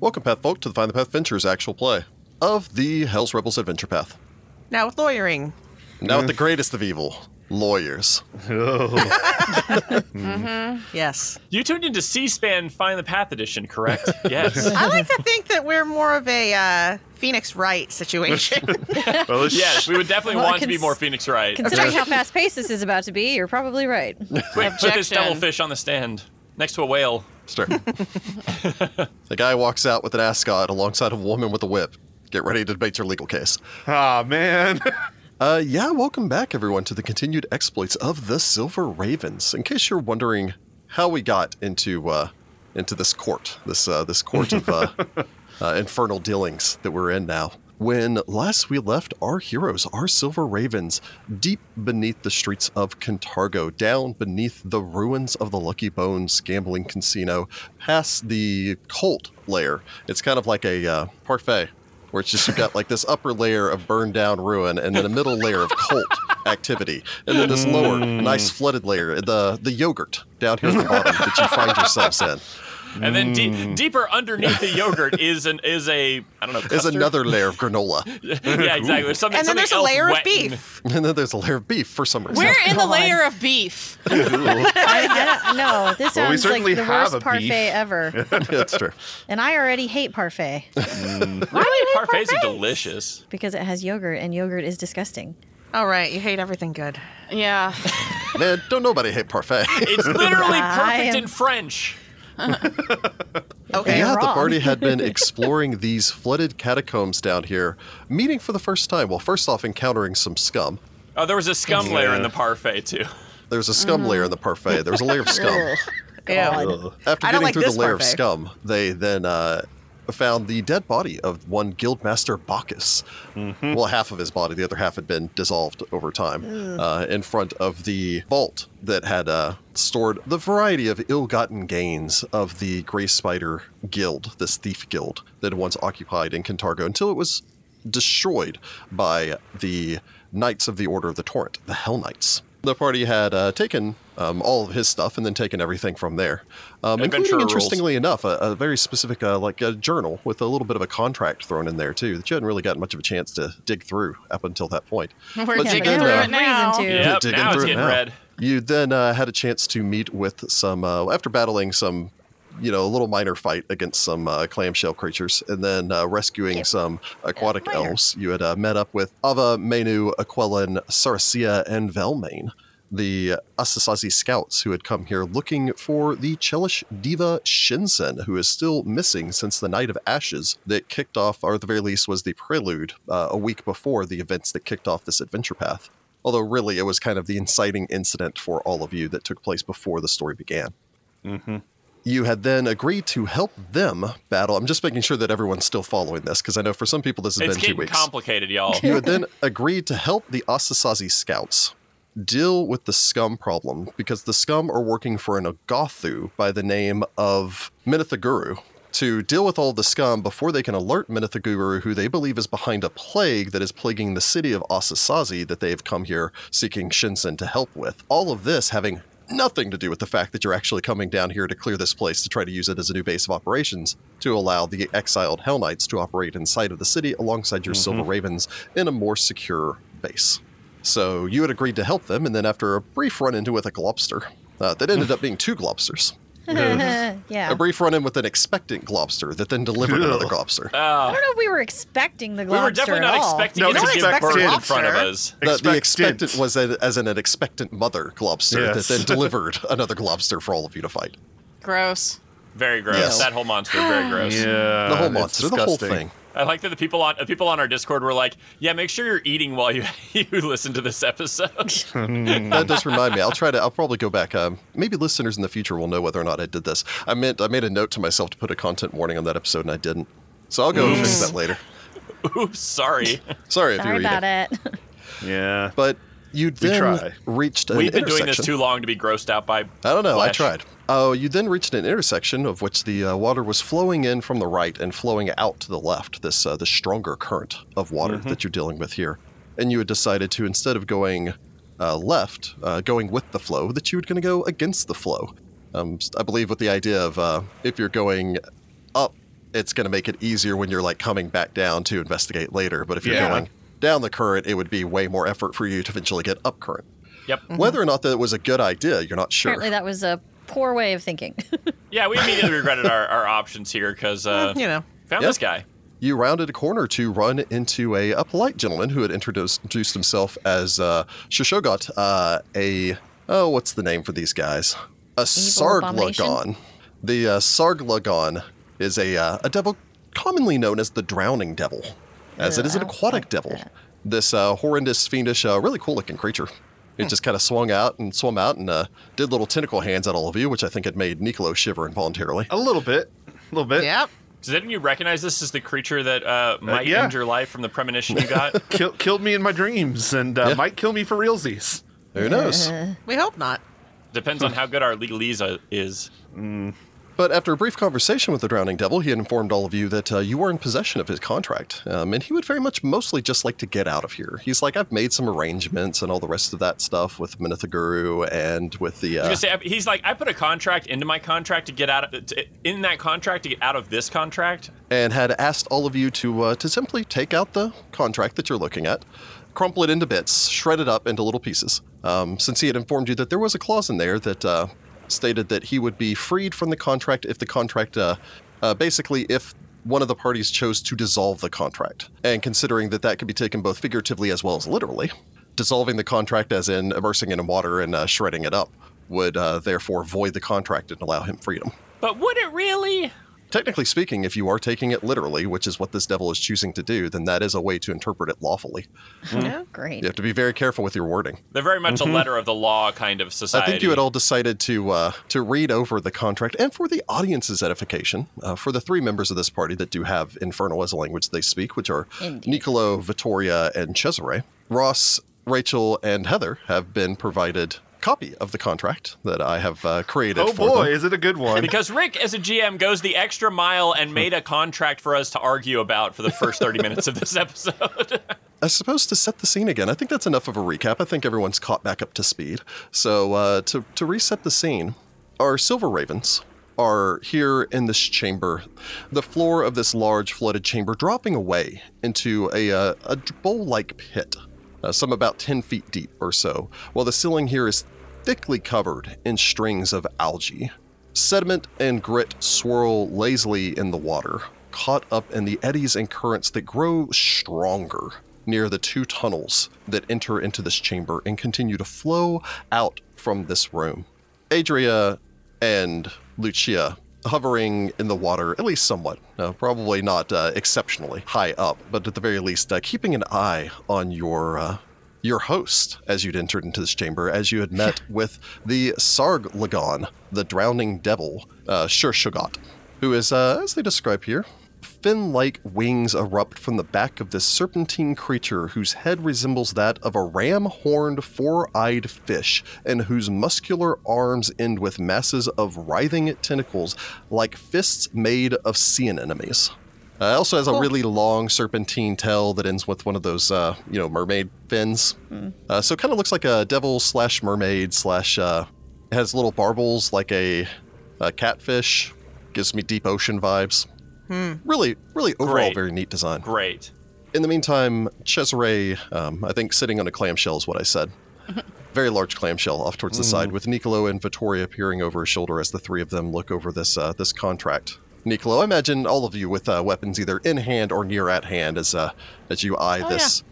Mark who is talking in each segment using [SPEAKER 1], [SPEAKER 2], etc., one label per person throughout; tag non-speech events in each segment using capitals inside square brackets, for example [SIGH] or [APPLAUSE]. [SPEAKER 1] Welcome, Pathfolk, to the Find the Path Ventures actual play of the Hell's Rebels Adventure Path.
[SPEAKER 2] Now with lawyering.
[SPEAKER 1] Now, with the greatest of evil, lawyers.
[SPEAKER 2] Yes.
[SPEAKER 3] You tuned into C-SPAN Find the Path edition, correct? Yes.
[SPEAKER 2] I like to think that we're more of a uh, Phoenix Wright
[SPEAKER 3] [LAUGHS]
[SPEAKER 2] situation.
[SPEAKER 4] Well,
[SPEAKER 3] [LAUGHS]
[SPEAKER 4] it's
[SPEAKER 3] yes, we would definitely
[SPEAKER 5] Well,
[SPEAKER 3] want to be
[SPEAKER 5] cons-
[SPEAKER 3] more Phoenix Wright. [LAUGHS]
[SPEAKER 5] Considering how fast
[SPEAKER 1] [LAUGHS]
[SPEAKER 5] paced this is about to be, you're probably right. [LAUGHS]
[SPEAKER 3] Quick, put this
[SPEAKER 6] Objection.
[SPEAKER 3] double fish on the stand next to a whale.
[SPEAKER 1] Sure. the guy walks out with an ascot alongside a woman with a whip. Get ready to debate your legal case.
[SPEAKER 4] Ah, man.
[SPEAKER 1] Uh, yeah, welcome back, everyone, to the continued exploits of the Silver Ravens. In case you're wondering how we got into uh, into this court, this uh, this court of uh, uh, infernal dealings that we're in now. When last we left our heroes, our Silver Ravens, deep beneath the streets of Cantargo, down beneath the ruins of the Lucky Bones gambling casino, past the cult layer. It's kind of like a uh, parfait where it's just you've got like this upper layer of burned down ruin and then a middle layer of cult [LAUGHS] activity and then this lower nice flooded layer the the yogurt down here at the bottom that you find yourselves in
[SPEAKER 3] And then de- deeper underneath the yogurt is an is a I don't know.
[SPEAKER 1] is
[SPEAKER 3] custard?
[SPEAKER 1] another layer of granola
[SPEAKER 3] [LAUGHS] yeah, exactly. There's something,
[SPEAKER 2] and then
[SPEAKER 3] something
[SPEAKER 2] there's a
[SPEAKER 3] else
[SPEAKER 2] layer of
[SPEAKER 3] wet in-
[SPEAKER 2] beef.
[SPEAKER 1] [LAUGHS] and then there's a layer of beef for some reason
[SPEAKER 6] We're in the layer of beef.
[SPEAKER 5] [LAUGHS] I, I don't know. This
[SPEAKER 4] Well, we
[SPEAKER 5] sounds
[SPEAKER 4] certainly
[SPEAKER 5] like the
[SPEAKER 4] have a
[SPEAKER 5] worst parfait
[SPEAKER 4] beef.
[SPEAKER 5] ever.
[SPEAKER 1] that's true
[SPEAKER 5] [LAUGHS] and I already hate parfait
[SPEAKER 3] Why [LAUGHS] do parfaits are delicious?
[SPEAKER 5] because it has yogurt, and yogurt is disgusting.
[SPEAKER 2] All right, you hate everything good.
[SPEAKER 6] Yeah.
[SPEAKER 1] man don't nobody hate
[SPEAKER 2] [LAUGHS]
[SPEAKER 1] parfait
[SPEAKER 3] It's literally
[SPEAKER 5] I
[SPEAKER 3] perfect
[SPEAKER 5] am-
[SPEAKER 3] in French.
[SPEAKER 1] [LAUGHS]
[SPEAKER 2] Okay.
[SPEAKER 1] yeah the
[SPEAKER 5] wrong.
[SPEAKER 1] party had
[SPEAKER 2] [LAUGHS]
[SPEAKER 1] been exploring these flooded catacombs down here meeting for the first time well first off encountering some scum
[SPEAKER 3] Oh, there was a scum layer in
[SPEAKER 4] Yeah.
[SPEAKER 3] the parfait too.
[SPEAKER 1] there's a scum layer in the parfait there was a layer of
[SPEAKER 2] [LAUGHS]
[SPEAKER 1] scum
[SPEAKER 2] Ew.
[SPEAKER 1] [LAUGHS]
[SPEAKER 5] God.
[SPEAKER 1] After
[SPEAKER 2] I don't
[SPEAKER 1] getting
[SPEAKER 2] like
[SPEAKER 1] through the
[SPEAKER 2] this
[SPEAKER 1] layer of
[SPEAKER 2] parfait.
[SPEAKER 1] scum, they then uh, found the dead body of one guildmaster Bacchus. Well, half of his body, the other half had been dissolved over time, uh, in front of the vault that had uh, stored the variety of ill gotten gains of the Grey Spider Guild, this thief guild that had once occupied in Cantargo until it was destroyed by the Knights of the Order of the Torrent, the Hell Knights. The party had uh, taken um, all of his stuff and then taken everything from there, um,
[SPEAKER 3] Adventurer
[SPEAKER 1] including,
[SPEAKER 3] rules.
[SPEAKER 1] interestingly enough, a, a very specific uh, like a journal with a little bit of a contract thrown in there too that you hadn't really gotten much of a chance to dig through up until that point.
[SPEAKER 6] We're
[SPEAKER 1] But
[SPEAKER 6] digging
[SPEAKER 1] you did,
[SPEAKER 6] through
[SPEAKER 1] uh,
[SPEAKER 6] it now.
[SPEAKER 5] Reason to.
[SPEAKER 3] Yeah. Yep,
[SPEAKER 1] digging
[SPEAKER 3] now it's
[SPEAKER 1] through it
[SPEAKER 3] getting red.
[SPEAKER 1] You then uh, had a chance to meet with some uh, after battling some, you know, a little minor fight against some uh, clamshell creatures, and then uh, rescuing some aquatic
[SPEAKER 5] minor.
[SPEAKER 1] elves. You had uh, met up with Ava, Menu, Aquelin, Saracea, and Velmain, the Asasazi scouts who had come here looking for the Chelish diva Shinsen, who is still missing since the Night of Ashes that kicked off, or at the very least, was the prelude uh, a week before the events that kicked off this adventure path although really it was kind of the inciting incident for all of you that took place before the story began.
[SPEAKER 3] Mm-hmm.
[SPEAKER 1] You had then agreed to help them battle. I'm just making sure that everyone's still following this because I know for some people this has
[SPEAKER 3] It's
[SPEAKER 1] been two
[SPEAKER 3] getting
[SPEAKER 1] weeks.
[SPEAKER 3] complicated, y'all.
[SPEAKER 1] you had then agreed to help the Asasazi scouts deal with the scum problem because the scum are working for an Agathu by the name of Minithaguru to deal with all the scum before they can alert Minithaguru, who they believe is behind a plague that is plaguing the city of Asasazi that they have come here seeking Shinsen to help with. All of this having nothing to do with the fact that you're actually coming down here to clear this place to try to use it as a new base of operations to allow the exiled Hell Knights to operate inside of the city alongside your Silver Ravens in a more secure base. So you had agreed to help them, and then after a brief run into with a globster, uh, that ended up being two globsters.
[SPEAKER 5] [LAUGHS] yeah.
[SPEAKER 1] A brief run in with an expectant globster that then delivered another
[SPEAKER 4] Ugh.
[SPEAKER 1] globster.
[SPEAKER 5] I don't know if we were expecting the globster
[SPEAKER 3] Uh, we were definitely
[SPEAKER 5] at
[SPEAKER 3] not
[SPEAKER 5] all.
[SPEAKER 3] expecting
[SPEAKER 4] No,
[SPEAKER 3] it to
[SPEAKER 4] we
[SPEAKER 3] give
[SPEAKER 4] expected
[SPEAKER 3] birth in
[SPEAKER 4] lobster.
[SPEAKER 3] front of us.
[SPEAKER 1] The, the
[SPEAKER 4] Expectant.
[SPEAKER 1] expectant was a, as in an expectant mother globster
[SPEAKER 4] Yes. [LAUGHS]
[SPEAKER 1] that then delivered another globster for all of you to fight.
[SPEAKER 6] Gross.
[SPEAKER 3] Very gross.
[SPEAKER 1] Yes.
[SPEAKER 3] That whole monster, very
[SPEAKER 4] [GASPS]
[SPEAKER 3] gross.
[SPEAKER 4] Yeah.
[SPEAKER 1] The whole
[SPEAKER 4] it's
[SPEAKER 1] monster, the whole
[SPEAKER 4] Uh, disgusting.
[SPEAKER 1] thing.
[SPEAKER 3] I like that the people on the people on our Discord were like, "Yeah, make sure you're eating while you [LAUGHS] you listen to this episode." [LAUGHS]
[SPEAKER 1] that does remind me. I'll try to. I'll probably go back. Um, maybe listeners in the future will know whether or not I did this. I meant I made a note to myself to put a content warning on that episode, and I didn't. So I'll go and fix that later.
[SPEAKER 3] Oops, sorry.
[SPEAKER 1] Sorry if you
[SPEAKER 5] Sorry
[SPEAKER 1] read
[SPEAKER 5] about
[SPEAKER 1] it.
[SPEAKER 5] it.
[SPEAKER 4] Yeah.
[SPEAKER 1] But you then
[SPEAKER 4] try.
[SPEAKER 1] reached an
[SPEAKER 3] We've been doing this
[SPEAKER 1] intersection. Uh,
[SPEAKER 3] too long to be grossed out by.
[SPEAKER 1] I don't know. I
[SPEAKER 3] flesh.
[SPEAKER 1] tried. Oh, you then reached an intersection of which the uh, water was flowing in from the right and flowing out to the left. This uh, the stronger current of water that you're dealing with here, and you had decided to instead of going uh, left, uh, going with the flow, that you were going to go against the flow. Um, s- I believe with the idea of uh, if you're going up, it's going to make it easier when you're like coming back down to investigate later. But if you're
[SPEAKER 4] Yeah.
[SPEAKER 1] going down the current, it would be way more effort for you to eventually get up current.
[SPEAKER 3] Yep.
[SPEAKER 1] Whether or not that was a good idea, you're not sure.
[SPEAKER 5] Apparently, that was a poor way of thinking. [LAUGHS]
[SPEAKER 3] Yeah, we immediately regretted our, our options here because uh,
[SPEAKER 2] you know.
[SPEAKER 3] found
[SPEAKER 1] Yep.
[SPEAKER 3] this guy.
[SPEAKER 1] you rounded a corner to run into a, a polite gentleman who had introduced, introduced himself as uh, Shoshogot, uh, a oh, what's the name for these guys? A Sarglagon.
[SPEAKER 5] abomination?
[SPEAKER 1] The uh, Sarglagon is a uh, a devil commonly known as the drowning devil, as it is an
[SPEAKER 5] Ew, I don't
[SPEAKER 1] aquatic
[SPEAKER 5] like
[SPEAKER 1] devil.
[SPEAKER 5] that.
[SPEAKER 1] This uh, horrendous, fiendish, uh, really cool looking creature. It
[SPEAKER 5] Hmm.
[SPEAKER 1] just kind of swung out and swum out and uh, did little tentacle hands at all of you, which I think had made Nicolo shiver involuntarily.
[SPEAKER 5] Oh,
[SPEAKER 4] A little bit. A little bit.
[SPEAKER 2] Yep.
[SPEAKER 3] Does anyone you recognize this as the creature that uh, might
[SPEAKER 4] yeah.
[SPEAKER 3] end your life from the premonition you got?
[SPEAKER 1] [LAUGHS]
[SPEAKER 4] Kill, killed me in my dreams and uh,
[SPEAKER 1] Yeah.
[SPEAKER 4] might kill me for realsies.
[SPEAKER 1] Who knows?
[SPEAKER 2] We hope not.
[SPEAKER 3] Depends on how good our legalese uh, is.
[SPEAKER 1] But after a brief conversation with the drowning devil, he had informed all of you that uh, you were in possession of his contract, um, and he would very much mostly just like to get out of here. He's like, I've made some arrangements and all the rest of that stuff with Minithaguru and with the.
[SPEAKER 3] I
[SPEAKER 1] Uh,
[SPEAKER 3] was gonna say, he's like, I put a contract into my contract to get out of to, in that contract to get out of this contract.
[SPEAKER 1] and had asked all of you to uh, to simply take out the contract that you're looking at, crumple it into bits, shred it up into little pieces. Um, since he had informed you that there was a clause in there that uh, stated that he would be freed from the contract if the contract, uh, uh, basically, if one of the parties chose to dissolve the contract. And considering that that could be taken both figuratively as well as literally, dissolving the contract, as in immersing it in water and uh, shredding it up, would uh, therefore void the contract and allow him freedom.
[SPEAKER 3] But would it really?
[SPEAKER 1] Technically speaking, if you are taking it literally, which is what this devil is choosing to do, then that is a way to interpret it lawfully.
[SPEAKER 5] Mm-hmm.
[SPEAKER 2] Yeah.
[SPEAKER 5] Oh, Great.
[SPEAKER 1] You have to be very careful with your wording.
[SPEAKER 3] They're very much a letter of the law kind of
[SPEAKER 1] Mm-hmm. I
[SPEAKER 3] society.
[SPEAKER 1] think you had all decided to uh, to read over the contract, and for the audience's edification, uh, for the three members of this party that do have Infernal as a language they speak, which are
[SPEAKER 5] Indeed.
[SPEAKER 1] Niccolo, Vittoria, and Cesare, Ross, Rachel, and Heather have been provided copy of the contract that I have uh, created.
[SPEAKER 4] Oh
[SPEAKER 1] for
[SPEAKER 4] boy,
[SPEAKER 1] them.
[SPEAKER 4] is it a good one?
[SPEAKER 3] Because Rick, as a GM, goes the extra mile and made a contract for us to argue about for the
[SPEAKER 1] [LAUGHS]
[SPEAKER 3] first 30 minutes of this episode.
[SPEAKER 1] I suppose to set the scene again, I think that's enough of a recap. I think everyone's caught back up to speed. So uh, to to reset the scene, our silver ravens are here in this chamber, the floor of this large flooded chamber, dropping away into a uh, a bowl-like pit, uh, some about ten feet deep or so. While the ceiling here is thickly covered in strings of algae. Sediment and grit swirl lazily in the water, caught up in the eddies and currents that grow stronger near the two tunnels that enter into this chamber and continue to flow out from this room. Adria and Lucia hovering in the water, at least somewhat, uh, probably not uh, exceptionally high up, but at the very least, uh, keeping an eye on your uh, your host as you'd entered into this chamber, as you had met with the Sarg Lagon, the drowning devil, uh, Shershogot, who is, uh, as they describe here, fin like wings erupt from the back of this serpentine creature whose head resembles that of a ram horned, four eyed fish, and whose muscular arms end with masses of writhing tentacles like fists made of sea anemones. Uh, it also has a really long serpentine tail that ends with one of those, uh, you know, mermaid fins. Uh, so it kind of looks like a devil slash mermaid slash. Uh, it has little barbels like a, a catfish. Gives me deep ocean vibes. Really, really overall
[SPEAKER 3] Great.
[SPEAKER 1] very neat design.
[SPEAKER 3] Great.
[SPEAKER 1] In the meantime, Cesare, um, I think sitting on a clamshell is what I
[SPEAKER 5] [LAUGHS]
[SPEAKER 1] said. Very large clamshell off towards the side, with Niccolo and Vittoria peering over his shoulder as the three of them look over this uh, this contract. Niccolo, I imagine all of you with uh, weapons either in hand or near at hand as uh, as you eye
[SPEAKER 5] Oh,
[SPEAKER 1] this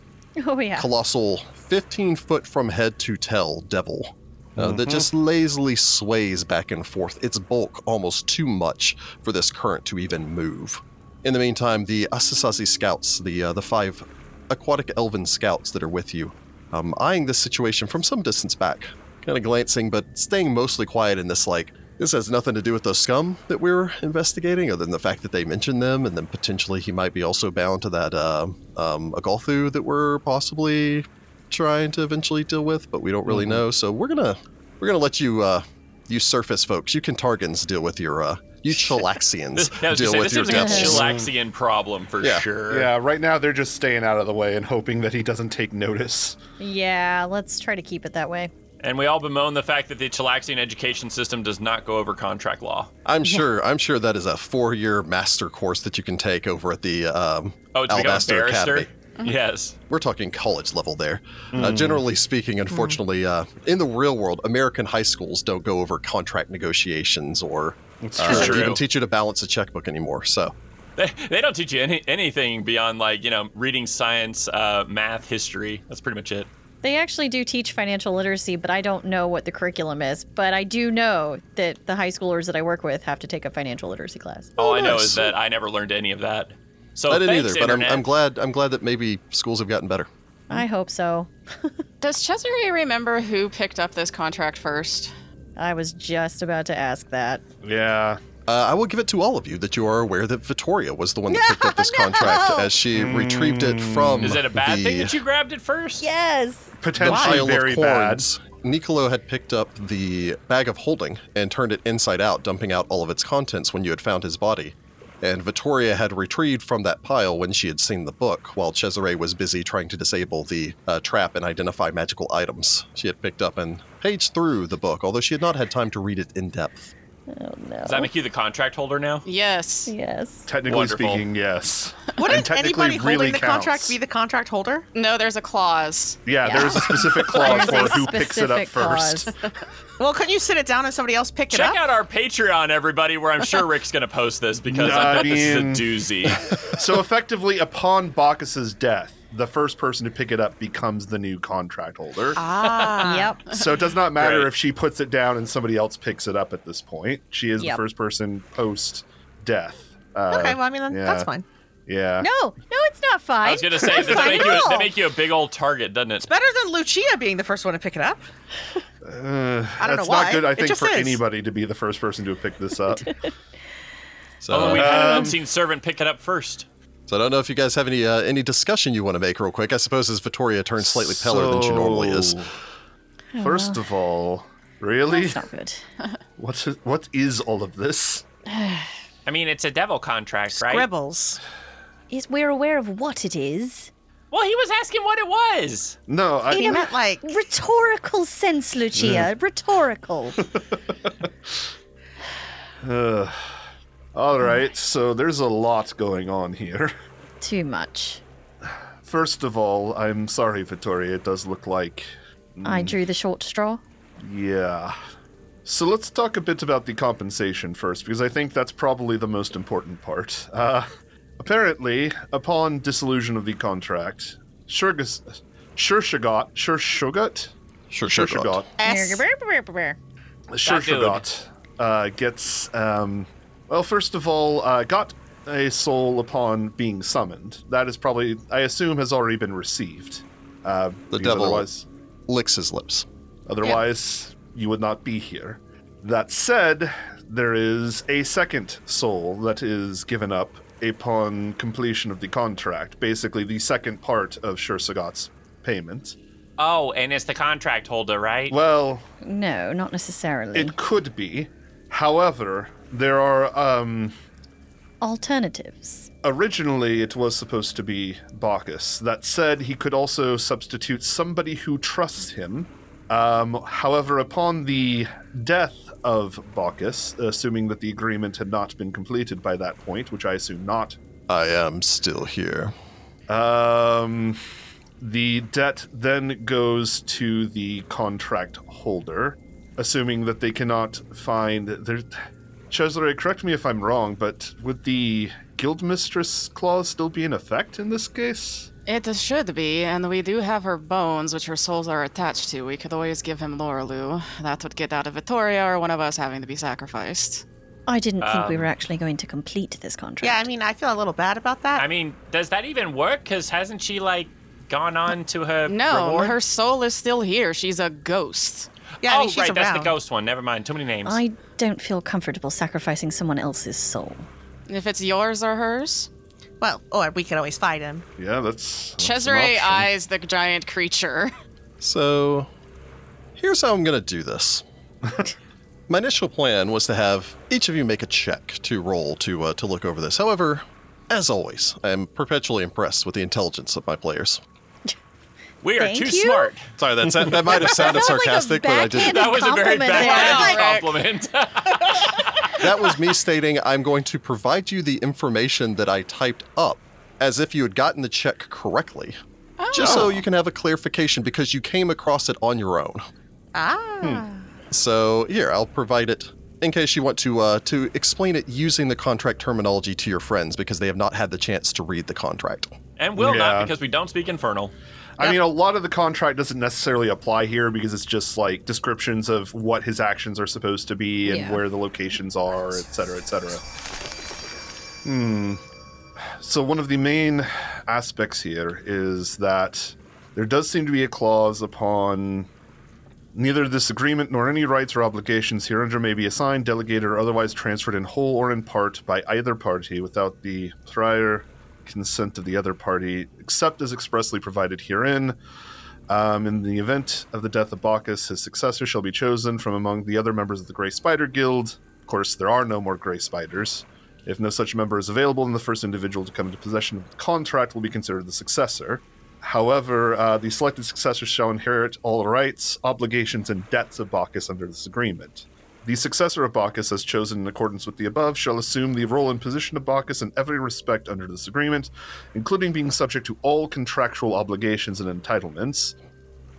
[SPEAKER 5] Oh yeah.
[SPEAKER 1] colossal, 15 foot from head to tail devil uh, that just lazily sways back and forth, its bulk almost too much for this current to even move. In the meantime, the Asasazi scouts, the, uh, the five aquatic elven scouts that are with you, um, eyeing this situation from some distance back, kind of glancing, but staying mostly quiet in this like, this has nothing to do with those scum that we were investigating, other than the fact that they mentioned them, and then potentially he might be also bound to that uh, um, Agolthu that we're possibly trying to eventually deal with, but we don't
[SPEAKER 3] Mm-hmm.
[SPEAKER 1] really know. So we're gonna we're gonna let you uh, you surface folks, you Kentargans deal with your uh,
[SPEAKER 3] [LAUGHS]
[SPEAKER 1] you
[SPEAKER 3] This,
[SPEAKER 1] Chilaxians
[SPEAKER 3] yeah, I was gonna
[SPEAKER 1] deal
[SPEAKER 3] say,
[SPEAKER 1] with
[SPEAKER 3] this
[SPEAKER 1] your
[SPEAKER 3] seems like a
[SPEAKER 1] devils.
[SPEAKER 3] Chilaxian problem for
[SPEAKER 1] Yeah.
[SPEAKER 3] sure.
[SPEAKER 4] yeah, right now they're just staying out of the way and hoping that he doesn't take notice.
[SPEAKER 5] Yeah. Let's try to keep it that way.
[SPEAKER 3] And we all bemoan the fact that the Chilaxian education system does not go over contract law.
[SPEAKER 1] I'm sure. I'm sure that is a four-year master course that you can take over at the um,
[SPEAKER 3] Oh, it's become a
[SPEAKER 1] Alabaster
[SPEAKER 3] barrister. Hmm.
[SPEAKER 1] Academy.
[SPEAKER 3] [LAUGHS] Yes.
[SPEAKER 1] We're talking college level there. Uh, generally speaking, unfortunately, uh, in the real world, American high schools don't go over contract negotiations or uh,
[SPEAKER 3] true.
[SPEAKER 1] even teach you to balance a checkbook anymore. So,
[SPEAKER 3] They, they don't teach you any, anything beyond like you know reading science, uh, math, history. That's pretty much it.
[SPEAKER 5] They actually do teach financial literacy, but I don't know what the curriculum is. But I do know that the high schoolers that I work with have to take a financial literacy class.
[SPEAKER 3] All I know
[SPEAKER 1] Oh, nice.
[SPEAKER 3] is that I never learned any of that. So
[SPEAKER 1] I didn't
[SPEAKER 3] thanks,
[SPEAKER 1] either, but I'm,
[SPEAKER 3] Internet.
[SPEAKER 1] I'm glad. I'm glad that maybe schools have gotten better.
[SPEAKER 5] I hope so.
[SPEAKER 6] Does Cesare remember who picked up this contract first?
[SPEAKER 5] I was just about to ask that.
[SPEAKER 4] Yeah.
[SPEAKER 1] Uh, I will give it to all of you that you are aware that Vittoria was the one that picked up this contract as she retrieved it from.
[SPEAKER 3] Hmm. Is it a bad
[SPEAKER 1] the,
[SPEAKER 3] thing that you grabbed it first?
[SPEAKER 5] Yes.
[SPEAKER 1] the
[SPEAKER 4] Potentially
[SPEAKER 1] pile
[SPEAKER 4] very
[SPEAKER 1] of
[SPEAKER 4] bad.
[SPEAKER 1] corns? Niccolo had picked up the bag of holding and turned it inside out, dumping out all of its contents when you had found his body. And Vittoria had retrieved from that pile when she had seen the book, while Cesare was busy trying to disable the uh, trap and identify magical items she had picked up and paged through the book, although she had not had time to read it in depth.
[SPEAKER 5] No.
[SPEAKER 3] Does that make you the contract holder now?
[SPEAKER 6] Yes.
[SPEAKER 5] Yes.
[SPEAKER 4] Technically
[SPEAKER 3] Wonderful.
[SPEAKER 4] speaking, yes. and
[SPEAKER 2] Wouldn't
[SPEAKER 4] technically
[SPEAKER 2] anybody holding
[SPEAKER 4] really
[SPEAKER 2] the
[SPEAKER 4] counts.
[SPEAKER 2] contract be the contract holder?
[SPEAKER 6] No, there's a clause.
[SPEAKER 4] Yeah,
[SPEAKER 5] Yeah.
[SPEAKER 4] there is a specific clause
[SPEAKER 5] There's a
[SPEAKER 4] for who picks it up
[SPEAKER 5] specific
[SPEAKER 4] first.
[SPEAKER 5] cause.
[SPEAKER 2] Well, couldn't you sit it down and somebody else pick it
[SPEAKER 3] Check
[SPEAKER 2] up?
[SPEAKER 3] out our Patreon, everybody, where I'm sure Rick's going to post this because
[SPEAKER 4] Nah,
[SPEAKER 3] I bet
[SPEAKER 4] I mean-
[SPEAKER 3] this is a doozy.
[SPEAKER 4] so effectively, upon Bacchus's death, the first person to pick it up becomes the new contract holder.
[SPEAKER 3] [LAUGHS]
[SPEAKER 2] Ah,
[SPEAKER 5] Yep. [LAUGHS]
[SPEAKER 4] So it does not matter
[SPEAKER 3] Right.
[SPEAKER 4] if she puts it down and somebody else picks it up at this point. She is
[SPEAKER 5] Yep.
[SPEAKER 4] the first person post death. Uh,
[SPEAKER 2] Okay, well, I mean, then
[SPEAKER 4] yeah.
[SPEAKER 2] that's fine.
[SPEAKER 4] Yeah.
[SPEAKER 5] No, no, it's not fine.
[SPEAKER 3] I was going
[SPEAKER 5] [LAUGHS]
[SPEAKER 3] to say,
[SPEAKER 5] It's
[SPEAKER 3] they
[SPEAKER 5] fine
[SPEAKER 3] make,
[SPEAKER 5] at
[SPEAKER 3] you a,
[SPEAKER 5] all.
[SPEAKER 3] they make you a big old target, doesn't it?
[SPEAKER 2] Better than Lucia being the first one to pick it up. I don't
[SPEAKER 4] That's
[SPEAKER 2] know why.
[SPEAKER 4] not good, I
[SPEAKER 2] It
[SPEAKER 4] think,
[SPEAKER 2] just
[SPEAKER 4] for
[SPEAKER 2] is.
[SPEAKER 4] anybody to be the first person to pick
[SPEAKER 2] [LAUGHS]
[SPEAKER 4] this up.
[SPEAKER 1] So,
[SPEAKER 3] Although we had an
[SPEAKER 4] Um,
[SPEAKER 3] unseen servant pick it up first.
[SPEAKER 1] so I don't know if you guys have any uh, any discussion you want to make real quick. I suppose as Vittoria turns slightly paler than she normally is.
[SPEAKER 4] So, First of all, really?
[SPEAKER 5] That's not good.
[SPEAKER 4] What is, what is all of this?
[SPEAKER 3] I mean, it's a devil contract, right?
[SPEAKER 2] Scribbles.
[SPEAKER 5] Is we're aware of what it is.
[SPEAKER 3] Well, he was asking what it was.
[SPEAKER 4] No, I,
[SPEAKER 2] He meant like
[SPEAKER 5] Rhetorical sense, Lucia. Rhetorical.
[SPEAKER 4] All right, so there's a lot going on here. [LAUGHS]
[SPEAKER 5] Too much.
[SPEAKER 4] First of all, I'm sorry, Vittoria. It does look like.
[SPEAKER 5] I drew the short straw.
[SPEAKER 4] Yeah. So let's talk a bit about the compensation first, because I think that's probably the most important part. Uh, apparently, upon dissolution of the contract, Shurgas. Shurshagot. Shurshugot?
[SPEAKER 1] Sure, sure, sure.
[SPEAKER 4] Shurshagot.
[SPEAKER 2] S.
[SPEAKER 4] Sure,
[SPEAKER 3] That
[SPEAKER 4] sure,
[SPEAKER 3] dude.
[SPEAKER 4] got uh, gets um, well. First of all, uh, got a soul upon being summoned. That is probably, I assume, has already been received. Uh,
[SPEAKER 1] The
[SPEAKER 4] because
[SPEAKER 1] devil
[SPEAKER 4] Otherwise,
[SPEAKER 1] licks his lips.
[SPEAKER 4] otherwise you would not be here. That said, there is a second soul that is given up upon completion of the contract. Basically, the second part of Shursagat's payment.
[SPEAKER 3] Oh, and it's the contract holder, right?
[SPEAKER 4] Well,
[SPEAKER 5] No, not necessarily.
[SPEAKER 4] it could be. However, there are um,
[SPEAKER 5] Alternatives.
[SPEAKER 4] Originally, it was supposed to be Bacchus. That said, he could also substitute somebody who trusts him. Um, however, upon the death of Bacchus, assuming that the agreement had not been completed by that point, which I assume not,
[SPEAKER 1] I am still here.
[SPEAKER 4] um, the debt then goes to the contract holder, assuming that they cannot find their. Cesare, correct me if I'm wrong, but would the guild mistress clause still be in effect in this case?
[SPEAKER 6] It should be, and we do have her bones, which her souls are attached to. We could always give him Lorelu. That would get out of Vittoria or one of us having to be sacrificed.
[SPEAKER 5] I didn't think we were actually going to complete this contract.
[SPEAKER 2] Yeah, I mean, I feel a little bad about that.
[SPEAKER 3] I mean, does that even work? Because hasn't she, like, gone on to her.
[SPEAKER 6] No,
[SPEAKER 3] reward?
[SPEAKER 6] her soul is still here. She's a ghost.
[SPEAKER 2] yeah, I mean,
[SPEAKER 3] oh,
[SPEAKER 2] she's
[SPEAKER 3] right,
[SPEAKER 2] around.
[SPEAKER 3] that's the ghost one. Never mind. Too many names.
[SPEAKER 5] I don't feel comfortable sacrificing someone else's soul.
[SPEAKER 6] If it's yours or hers,
[SPEAKER 2] Well, or we could always fight him.
[SPEAKER 4] Yeah, that's. that's an
[SPEAKER 6] Cesare
[SPEAKER 4] option.
[SPEAKER 6] eyes the giant creature. [LAUGHS]
[SPEAKER 1] So, here's how I'm going to do
[SPEAKER 5] [LAUGHS]
[SPEAKER 1] this. My initial plan was to have each of you make a check to roll to uh, to look over this. However, as always, I am perpetually impressed with the intelligence of my players.
[SPEAKER 3] We are
[SPEAKER 5] Thank
[SPEAKER 3] too
[SPEAKER 5] you.
[SPEAKER 3] smart.
[SPEAKER 1] Sorry, that's, that might
[SPEAKER 5] [LAUGHS]
[SPEAKER 1] have sounded
[SPEAKER 5] sounds like a
[SPEAKER 1] sarcastic, but I didn't.
[SPEAKER 5] backhanded-
[SPEAKER 3] That was a very [LAUGHS]
[SPEAKER 5] Compliment.
[SPEAKER 3] bad
[SPEAKER 6] Wow.
[SPEAKER 3] compliment.
[SPEAKER 1] That was me stating I'm going to provide you the information that I typed up as if you had gotten the check correctly. Just
[SPEAKER 5] Oh.
[SPEAKER 1] so you can have a clarification because you came across it on your own.
[SPEAKER 2] Ah.
[SPEAKER 6] Hmm.
[SPEAKER 1] So here, I'll provide it in case you want to uh, to explain it using the contract terminology to your friends because they have not had the chance to read the contract.
[SPEAKER 3] and will not
[SPEAKER 4] Yeah.
[SPEAKER 3] because we don't speak infernal.
[SPEAKER 4] I mean, a lot of the contract doesn't necessarily apply here because it's just like descriptions of what his actions are supposed to be and
[SPEAKER 5] Yeah.
[SPEAKER 4] where the locations are, et cetera, et cetera. Hmm. So, one of the main aspects here is that there does seem to be a clause upon neither this agreement nor any rights or obligations hereunder may be assigned, delegated, or otherwise transferred in whole or in part by either party without the prior consent of the other party, except as expressly provided herein. Um, in the event of the death of Bacchus, his successor shall be chosen from among the other members of the Grey Spider Guild. Of course, there are no more Grey Spiders. If no such member is available, then the first individual to come into possession of the contract will be considered the successor. However, uh, the selected successor shall inherit all rights, obligations, and debts of Bacchus under this agreement. The successor of Bacchus, as chosen in accordance with the above, shall assume the role and position of Bacchus in every respect under this agreement, including being subject to all contractual obligations and entitlements.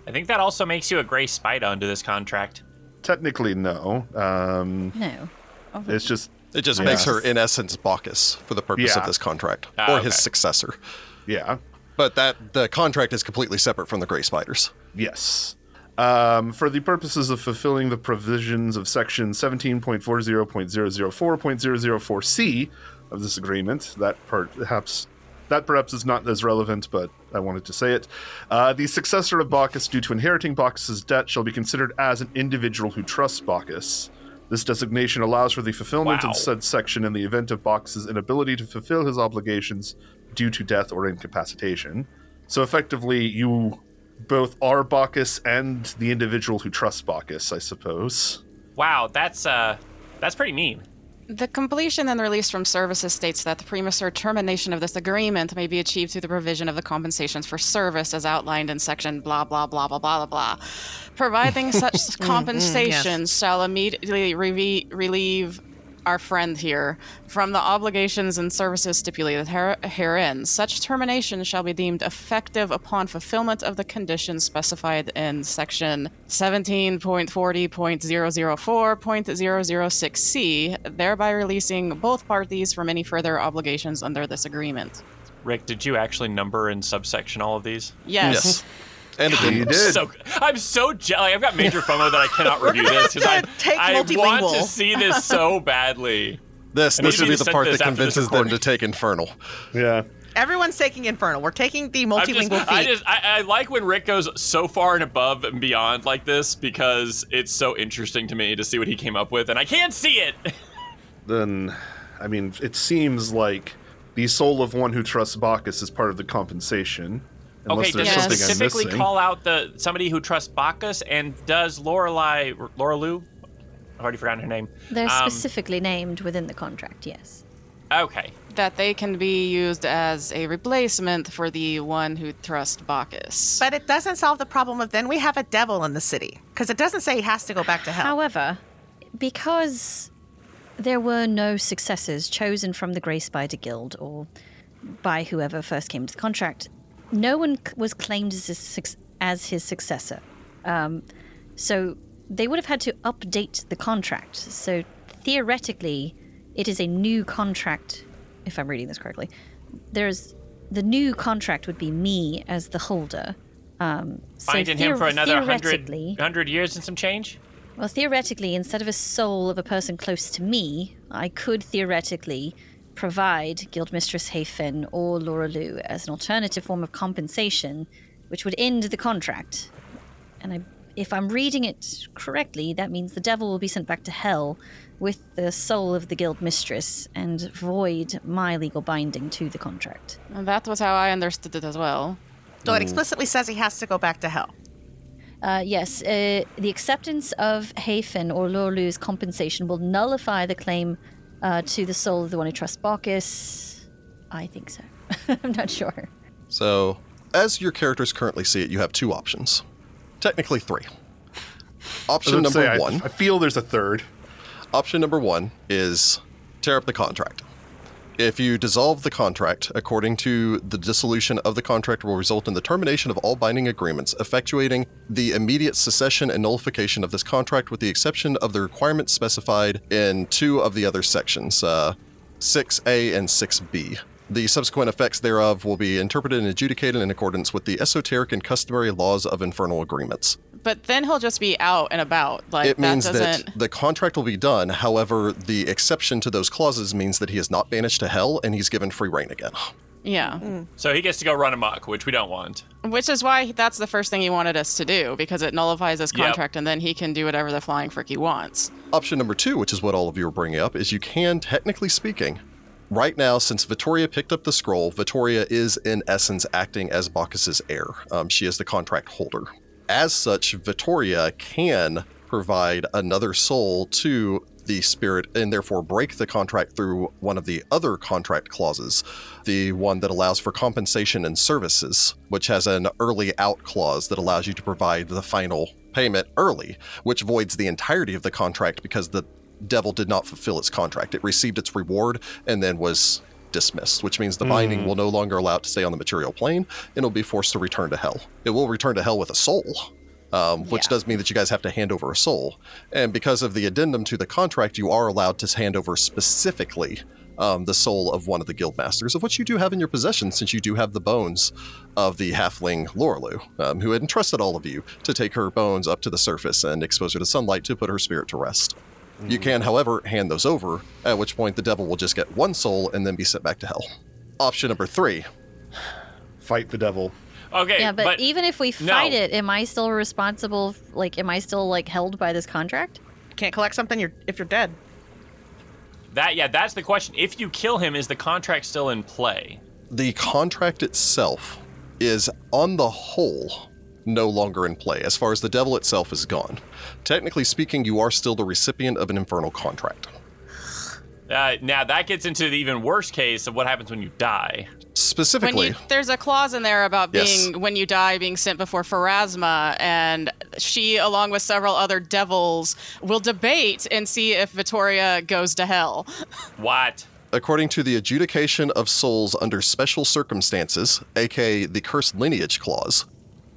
[SPEAKER 3] I think that also makes you a gray spider under this contract.
[SPEAKER 4] Technically, no. Um,
[SPEAKER 5] No.
[SPEAKER 4] it's just,
[SPEAKER 1] It just
[SPEAKER 4] Yeah.
[SPEAKER 1] makes her, in essence, Bacchus for the purpose
[SPEAKER 4] Yeah.
[SPEAKER 1] of this contract
[SPEAKER 3] Ah,
[SPEAKER 1] or
[SPEAKER 3] okay.
[SPEAKER 1] his successor.
[SPEAKER 4] yeah.
[SPEAKER 1] But that the contract is completely separate from the Grey Spiders.
[SPEAKER 4] Yes. Um, for the purposes of fulfilling the provisions of section 17.40.004.004C of this agreement, that perhaps that perhaps is not as relevant, but I wanted to say it. Uh, the successor of Bacchus, due to inheriting Bacchus's debt, shall be considered as an individual who trusts Bacchus. This designation allows for the fulfillment
[SPEAKER 3] Wow.
[SPEAKER 4] of said section in the event of Bacchus's inability to fulfill his obligations due to death or incapacitation. So effectively, you both are Bacchus and the individual who trusts Bacchus, I suppose.
[SPEAKER 3] Wow, that's uh, that's pretty neat.
[SPEAKER 6] The completion and release from services states that the premature termination of this agreement may be achieved through the provision of the compensations for service as outlined in section blah blah blah blah blah blah blah. Providing such compensations shall immediately reve relieve our friend here from the obligations and services stipulated her- herein. Such termination shall be deemed effective upon fulfillment of the conditions specified in section 17.40.004.006c, thereby releasing both parties from any further obligations under this agreement.
[SPEAKER 3] Rick, did you actually number and subsection all of these?
[SPEAKER 6] Yes.
[SPEAKER 1] And
[SPEAKER 4] You
[SPEAKER 1] again,
[SPEAKER 4] did.
[SPEAKER 3] So I'm so jealous. I've got
[SPEAKER 4] [LAUGHS]
[SPEAKER 3] major FOMO that I cannot review this because I,
[SPEAKER 2] have to take
[SPEAKER 3] I want to
[SPEAKER 2] multilingual.
[SPEAKER 3] see
[SPEAKER 2] [LAUGHS]
[SPEAKER 3] this so badly.
[SPEAKER 1] this
[SPEAKER 3] I need
[SPEAKER 1] this
[SPEAKER 3] you
[SPEAKER 1] would
[SPEAKER 3] to
[SPEAKER 1] be the
[SPEAKER 3] send
[SPEAKER 1] part
[SPEAKER 3] this
[SPEAKER 1] that
[SPEAKER 3] after this
[SPEAKER 1] convinces them
[SPEAKER 3] recording.
[SPEAKER 1] to take Infernal.
[SPEAKER 4] Yeah.
[SPEAKER 2] Everyone's taking Infernal. We're taking the
[SPEAKER 3] I'm just-
[SPEAKER 2] multilingual
[SPEAKER 3] I
[SPEAKER 2] feat.
[SPEAKER 3] just I, I like when Rick goes so far and above and beyond like this because it's so interesting to me to see what he came up with, and I can't see it. [LAUGHS]
[SPEAKER 4] Then, I mean, it seems like the soul of one who trusts Bacchus is part of the compensation. Unless
[SPEAKER 3] okay, does
[SPEAKER 4] there's
[SPEAKER 3] it
[SPEAKER 4] something
[SPEAKER 6] Yes.
[SPEAKER 4] I'm
[SPEAKER 3] specifically
[SPEAKER 4] missing.
[SPEAKER 3] call out the somebody who trusts Bacchus and does Lorelai Laura Lou? I've already forgotten her name.
[SPEAKER 5] They're
[SPEAKER 3] Um,
[SPEAKER 5] specifically named within the contract, yes.
[SPEAKER 3] Okay.
[SPEAKER 6] That they can be used as a replacement for the one who trusts Bacchus.
[SPEAKER 2] but it doesn't solve the problem of then we have a devil in the city. Because it doesn't say he has to go back to hell.
[SPEAKER 5] However, because there were no successors chosen from the Grey Spider Guild or by whoever first came to the contract, no one c- was claimed as his, suc- as his successor. Um, so they would have had to update the contract. So theoretically, it is a new contract, if I'm reading this correctly. There's the new contract would be me as the holder. Um, so
[SPEAKER 3] Finding him
[SPEAKER 5] theor-
[SPEAKER 3] for another 100,
[SPEAKER 5] theoretically-
[SPEAKER 3] 100 years and some change?
[SPEAKER 5] well, theoretically, instead of a soul of a person close to me, I could theoretically provide Guildmistress Hayfin or Laura Lou as an alternative form of compensation, which would end the contract. And I, if I'm reading it correctly, that means the devil will be sent back to hell with the soul of the guild mistress and void my legal binding to the contract.
[SPEAKER 6] And that was how I understood it as well.
[SPEAKER 2] So
[SPEAKER 6] Hmm.
[SPEAKER 2] it explicitly says he has to go back to hell.
[SPEAKER 5] Uh, yes, uh, the acceptance of Hafen or Lorlu's compensation will nullify the claim uh, to the [LAUGHS] soul of the one who trusts Bacchus. I think so. I'm not sure.
[SPEAKER 1] So as your characters currently see it, you have two options. Technically, three.
[SPEAKER 4] I was
[SPEAKER 1] Option
[SPEAKER 4] about to
[SPEAKER 1] number
[SPEAKER 4] say, I-
[SPEAKER 1] one.
[SPEAKER 4] I feel there's a third.
[SPEAKER 1] Option number one is tear up the contract. If you dissolve the contract, according to the dissolution of the contract, will result in the termination of all binding agreements, effectuating the immediate secession and nullification of this contract, with the exception of the requirements specified in two of the other sections, uh, 6A and 6B. The subsequent effects thereof will be interpreted and adjudicated in accordance with the esoteric and customary laws of infernal agreements
[SPEAKER 6] But then he'll just be out and about. Like
[SPEAKER 1] it
[SPEAKER 6] that
[SPEAKER 1] means
[SPEAKER 6] doesn't.
[SPEAKER 1] that the contract will be done. However, the exception to those clauses means that he is not banished to hell and he's given free reign again.
[SPEAKER 6] Yeah.
[SPEAKER 3] So he gets to go run amok, which we don't want.
[SPEAKER 6] Which is why that's the first thing he wanted us to do because it nullifies his
[SPEAKER 3] Yep.
[SPEAKER 6] contract and then he can do whatever the flying frick he wants.
[SPEAKER 1] Option number two, which is what all of you are bringing up, is you can, technically speaking, right now, since Vittoria picked up the scroll, Vittoria is in essence acting as Bacchus's heir. Um, she is the contract holder. As such, Vittoria can provide another soul to the spirit and therefore break the contract through one of the other contract clauses, the one that allows for compensation and services, which has an early out clause that allows you to provide the final payment early, which voids the entirety of the contract because the devil did not fulfill its contract. It received its reward and then was dismissed, which means the binding will no longer allow it to stay on the material plane and it'll be forced to return to hell. It will return to hell with a soul. Um, which
[SPEAKER 6] Yeah.
[SPEAKER 1] does mean that you guys have to hand over a soul. And because of the addendum to the contract, you are allowed to hand over specifically um, the soul of one of the guild masters, of which you do have in your possession, since you do have the bones of the halfling Lorelu, um, who had entrusted all of you to take her bones up to the surface and expose her to sunlight to put her spirit to rest. You can, however, hand those over, at which point the devil will just get one soul and then be sent back to hell. Option number three.
[SPEAKER 4] Fight the devil.
[SPEAKER 3] Okay,
[SPEAKER 5] yeah, but, even if we
[SPEAKER 3] Eh, no.
[SPEAKER 5] fight it, am I still responsible? f- Like, am I still like held by this contract?
[SPEAKER 2] Can't collect something you're, if you're dead.
[SPEAKER 3] that yeah, that's the question. If you kill him, is the contract still in play?
[SPEAKER 1] the contract itself is, on the whole, no longer in play, as far as the devil itself is gone. Technically speaking, you are still the recipient of an infernal contract.
[SPEAKER 3] Uh, now that gets into the even worse case of what happens when you die.
[SPEAKER 6] When
[SPEAKER 1] Specifically,
[SPEAKER 6] you, there's a clause in there about being
[SPEAKER 1] Yes.
[SPEAKER 6] when you die being sent before Pharasma, and she, along with several other devils, will debate and see if Vittoria goes to hell.
[SPEAKER 3] What?
[SPEAKER 1] according to the adjudication of souls under special circumstances, aka the cursed lineage clause,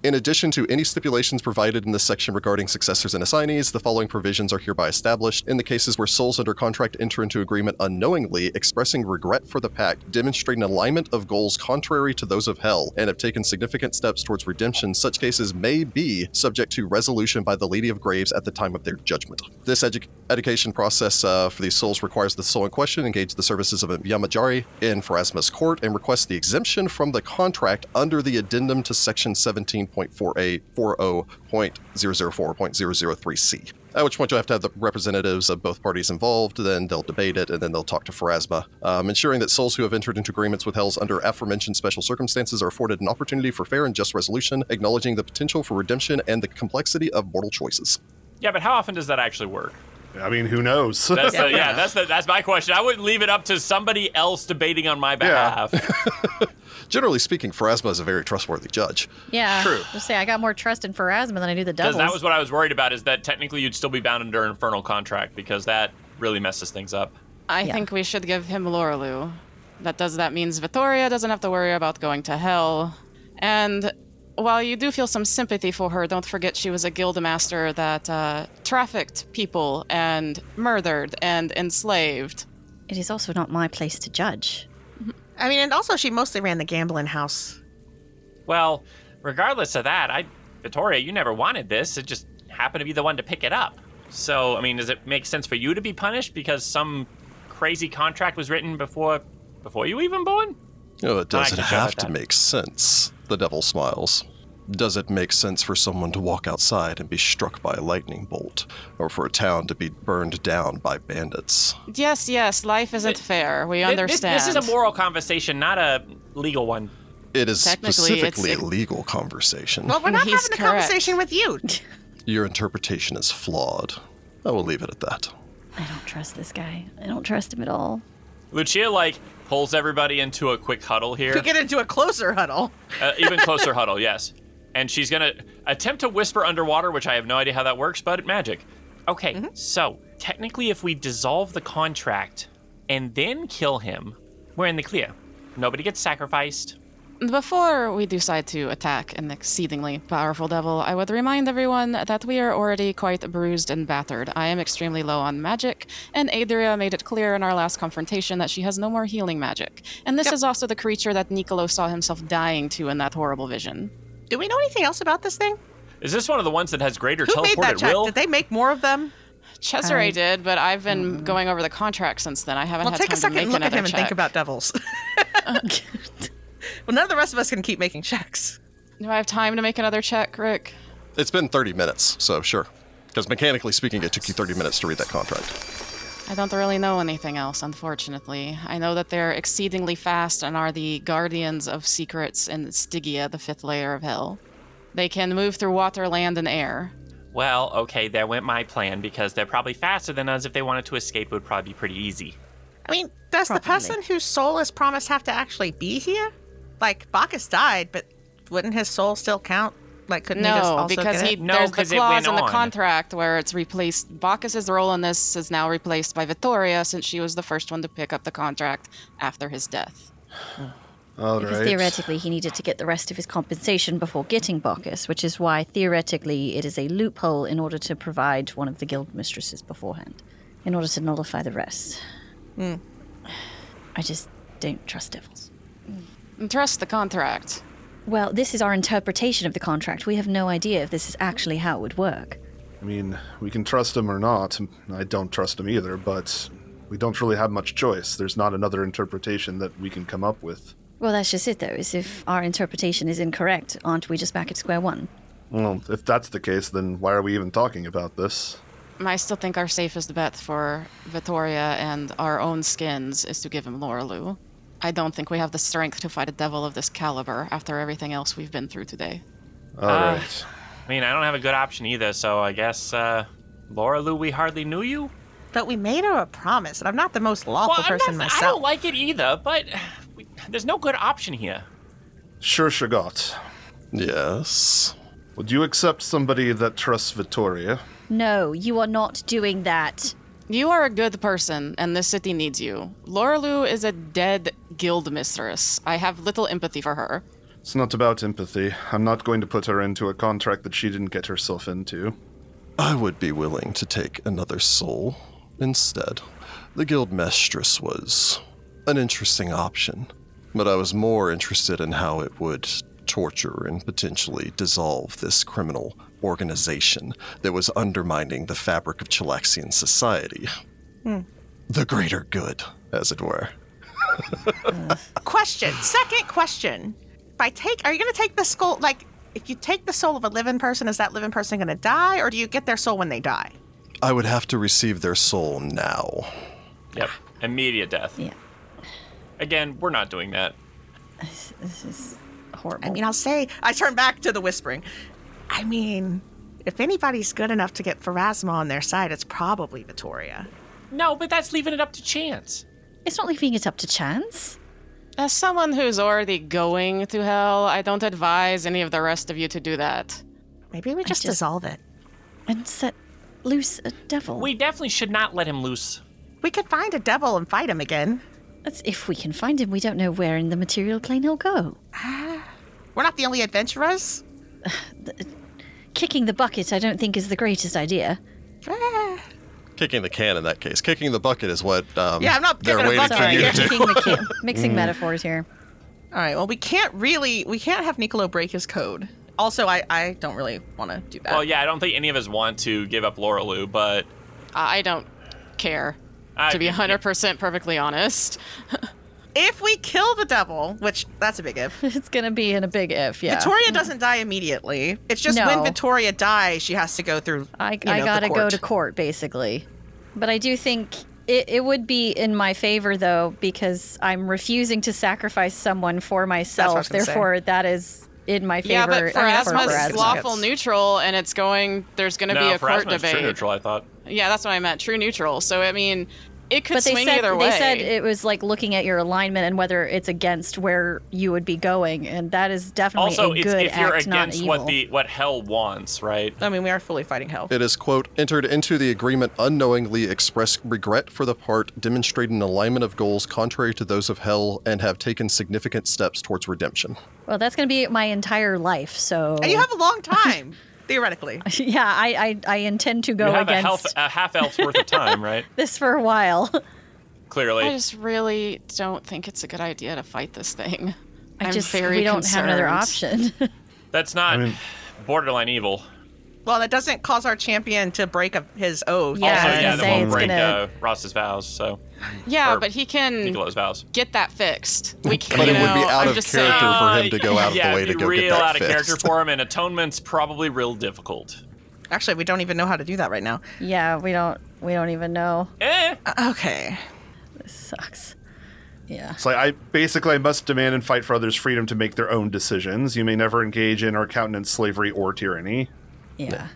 [SPEAKER 1] in addition to any stipulations provided in this section regarding successors and assignees, the following provisions are hereby established in the cases where souls under contract enter into agreement unknowingly, expressing regret for the pact, demonstrating alignment of goals contrary to those of hell, and have taken significant steps towards redemption. Such cases may be subject to resolution by the Lady of Graves at the time of their judgment. This edu- education process uh, for these souls requires the soul in question engage the services of a Yamajari in Pharasma's court and request the exemption from the contract under the addendum to section 17.4A40.004.003C. At which point you'll have to have the representatives of both parties involved, then they'll debate it, and then they'll talk to Pharasma, um, ensuring that souls who have entered into agreements with Hells under aforementioned special circumstances are afforded an opportunity for fair and just resolution, acknowledging the potential for redemption and the complexity of mortal choices.
[SPEAKER 3] Yeah, but how often does that actually work?
[SPEAKER 4] I mean, who knows?
[SPEAKER 3] That's
[SPEAKER 5] [LAUGHS]
[SPEAKER 3] the, yeah, that's the, that's my question. I wouldn't leave it up to somebody else debating on my behalf.
[SPEAKER 1] Generally speaking, Pharasma is a very trustworthy judge.
[SPEAKER 5] Yeah.
[SPEAKER 3] True.
[SPEAKER 5] Just say I got more trust in Pharasma than I do the
[SPEAKER 3] Because
[SPEAKER 5] devils.
[SPEAKER 3] that was what I was worried about is that technically you'd still be bound under an infernal contract because that really messes things up.
[SPEAKER 6] I
[SPEAKER 5] Yeah.
[SPEAKER 6] think we should give him Lorelu. That does that means Vittoria doesn't have to worry about going to hell. And while you do feel some sympathy for her, don't forget she was a guildmaster that uh, trafficked people and murdered and enslaved.
[SPEAKER 5] It is also not my place to judge.
[SPEAKER 2] I mean, and also she mostly ran the gambling house.
[SPEAKER 3] Well, regardless of that, I Vittoria, you never wanted this. It just happened to be the one to pick it up. So, I mean, does it make sense for you to be punished because some crazy contract was written before before you even born?
[SPEAKER 1] Oh, it
[SPEAKER 3] I
[SPEAKER 1] doesn't
[SPEAKER 3] can show that
[SPEAKER 1] have to
[SPEAKER 3] then.
[SPEAKER 1] make sense. The devil smiles. Does it make sense for someone to walk outside and be struck by a lightning bolt, or for a town to be burned down by bandits?
[SPEAKER 6] Yes, yes, life isn't fair. We
[SPEAKER 3] Th- this-
[SPEAKER 6] understand.
[SPEAKER 3] This, is a moral conversation, not a legal one.
[SPEAKER 1] It is
[SPEAKER 6] Technically, it's-
[SPEAKER 1] specifically
[SPEAKER 6] it-
[SPEAKER 1] a legal conversation.
[SPEAKER 2] Well,
[SPEAKER 6] [LAUGHS]
[SPEAKER 2] we're not
[SPEAKER 6] He's
[SPEAKER 2] having a
[SPEAKER 6] correct.
[SPEAKER 2] conversation with
[SPEAKER 6] [LAUGHS]
[SPEAKER 2] you.
[SPEAKER 1] Your interpretation is flawed. I will leave it at that.
[SPEAKER 5] I don't trust this guy. I don't trust him at all.
[SPEAKER 3] Lucia like pulls everybody into a quick huddle here.
[SPEAKER 2] We get into a closer huddle.
[SPEAKER 3] Uh, even closer huddle, yes. And she's gonna attempt to whisper underwater, which I have no idea how that works, but magic. Okay,
[SPEAKER 2] Mm-hmm.
[SPEAKER 3] so technically, if we dissolve the contract and then kill him, we're in the clear. Nobody gets sacrificed.
[SPEAKER 6] Before we decide to attack an exceedingly powerful devil, I would remind everyone that we are already quite bruised and battered. I am extremely low on magic, and Adria made it clear in our last confrontation that she has no more healing magic. And this is also the creature that Niccolo saw himself dying to in that horrible vision.
[SPEAKER 2] Do we know anything else about this thing?
[SPEAKER 3] Is this one of the ones that has greater
[SPEAKER 2] Who
[SPEAKER 3] teleport
[SPEAKER 2] made that
[SPEAKER 3] at
[SPEAKER 2] check?
[SPEAKER 3] will?
[SPEAKER 2] Did they make more of them?
[SPEAKER 6] Cesare did, but I've been going over the contract since then. I haven't
[SPEAKER 2] Well,
[SPEAKER 6] had
[SPEAKER 2] take
[SPEAKER 6] time
[SPEAKER 2] a second
[SPEAKER 6] to
[SPEAKER 2] and
[SPEAKER 6] make
[SPEAKER 2] look at
[SPEAKER 6] another
[SPEAKER 2] him and think
[SPEAKER 6] check. Oh,
[SPEAKER 2] about
[SPEAKER 6] [LAUGHS]
[SPEAKER 2] devils. [LAUGHS] well, none of the rest of us can keep making checks.
[SPEAKER 6] Do I have time to make another check, Rick?
[SPEAKER 1] It's been 30 minutes, so sure. Because mechanically speaking, it took you 30 minutes to read that contract.
[SPEAKER 6] I don't really know anything else, unfortunately. I know that they're exceedingly fast and are the guardians of secrets in Stygia, the fifth layer of hell. They can move through water, land, and air.
[SPEAKER 3] Well, okay, there went my plan because they're probably faster than us. If they wanted to escape, it would probably be pretty easy.
[SPEAKER 2] I mean, does the
[SPEAKER 5] Probably.
[SPEAKER 2] person whose soul is promised have to actually be here? Like Bacchus died, but wouldn't his soul still count? Like, couldn't he just
[SPEAKER 6] No,
[SPEAKER 2] also
[SPEAKER 6] because
[SPEAKER 2] get
[SPEAKER 6] he
[SPEAKER 2] it?
[SPEAKER 3] No,
[SPEAKER 6] there's the
[SPEAKER 3] 'cause it
[SPEAKER 6] clause
[SPEAKER 3] went
[SPEAKER 6] in the
[SPEAKER 3] on.
[SPEAKER 6] contract where it's replaced. Bacchus's role in this is now replaced by Vittoria, since she was the first one to pick up the contract after his death.
[SPEAKER 4] [LAUGHS] All
[SPEAKER 5] Because
[SPEAKER 4] right.
[SPEAKER 5] theoretically, he needed to get the rest of his compensation before getting Bacchus, which is why theoretically it is a loophole in order to provide one of the guild mistresses beforehand, in order to nullify the rest. I just don't trust devils.
[SPEAKER 6] And trust the contract.
[SPEAKER 5] Well, this is our interpretation of the contract. We have no idea if this is actually how it would work.
[SPEAKER 4] I mean, we can trust him or not. I don't trust him either, but we don't really have much choice. There's not another interpretation that we can come up with.
[SPEAKER 5] Well, that's just it, though, is if our interpretation is incorrect, aren't we just back at square one?
[SPEAKER 4] Well, if that's the case, then why are we even talking about this?
[SPEAKER 6] I still think our safest bet for Vittoria and our own skins is to give him Lorelu. I don't think we have the strength to fight a devil of this caliber after everything else we've been through today.
[SPEAKER 4] All
[SPEAKER 3] Uh,
[SPEAKER 4] right.
[SPEAKER 3] I mean, I don't have a good option either, so I guess, uh, Laura Lou, we hardly knew you?
[SPEAKER 2] But we made her a promise, and I'm not the most lawful
[SPEAKER 3] I'm
[SPEAKER 2] person
[SPEAKER 3] not- I
[SPEAKER 2] myself.
[SPEAKER 3] don't like it either, but we, there's no good option here.
[SPEAKER 4] Sure, Shagat.
[SPEAKER 1] Yes.
[SPEAKER 4] Would you accept somebody that trusts Vittoria?
[SPEAKER 5] No, you are not doing that.
[SPEAKER 6] You are a good person, and this city needs you. Lorelu is a dead guild mistress. I have little empathy for her.
[SPEAKER 4] It's not about empathy. I'm not going to put her into a contract that she didn't get herself into.
[SPEAKER 1] I would be willing to take another soul instead. The guild mistress was an interesting option, but I was more interested in how it would torture and potentially dissolve this criminal organization that was undermining the fabric of Chilaxian society. The greater good, as it were.
[SPEAKER 2] Question. Second question. If I take, are you going to take the soul? Like, if you take the soul of a living person, is that living person going to die, or do you get their soul when they die?
[SPEAKER 1] I would have to receive their soul now.
[SPEAKER 3] Yep. [SIGHS] Immediate death.
[SPEAKER 5] Yeah,
[SPEAKER 3] Again, we're not doing that.
[SPEAKER 5] this is horrible.
[SPEAKER 2] I mean, I'll say, I turn back to the whispering. I mean, if anybody's good enough to get Pharasma on their side, it's probably Vittoria.
[SPEAKER 3] No, but that's leaving it up to chance.
[SPEAKER 5] it's not leaving it up to chance.
[SPEAKER 6] As someone who's already going to hell, I don't advise any of the rest of you to do that.
[SPEAKER 2] Maybe we just,
[SPEAKER 5] just-
[SPEAKER 2] dissolve it.
[SPEAKER 5] and set loose a devil.
[SPEAKER 3] We definitely should not let him loose.
[SPEAKER 2] We could find a devil and fight him again.
[SPEAKER 5] That's if we can find him. We don't know where in the material plane he'll go.
[SPEAKER 2] We're not the only adventurers.
[SPEAKER 5] Kicking the bucket, I don't think, is the greatest idea.
[SPEAKER 2] Eh.
[SPEAKER 1] Kicking the can in that case. Kicking the bucket is what um,
[SPEAKER 2] Yeah, I'm not
[SPEAKER 1] they're
[SPEAKER 2] kicking a
[SPEAKER 1] waiting
[SPEAKER 2] bucket.
[SPEAKER 1] for
[SPEAKER 5] Sorry,
[SPEAKER 1] you
[SPEAKER 2] Yeah.
[SPEAKER 1] to do.
[SPEAKER 5] kicking the
[SPEAKER 2] [LAUGHS]
[SPEAKER 5] kid. Mixing metaphors here.
[SPEAKER 2] All right. Well, we can't really, we can't have Niccolo break his code. Also, I, I don't really want to do that.
[SPEAKER 3] Well, yeah, I don't think any of us want to give up Laura Lou, but
[SPEAKER 6] I don't care,
[SPEAKER 3] I-
[SPEAKER 6] to be 100% perfectly honest.
[SPEAKER 2] If we kill the devil, which that's a big if,
[SPEAKER 5] [LAUGHS] It's gonna be in a big if. Yeah.
[SPEAKER 2] Victoria doesn't die immediately. It's just when
[SPEAKER 5] No.
[SPEAKER 2] Victoria dies, she has to go through.
[SPEAKER 5] I,
[SPEAKER 2] you know,
[SPEAKER 5] I
[SPEAKER 2] the
[SPEAKER 5] gotta go
[SPEAKER 2] court.
[SPEAKER 5] to court basically, but I do think it, it would be in my favor though because I'm refusing to sacrifice someone for myself.
[SPEAKER 2] gonna say.
[SPEAKER 5] Therefore, that is in my favor.
[SPEAKER 6] Yeah, but
[SPEAKER 5] I mean,
[SPEAKER 6] Pharasma's
[SPEAKER 5] Pharasma.
[SPEAKER 6] lawful neutral, and it's going. There's going to
[SPEAKER 3] no,
[SPEAKER 6] be a court
[SPEAKER 3] Pharasma's true
[SPEAKER 6] debate.
[SPEAKER 3] neutral, I thought.
[SPEAKER 6] Yeah, that's what I meant. True neutral. So I mean, it could
[SPEAKER 5] but they
[SPEAKER 6] swing
[SPEAKER 5] said
[SPEAKER 6] either
[SPEAKER 5] they
[SPEAKER 6] way.
[SPEAKER 5] said it was like looking at your alignment and whether it's against where you would be going, and that is definitely
[SPEAKER 3] also,
[SPEAKER 5] a
[SPEAKER 3] it's
[SPEAKER 5] good
[SPEAKER 3] if you're
[SPEAKER 5] act, not
[SPEAKER 3] against
[SPEAKER 5] evil.
[SPEAKER 3] what the what hell wants, right?
[SPEAKER 2] I mean, we are fully fighting hell.
[SPEAKER 1] It is, quote, entered into the agreement unknowingly, expressed regret for the part, demonstrated an alignment of goals contrary to those of hell, and have taken significant steps towards redemption.
[SPEAKER 5] well, that's going to be my entire life. So
[SPEAKER 2] And you have a long time, theoretically.
[SPEAKER 5] [LAUGHS] yeah, I, I I intend to go
[SPEAKER 3] you have a,
[SPEAKER 5] against
[SPEAKER 3] health, a half elf's worth
[SPEAKER 5] [LAUGHS]
[SPEAKER 3] of time, right?
[SPEAKER 5] this for a while. [LAUGHS]
[SPEAKER 3] Clearly.
[SPEAKER 6] I just really don't think it's a good idea to fight this thing.
[SPEAKER 5] I
[SPEAKER 6] am
[SPEAKER 5] just
[SPEAKER 6] very
[SPEAKER 5] we don't have another
[SPEAKER 6] concerned.
[SPEAKER 5] option. [LAUGHS]
[SPEAKER 3] That's not
[SPEAKER 4] mean-
[SPEAKER 3] borderline evil.
[SPEAKER 2] Well, that doesn't cause our champion to break a, his oath.
[SPEAKER 5] Yeah,
[SPEAKER 3] also,
[SPEAKER 5] I was
[SPEAKER 3] yeah,
[SPEAKER 5] gonna
[SPEAKER 3] that
[SPEAKER 5] say
[SPEAKER 3] won't
[SPEAKER 5] it's
[SPEAKER 3] break
[SPEAKER 5] gonna- Mm.
[SPEAKER 3] uh, Ross's vows, so
[SPEAKER 6] Yeah,
[SPEAKER 3] Or
[SPEAKER 6] but he can
[SPEAKER 3] Nicolo's vows.
[SPEAKER 6] get that fixed. We can,
[SPEAKER 1] But it
[SPEAKER 6] you
[SPEAKER 1] would be
[SPEAKER 6] know,
[SPEAKER 1] out
[SPEAKER 6] I'm
[SPEAKER 1] of
[SPEAKER 6] just
[SPEAKER 1] character
[SPEAKER 6] saying.
[SPEAKER 1] for him to go out of the
[SPEAKER 3] Uh, yeah,
[SPEAKER 1] way
[SPEAKER 3] it'd
[SPEAKER 1] to
[SPEAKER 3] be
[SPEAKER 1] go get
[SPEAKER 3] real
[SPEAKER 1] that
[SPEAKER 3] out of character
[SPEAKER 1] fixed.
[SPEAKER 3] for him, and atonement's probably real difficult.
[SPEAKER 2] Actually, we don't even know how to do that right now.
[SPEAKER 5] yeah, we don't we don't even know.
[SPEAKER 3] Eh,
[SPEAKER 2] Okay.
[SPEAKER 5] This sucks. Yeah.
[SPEAKER 4] It's like I basically I must demand and fight for others' freedom to make their own decisions. You may never engage in or countenance slavery or tyranny.
[SPEAKER 5] Yeah.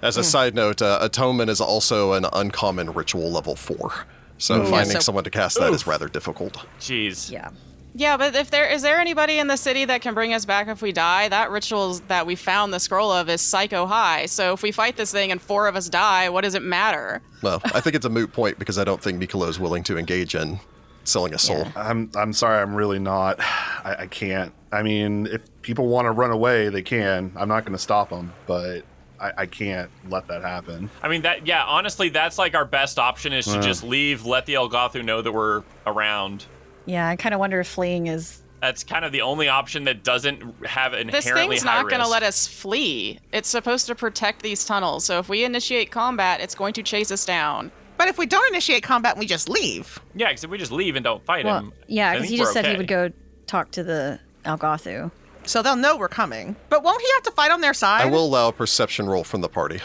[SPEAKER 1] As a side note, uh, atonement is also an uncommon ritual level four. So finding
[SPEAKER 2] so-
[SPEAKER 1] someone to cast that is
[SPEAKER 3] Oof.
[SPEAKER 1] rather difficult.
[SPEAKER 3] jeez.
[SPEAKER 5] Yeah.
[SPEAKER 6] Yeah, but if there is there anybody in the city that can bring us back if we die? That ritual that we found the scroll of is psycho high. So if we fight this thing and four of us die, what does it matter?
[SPEAKER 1] Well, I think it's a moot point because I don't think Nicolo is willing to engage in selling a soul.
[SPEAKER 4] I'm I'm sorry, I'm really not. I, I can't. I mean, if people want to run away, they can. I'm not going to stop them, but I, I can't let that happen.
[SPEAKER 3] I mean that. Yeah, honestly, that's like our best option is to just leave, let the Elgathu know that we're around.
[SPEAKER 5] Yeah, I kind of wonder if fleeing is
[SPEAKER 3] That's kind of the only option that doesn't have
[SPEAKER 6] This
[SPEAKER 3] inherently
[SPEAKER 6] thing's
[SPEAKER 3] high
[SPEAKER 6] not going to
[SPEAKER 3] risk.
[SPEAKER 6] let us flee. It's supposed to protect these tunnels. So if we initiate combat, it's going to chase us down.
[SPEAKER 2] But if we don't initiate combat and we just leave,
[SPEAKER 3] Yeah, because if we just leave and don't fight
[SPEAKER 5] well,
[SPEAKER 3] him.
[SPEAKER 5] yeah,
[SPEAKER 3] I
[SPEAKER 5] because
[SPEAKER 3] think
[SPEAKER 5] he just
[SPEAKER 3] we're
[SPEAKER 5] said he
[SPEAKER 3] okay.
[SPEAKER 5] would go talk to the Algothu.
[SPEAKER 2] so they'll know we're coming. But won't he have to fight on their side?
[SPEAKER 1] I will allow a perception roll from the party.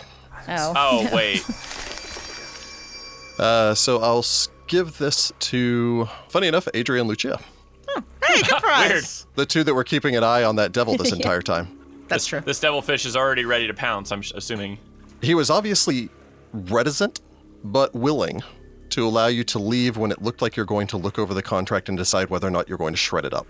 [SPEAKER 5] Oh,
[SPEAKER 3] [LAUGHS] Oh wait,
[SPEAKER 1] Uh, so I'll s- give this to, funny enough, Adrian Lucia.
[SPEAKER 2] Hey,
[SPEAKER 3] [LAUGHS]
[SPEAKER 2] good for
[SPEAKER 3] Weird.
[SPEAKER 2] us.
[SPEAKER 1] The two that were keeping an eye on that devil this entire time.
[SPEAKER 2] That's
[SPEAKER 3] [LAUGHS]
[SPEAKER 2] true.
[SPEAKER 3] this devilfish is already ready to pounce. I'm sh- assuming.
[SPEAKER 1] He was obviously reticent, but willing to allow you to leave when it looked like you're going to look over the contract and decide whether or not you're going to shred it up.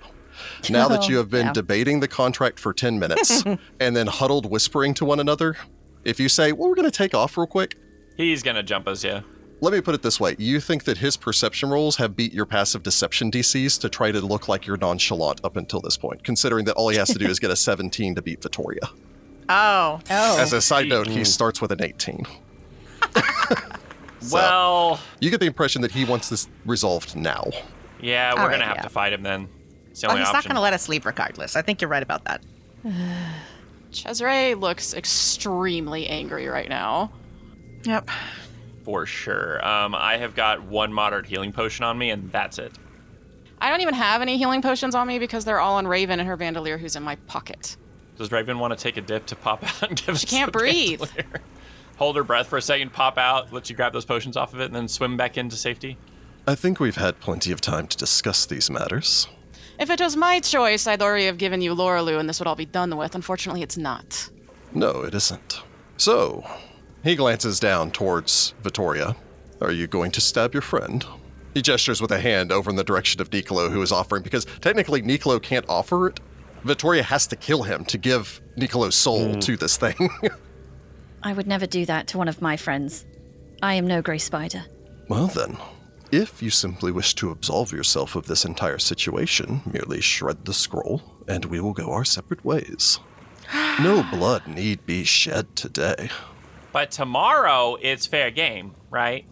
[SPEAKER 1] Now that you have been
[SPEAKER 5] Yeah.
[SPEAKER 1] debating the contract for 10 minutes and then huddled whispering to one another, if you say, well, we're going to take off real quick,
[SPEAKER 3] He's gonna jump us. Yeah.
[SPEAKER 1] let me put it this way you think that his perception rolls have beat your passive deception DCs to try to look like you're nonchalant up until this point, considering that all he has to do is get a 17 to beat Vittoria.
[SPEAKER 2] Oh,
[SPEAKER 5] oh,
[SPEAKER 1] As a side note, he starts with an 18. So-
[SPEAKER 3] Well,
[SPEAKER 1] You get the impression that he wants this resolved now.
[SPEAKER 3] yeah, we're
[SPEAKER 2] All
[SPEAKER 3] gonna
[SPEAKER 2] right,
[SPEAKER 3] have
[SPEAKER 2] yeah.
[SPEAKER 3] to fight him then. It's the
[SPEAKER 2] well,
[SPEAKER 3] only
[SPEAKER 2] he's not
[SPEAKER 3] option.
[SPEAKER 2] going to let us leave regardless. I think you're right about that.
[SPEAKER 6] Cesare looks extremely angry right now.
[SPEAKER 2] Yep.
[SPEAKER 3] for sure. Um, I have got one moderate healing potion on me, and that's it.
[SPEAKER 6] I don't even have any healing potions on me because they're all on Raven and her bandolier who's in my pocket.
[SPEAKER 3] [LAUGHS] Does Raven want to take a dip to pop [LAUGHS] out and give us
[SPEAKER 6] She can't
[SPEAKER 3] the
[SPEAKER 6] breathe.
[SPEAKER 3] bandolier? Hold her breath for a second, pop out, let you grab those potions off of it, and then swim back into safety.
[SPEAKER 1] I think we've had plenty of time to discuss these matters.
[SPEAKER 6] If it was my choice, I'd already have given you Lorelou and this would all be done with. Unfortunately, it's not.
[SPEAKER 1] No, it isn't. So, he glances down towards Vittoria. Are you going to stab your friend? He gestures with a hand over in the direction of Nicolo, who is offering, because technically Nicolo can't offer it. Vittoria has to kill him to give Nicolo's soul to this thing. [LAUGHS]
[SPEAKER 5] I would never do that to one of my friends. I am no gray spider.
[SPEAKER 1] well, then, if you simply wish to absolve yourself of this entire situation, merely shred the scroll, and we will go our separate ways. No blood need be shed today.
[SPEAKER 3] But tomorrow, it's fair game, right?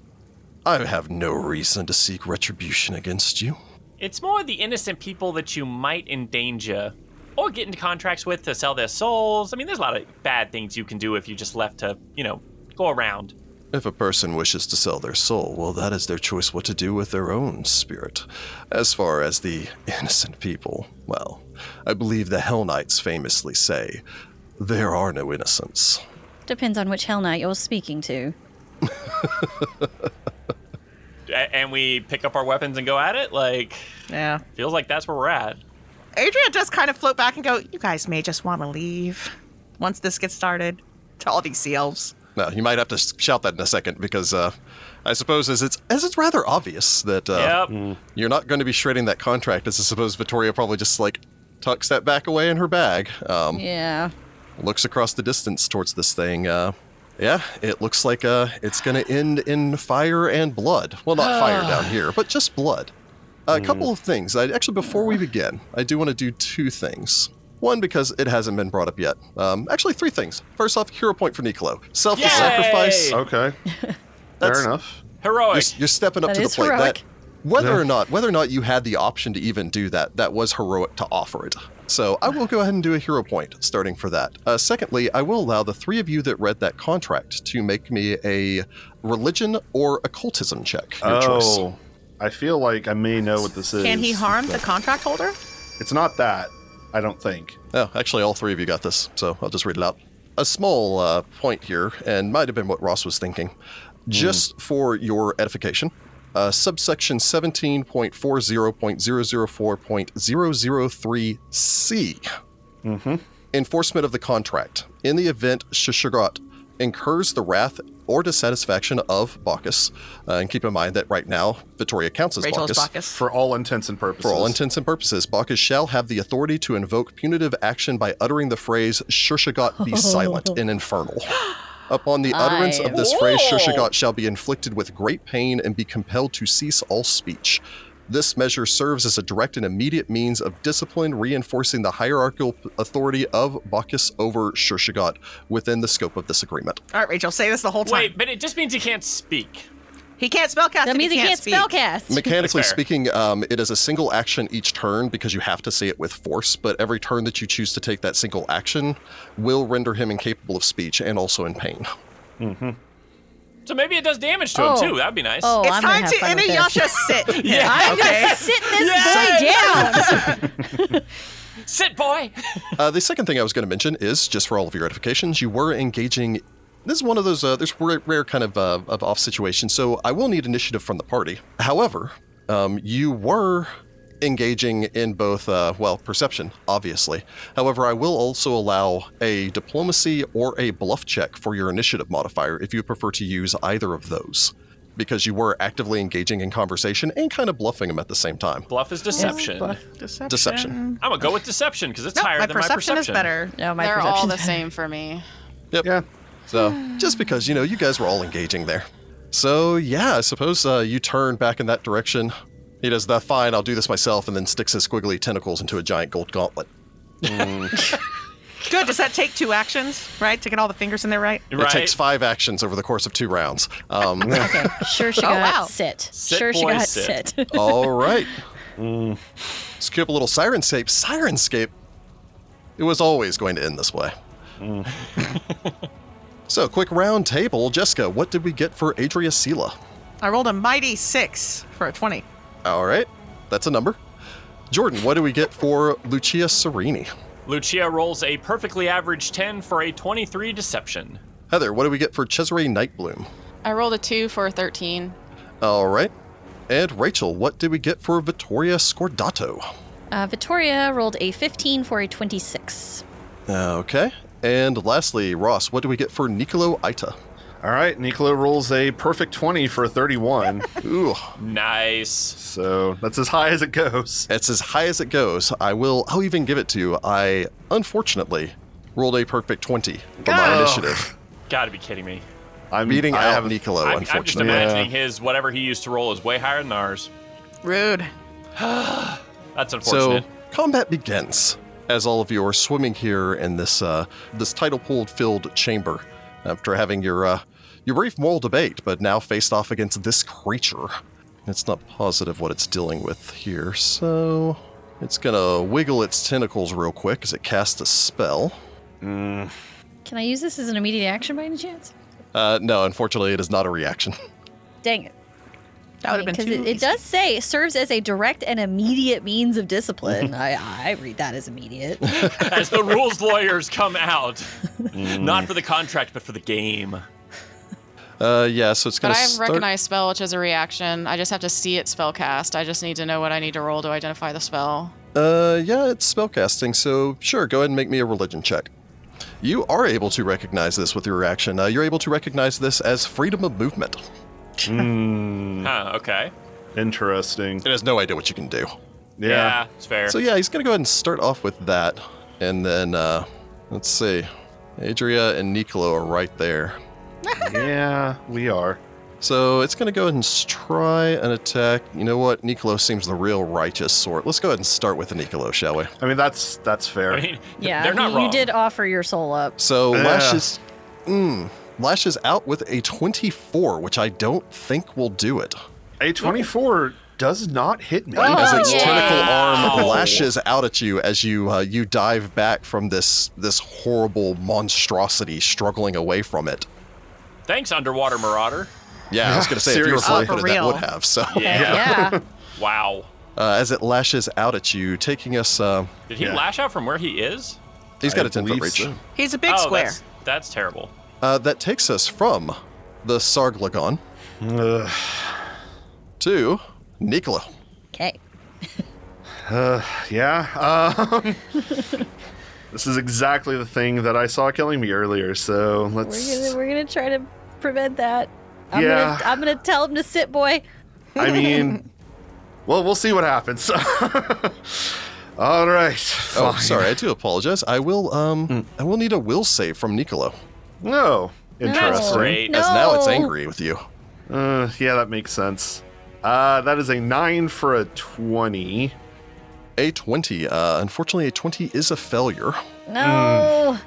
[SPEAKER 1] I have no reason to seek retribution against you.
[SPEAKER 3] It's more the innocent people that you might endanger or get into contracts with to sell their souls. I mean, there's a lot of bad things you can do if you just left to, you know, go around.
[SPEAKER 1] If a person wishes to sell their soul, well, that is their choice what to do with their own spirit. As far as the [LAUGHS] innocent people, well, I believe the Hell Knights famously say, there are no innocents.
[SPEAKER 5] Depends on which Hell Knight you're speaking to.
[SPEAKER 3] A- and we pick up our weapons and go at it. Like,
[SPEAKER 2] Yeah.
[SPEAKER 3] feels like that's where we're at.
[SPEAKER 2] Adrian does kind of float back and go, You guys may just want to leave once this gets started to all these elves.
[SPEAKER 1] No, you might have to shout that in a second because uh, I suppose as it's as it's rather obvious that uh,
[SPEAKER 3] Yep. Mm.
[SPEAKER 1] you're not going to be shredding that contract. As I suppose Vittoria probably just like tucks that back away in her bag, um,
[SPEAKER 5] Yeah.
[SPEAKER 1] looks across the distance towards this thing. Uh, yeah, it looks like uh, it's going to end in fire and blood. Well, not fire down here, but just blood. A couple of things. I, actually, before we begin, I do want to do two things. One, because it hasn't been brought up yet. Um, actually, three things. First off, hero point for Nicolo. Selfless
[SPEAKER 3] Yay!
[SPEAKER 1] sacrifice.
[SPEAKER 2] [LAUGHS]
[SPEAKER 4] Okay. Oh, Fair
[SPEAKER 1] That's-
[SPEAKER 4] enough.
[SPEAKER 3] Heroic.
[SPEAKER 1] You're, you're stepping up
[SPEAKER 5] That
[SPEAKER 1] to the
[SPEAKER 5] is
[SPEAKER 1] plate.
[SPEAKER 5] heroic.
[SPEAKER 1] That, whether
[SPEAKER 4] Yeah.
[SPEAKER 1] or not whether or not you had the option to even do that, that was heroic to offer it. So I will go ahead and do a hero point starting for that. Uh, secondly, I will allow the three of you that read that contract to make me a religion or occultism check. Your choice.
[SPEAKER 4] Oh, I feel like I may know what this is.
[SPEAKER 2] Can he harm the contract holder?
[SPEAKER 4] It's not that. I don't think.
[SPEAKER 1] Oh, actually, all three of you got this, so I'll just read it out. A small uh, point here, and might have been what Ross was thinking, just for your edification. Uh, subsection 17.40.004.003c enforcement of the contract. In the event Shishagot incurs the wrath or dissatisfaction of Bacchus, uh, and keep in mind that right now Vittoria counts as
[SPEAKER 2] Rachel's
[SPEAKER 1] Bacchus.
[SPEAKER 2] Bacchus.
[SPEAKER 4] For all intents and purposes.
[SPEAKER 1] For all intents and purposes, Bacchus shall have the authority to invoke punitive action by uttering the phrase Shushagot be silent in infernal. Upon the utterance of this phrase,
[SPEAKER 3] Whoa.
[SPEAKER 1] Shushagot shall be inflicted with great pain and be compelled to cease all speech. This measure serves as a direct and immediate means of discipline, reinforcing the hierarchical p- authority of Bacchus over Shushagot within the scope of this agreement.
[SPEAKER 2] All right, Rachel, say this the whole time.
[SPEAKER 3] Wait, but it just means he can't speak.
[SPEAKER 2] He can't spell cast.
[SPEAKER 5] That
[SPEAKER 2] if
[SPEAKER 5] means he can't
[SPEAKER 2] speak.
[SPEAKER 5] spell cast.
[SPEAKER 1] Mechanically
[SPEAKER 3] That's fair.
[SPEAKER 1] speaking, um, it is a single action each turn because you have to say it with force, but every turn that you choose to take that single action will render him incapable of speech and also in pain.
[SPEAKER 3] So maybe it does damage to
[SPEAKER 5] Oh.
[SPEAKER 3] him too. That'd be nice.
[SPEAKER 5] Oh,
[SPEAKER 2] It's
[SPEAKER 5] I'm
[SPEAKER 2] time to
[SPEAKER 5] gonna have fun with this.
[SPEAKER 2] Inuyasha sit.
[SPEAKER 3] Yeah.
[SPEAKER 5] [LAUGHS] I'm gonna sit this
[SPEAKER 2] [LAUGHS]
[SPEAKER 5] boy down.
[SPEAKER 3] Sit, boy.
[SPEAKER 1] Uh, the second thing I was going to mention is just for all of your edifications, you were engaging. This is one of those uh, there's rare, rare kind of uh, of off situations, so I will need initiative from the party. However, um, you were engaging in both uh, well perception, obviously. However, I will also allow a diplomacy or a bluff check for your initiative modifier if you prefer to use either of those, because you were actively engaging in conversation and kind of bluffing them at the same time.
[SPEAKER 3] [LAUGHS] Bluff is deception.
[SPEAKER 2] Deception.
[SPEAKER 1] Deception.
[SPEAKER 3] I'm gonna go with deception because it's
[SPEAKER 2] No,
[SPEAKER 3] higher
[SPEAKER 2] my
[SPEAKER 3] than
[SPEAKER 2] perception,
[SPEAKER 3] my perception.
[SPEAKER 2] is better.
[SPEAKER 5] No, my
[SPEAKER 6] They're all
[SPEAKER 3] [LAUGHS]
[SPEAKER 5] perception's
[SPEAKER 6] the same for me.
[SPEAKER 4] Yeah.
[SPEAKER 1] So just because you know you guys were all engaging there. So yeah, I suppose uh, you turn back in that direction. He does the fine. I'll do this myself, and then sticks his squiggly tentacles into a giant gold gauntlet.
[SPEAKER 2] Good. Does that take two actions, right? To get all the fingers in there, right?
[SPEAKER 3] Right.
[SPEAKER 1] It takes five actions over the course of two rounds. Um,
[SPEAKER 5] Okay. Sure, she
[SPEAKER 2] Oh,
[SPEAKER 5] got
[SPEAKER 2] wow.
[SPEAKER 5] sit.
[SPEAKER 3] Sit,
[SPEAKER 5] sure, she
[SPEAKER 3] boy,
[SPEAKER 5] got
[SPEAKER 3] sit.
[SPEAKER 5] sit.
[SPEAKER 1] all right. Let's cue up a little sirenscape. Sirenscape. It was always going to end this way. so quick round table, Jessica. What did we get for Adria Sela?
[SPEAKER 2] I rolled a mighty six for a twenty.
[SPEAKER 1] All right, that's a number. Jordan, what do we get for Lucia Serini?
[SPEAKER 3] Lucia rolls a perfectly average 10 for a 23 deception.
[SPEAKER 1] Heather, what do we get for Cesare Nightbloom?
[SPEAKER 6] I rolled a two for a 13.
[SPEAKER 1] All right. And Rachel, what did we get for Vittoria Scordato?
[SPEAKER 5] Uh, Vittoria rolled a 15 for a 26.
[SPEAKER 1] Okay. And lastly, Ross, what do we get for Nicolo Ita?
[SPEAKER 4] All right. Nicola rolls a perfect 20 for a [LAUGHS] 31.
[SPEAKER 1] Ooh,
[SPEAKER 3] Nice.
[SPEAKER 4] so that's as high as it goes.
[SPEAKER 1] it's as high as it goes. I will. I'll even give it to you. I unfortunately rolled a perfect twenty for my
[SPEAKER 4] Go.
[SPEAKER 1] initiative,
[SPEAKER 3] Gotta be kidding me.
[SPEAKER 4] I'm
[SPEAKER 1] beating
[SPEAKER 4] I
[SPEAKER 1] out
[SPEAKER 4] haven't-
[SPEAKER 1] Nicolo.
[SPEAKER 3] I'm, I'm just
[SPEAKER 1] unfortunately,
[SPEAKER 3] imagining his whatever he used to roll is way higher than ours.
[SPEAKER 2] Rude.
[SPEAKER 3] That's
[SPEAKER 1] So
[SPEAKER 3] unfortunate.
[SPEAKER 1] [LAUGHS] combat begins as all of you are swimming here in this uh, this tidal pool filled chamber after having your uh, your brief moral debate, but now faced off against this creature. It's not positive what it's dealing with here, so it's gonna wiggle its tentacles real quick as it casts a spell.
[SPEAKER 5] Can I use this as an immediate action by any chance?
[SPEAKER 1] Uh, no, unfortunately, it is not a reaction. [LAUGHS]
[SPEAKER 5] Dang it.
[SPEAKER 2] That would have been
[SPEAKER 5] Because
[SPEAKER 2] too.
[SPEAKER 5] it, it
[SPEAKER 2] easy.
[SPEAKER 5] does say serves as a direct and immediate means of discipline. I, I read that as immediate.
[SPEAKER 3] As the rules lawyers come out,
[SPEAKER 1] Mm.
[SPEAKER 3] not for the contract, but for the game.
[SPEAKER 1] Uh, yeah, so it's gonna.
[SPEAKER 6] But I have
[SPEAKER 1] start...
[SPEAKER 6] recognized spell, which is a reaction. I just have to see it spell cast. I just need to know what I need to roll to identify the spell.
[SPEAKER 1] Uh, yeah, it's spellcasting, so sure, go ahead and make me a religion check. You are able to recognize this with your reaction. Uh, you're able to recognize this as freedom of movement. Mm.
[SPEAKER 3] Huh, okay.
[SPEAKER 4] Interesting.
[SPEAKER 1] It has no idea what you can do.
[SPEAKER 4] Yeah.
[SPEAKER 3] it's fair.
[SPEAKER 1] So yeah, he's gonna go ahead and start off with that, and then uh, let's see, Adria and Nicolo are right there.
[SPEAKER 4] Yeah, we are.
[SPEAKER 1] So it's gonna go ahead and s- try an attack. You know what? Nicolo seems the real righteous sort. Let's go ahead and start with Nicolo, shall we?
[SPEAKER 4] I mean, that's that's fair.
[SPEAKER 3] I mean,
[SPEAKER 5] Yeah,
[SPEAKER 3] they're not
[SPEAKER 5] you,
[SPEAKER 3] wrong.
[SPEAKER 5] you did offer your soul up.
[SPEAKER 1] So
[SPEAKER 4] Yeah.
[SPEAKER 1] lashes, mm, lashes out with a 24, which I don't think will do it.
[SPEAKER 4] a 24 does not hit me.
[SPEAKER 1] as its
[SPEAKER 5] yeah.
[SPEAKER 1] tentacle arm
[SPEAKER 3] Wow.
[SPEAKER 1] lashes out at you as you uh, you dive back from this this horrible monstrosity struggling away from it.
[SPEAKER 3] Thanks, Underwater Marauder.
[SPEAKER 1] Yeah, I was gonna say if you
[SPEAKER 4] Seriously.
[SPEAKER 1] were
[SPEAKER 2] Oh, for
[SPEAKER 1] flat-footed, that
[SPEAKER 2] real.
[SPEAKER 1] would have. So
[SPEAKER 5] Yeah.
[SPEAKER 3] [LAUGHS] Wow.
[SPEAKER 1] uh, as it lashes out at you, taking us, uh,
[SPEAKER 3] Did he
[SPEAKER 4] Yeah.
[SPEAKER 3] lash out from where he is?
[SPEAKER 1] he's got
[SPEAKER 4] I
[SPEAKER 1] a ten foot
[SPEAKER 4] believe
[SPEAKER 1] reach.
[SPEAKER 4] so.
[SPEAKER 2] He's a big
[SPEAKER 3] oh,
[SPEAKER 2] square.
[SPEAKER 3] That's, that's terrible.
[SPEAKER 1] Uh, that takes us from the Sarglagon
[SPEAKER 4] Ugh.
[SPEAKER 1] to Nicola.
[SPEAKER 5] okay.
[SPEAKER 4] yeah. Um, [LAUGHS] this is exactly the thing that I saw killing me earlier. So
[SPEAKER 5] We're
[SPEAKER 4] let's.
[SPEAKER 5] gonna we're gonna try to prevent that. I'm
[SPEAKER 4] Yeah.
[SPEAKER 5] gonna I'm gonna tell him to sit, boy.
[SPEAKER 4] I mean, well, we'll see what happens. [LAUGHS] All right.
[SPEAKER 1] Oh,
[SPEAKER 4] fine. Mm.
[SPEAKER 1] sorry, I do apologize. I will, um, I will need a will save from Nicola.
[SPEAKER 4] No. Interesting.
[SPEAKER 3] Great.
[SPEAKER 5] No.
[SPEAKER 1] As now it's angry with you.
[SPEAKER 4] Uh, yeah, that makes sense. Uh, that is a nine for a 20.
[SPEAKER 1] A twenty. Uh, unfortunately, a twenty is a failure.
[SPEAKER 4] Hmm.
[SPEAKER 5] No.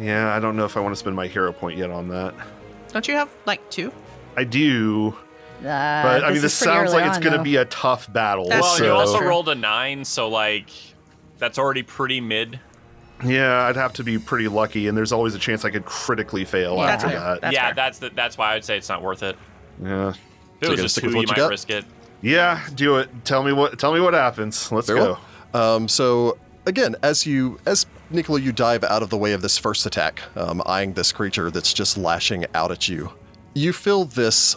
[SPEAKER 4] Yeah, I don't know if I want to spend my hero point yet on that.
[SPEAKER 2] Don't you have like
[SPEAKER 3] [LAUGHS]
[SPEAKER 2] two?
[SPEAKER 4] I do,
[SPEAKER 5] Uh,
[SPEAKER 4] but I mean,
[SPEAKER 5] is
[SPEAKER 4] this
[SPEAKER 5] pretty
[SPEAKER 4] sounds
[SPEAKER 5] early
[SPEAKER 4] like it's
[SPEAKER 5] on,
[SPEAKER 4] going to
[SPEAKER 5] though.
[SPEAKER 4] be a tough battle.
[SPEAKER 2] That's
[SPEAKER 3] well,
[SPEAKER 4] so,
[SPEAKER 2] true.
[SPEAKER 3] you also
[SPEAKER 2] That's true.
[SPEAKER 3] rolled a nine, so like, that's already pretty mid.
[SPEAKER 4] yeah, I'd have to be pretty lucky, and there's always a chance I could critically fail
[SPEAKER 5] Yeah.
[SPEAKER 4] after
[SPEAKER 2] That's fair.
[SPEAKER 4] that.
[SPEAKER 2] That's
[SPEAKER 3] yeah,
[SPEAKER 2] fair.
[SPEAKER 3] that's the, that's why I'd say it's not worth it.
[SPEAKER 4] Yeah,
[SPEAKER 3] If
[SPEAKER 1] So
[SPEAKER 3] it
[SPEAKER 1] you gotta
[SPEAKER 3] was a
[SPEAKER 1] stick
[SPEAKER 3] two,
[SPEAKER 1] with
[SPEAKER 3] you,
[SPEAKER 1] what you
[SPEAKER 3] might
[SPEAKER 1] got?
[SPEAKER 3] risk it.
[SPEAKER 4] yeah, do it. Tell me what. Tell me what happens. Let's
[SPEAKER 1] Very
[SPEAKER 4] go.
[SPEAKER 1] well. Um, so again, as you as Nicola, you dive out of the way of this first attack, um, eyeing this creature that's just lashing out at you. You feel this.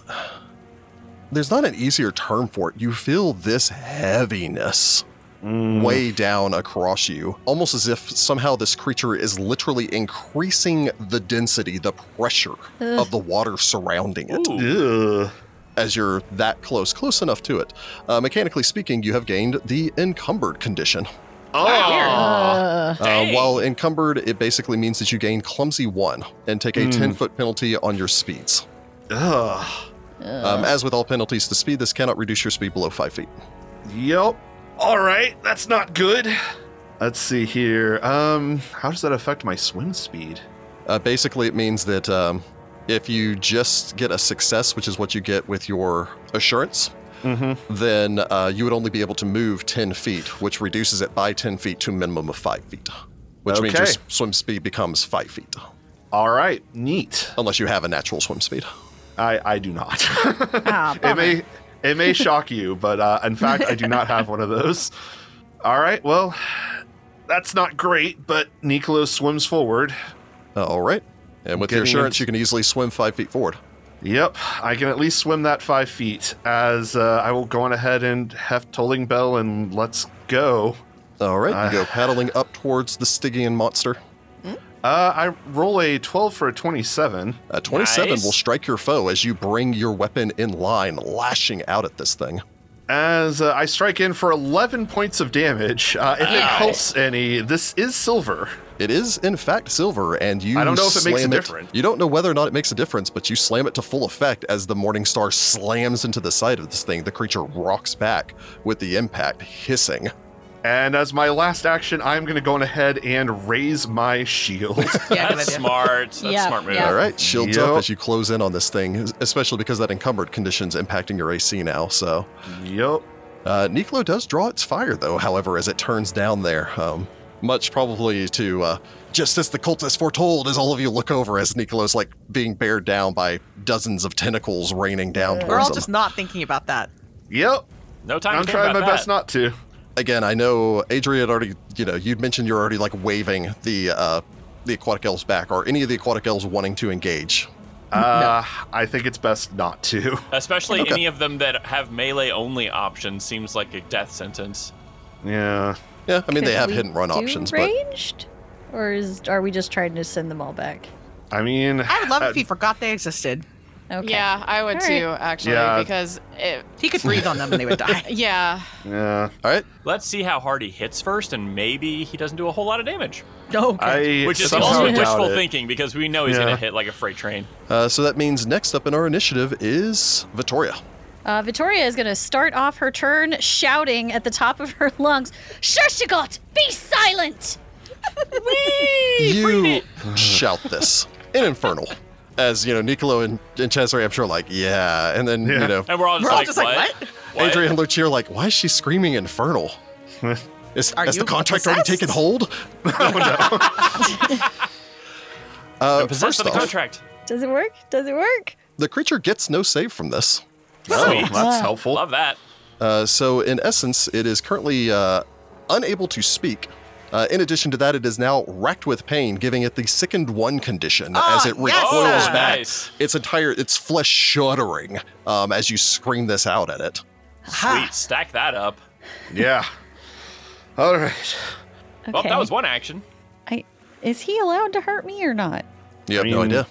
[SPEAKER 1] There's not an easier term for it. You feel this heaviness way down across you, almost as if somehow this creature is literally increasing the density, the pressure of the water surrounding it
[SPEAKER 3] Ooh.
[SPEAKER 4] Ugh.
[SPEAKER 1] as you're that close, close enough to it. Uh, mechanically speaking, you have gained the encumbered condition.
[SPEAKER 3] Aw.
[SPEAKER 1] Uh,
[SPEAKER 3] Dang.
[SPEAKER 1] while encumbered, it basically means that you gain clumsy one and take a 10 foot penalty on your speeds.
[SPEAKER 4] Ugh.
[SPEAKER 1] Um, as with all penalties to speed, this cannot reduce your speed below five feet.
[SPEAKER 4] Yep. All right. That's not good. Let's see here. Um, how does that affect my swim speed?
[SPEAKER 1] Uh, basically, it means that um, if you just get a success, which is what you get with your assurance,
[SPEAKER 4] Mm-hmm.
[SPEAKER 1] then uh, you would only be able to move 10 feet, which reduces it by 10 feet to a minimum of 5 feet, which means your
[SPEAKER 4] Okay.
[SPEAKER 1] s- swim speed becomes 5 feet,
[SPEAKER 4] All right. Neat.
[SPEAKER 1] unless you have a natural swim speed.
[SPEAKER 4] I I do not.
[SPEAKER 5] [LAUGHS] Ah,
[SPEAKER 4] it
[SPEAKER 5] bummer.
[SPEAKER 4] may it may shock you, but uh, in fact, I do not have one of those. All right, well, that's not great, but Nicolo swims forward.
[SPEAKER 1] Uh, All right. And with your
[SPEAKER 4] Getting
[SPEAKER 1] assurance,
[SPEAKER 4] ins-
[SPEAKER 1] you can easily swim 5 feet forward.
[SPEAKER 4] Yep, I can at least swim that five feet. As uh, I will go on ahead and heft Tolling Bell and let's go.
[SPEAKER 1] All right.
[SPEAKER 4] Uh.
[SPEAKER 1] you go paddling up towards the Stygian monster.
[SPEAKER 4] Uh, I roll a twelve for a twenty-seven.
[SPEAKER 1] A 27
[SPEAKER 3] Nice.
[SPEAKER 1] will strike your foe as you bring your weapon in line, lashing out at this thing.
[SPEAKER 4] As uh, I strike in for eleven points of damage. Uh, if it helps any, this is silver.
[SPEAKER 1] It is, in fact, silver, and you.
[SPEAKER 4] I don't know if it makes a
[SPEAKER 1] slam
[SPEAKER 4] difference.
[SPEAKER 1] You don't know whether or not it makes a difference, but you slam it to full effect as the Morning Star slams into the side of this thing. The creature rocks back with the impact, hissing.
[SPEAKER 4] And as my last action, I'm going to go on ahead and raise my shield.
[SPEAKER 2] [LAUGHS] Yeah, good
[SPEAKER 3] that's
[SPEAKER 2] idea.
[SPEAKER 3] smart. That's
[SPEAKER 5] Yeah,
[SPEAKER 3] smart move.
[SPEAKER 5] yeah.
[SPEAKER 1] All right, shields up
[SPEAKER 4] Yup.
[SPEAKER 1] as you close in on this thing, especially because that encumbered condition's impacting your AC now. So,
[SPEAKER 4] yep.
[SPEAKER 1] uh, Niklo does draw its fire, though. However, as it turns down there, um, much probably to uh, just as the cultist foretold, as all of you look over as Niklo's like being bared down by dozens of tentacles raining down towards
[SPEAKER 2] We're all
[SPEAKER 1] him.
[SPEAKER 2] just not thinking about that.
[SPEAKER 4] Yep.
[SPEAKER 3] No time.
[SPEAKER 4] I'm
[SPEAKER 3] to think
[SPEAKER 4] trying my
[SPEAKER 3] about that.
[SPEAKER 4] best not to.
[SPEAKER 1] again, I know Adria had already, you know, you'd mentioned you're already like waving the uh, the aquatic elves back, or any of the aquatic elves wanting to engage.
[SPEAKER 4] Uh, I think it's best not to. [LAUGHS]
[SPEAKER 3] Especially
[SPEAKER 1] Okay.
[SPEAKER 3] any of them that have melee only options seems like a death sentence.
[SPEAKER 4] Yeah.
[SPEAKER 1] Yeah, I mean they
[SPEAKER 5] Could
[SPEAKER 1] have
[SPEAKER 5] we
[SPEAKER 1] hit and run
[SPEAKER 5] do
[SPEAKER 1] options,
[SPEAKER 5] ranged? Or is are we just trying to send them all back?
[SPEAKER 4] I mean,
[SPEAKER 2] I would love
[SPEAKER 4] uh,
[SPEAKER 2] if
[SPEAKER 3] [LAUGHS]
[SPEAKER 2] he forgot they existed.
[SPEAKER 5] Okay.
[SPEAKER 6] Yeah, I
[SPEAKER 5] All
[SPEAKER 6] would
[SPEAKER 5] right.
[SPEAKER 6] too, actually,
[SPEAKER 4] Yeah.
[SPEAKER 6] because it,
[SPEAKER 2] He could breathe on them and they would
[SPEAKER 5] [LAUGHS]
[SPEAKER 2] die.
[SPEAKER 6] yeah,
[SPEAKER 4] yeah.
[SPEAKER 1] All right.
[SPEAKER 3] Let's see how hard he hits first, and maybe he doesn't do a whole lot of damage.
[SPEAKER 2] Okay.
[SPEAKER 4] I
[SPEAKER 3] Which is
[SPEAKER 4] somehow
[SPEAKER 3] also wishful
[SPEAKER 4] doubt it.
[SPEAKER 3] thinking because we know he's
[SPEAKER 4] Yeah.
[SPEAKER 3] going to hit like a freight train.
[SPEAKER 1] Uh, so that means next up in our initiative is Vittoria.
[SPEAKER 5] Uh, Vittoria is going to start off her turn shouting at the top of her lungs, Shershigot, be silent! [LAUGHS]
[SPEAKER 4] [LAUGHS]
[SPEAKER 1] you [LAUGHS] shout this in Infernal. As you know, Nicolo and, and Cesare, I'm sure, like, yeah. And then, you
[SPEAKER 4] Yeah.
[SPEAKER 1] know,
[SPEAKER 3] And we're all just,
[SPEAKER 2] We're all
[SPEAKER 3] like,
[SPEAKER 2] just like,
[SPEAKER 3] what?
[SPEAKER 2] what?
[SPEAKER 3] What?
[SPEAKER 1] Adrian and Lucia are like, why is she screaming
[SPEAKER 3] [LAUGHS]
[SPEAKER 1] Infernal? Is,
[SPEAKER 2] Are
[SPEAKER 1] has the
[SPEAKER 2] you
[SPEAKER 1] contract already
[SPEAKER 2] possessed?
[SPEAKER 1] taken hold?
[SPEAKER 3] I'm possessed of the
[SPEAKER 1] first off-
[SPEAKER 3] contract.
[SPEAKER 5] Does it work? Does it work?
[SPEAKER 1] The creature gets no save from this.
[SPEAKER 4] Oh,
[SPEAKER 3] Sweet.
[SPEAKER 4] that's helpful.
[SPEAKER 3] Love that.
[SPEAKER 1] Uh, so, in essence, it is currently uh, unable to speak. Uh, in addition to that, it is now racked with pain, giving it the sickened one condition as it recoils
[SPEAKER 2] yes, sir.
[SPEAKER 3] Ah, Oh,
[SPEAKER 1] back.
[SPEAKER 3] nice.
[SPEAKER 1] Its entire, its flesh shuddering um, as you scream this out at it.
[SPEAKER 2] Ha.
[SPEAKER 3] Sweet. Stack that up.
[SPEAKER 4] Yeah. All right.
[SPEAKER 5] Okay.
[SPEAKER 3] Well, that was one action.
[SPEAKER 5] I, is he allowed to hurt me or not?
[SPEAKER 1] You have
[SPEAKER 4] I
[SPEAKER 1] no
[SPEAKER 4] mean,
[SPEAKER 1] idea.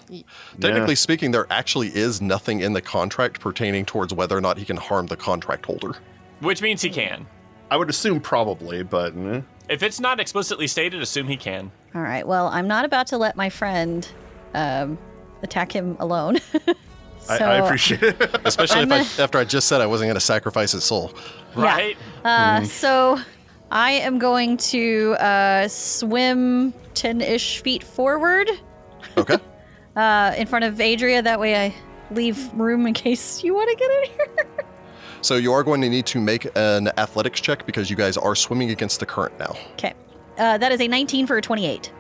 [SPEAKER 1] Technically speaking, there actually is nothing in the contract pertaining towards whether or not he can harm the contract holder.
[SPEAKER 3] Which means he can.
[SPEAKER 4] I would assume probably, but eh.
[SPEAKER 3] If it's not explicitly stated, assume he can.
[SPEAKER 5] All right. Well, I'm not about to let my friend um, attack him alone. [LAUGHS]
[SPEAKER 4] I,
[SPEAKER 5] So,
[SPEAKER 4] I appreciate it. [LAUGHS]
[SPEAKER 1] Especially if
[SPEAKER 5] I'm
[SPEAKER 1] I, after I just said I wasn't going to sacrifice his soul.
[SPEAKER 3] Right?
[SPEAKER 5] Uh, so I am going to uh, swim 10 ish feet forward
[SPEAKER 4] [LAUGHS]
[SPEAKER 1] Okay.
[SPEAKER 5] uh, in front of Adria. That way I leave room in case you want to get in here. [LAUGHS]
[SPEAKER 1] so you are going to need to make an athletics check because you guys are swimming against the current now.
[SPEAKER 5] Okay. Uh, that is a 19 for a 28.
[SPEAKER 1] Uh,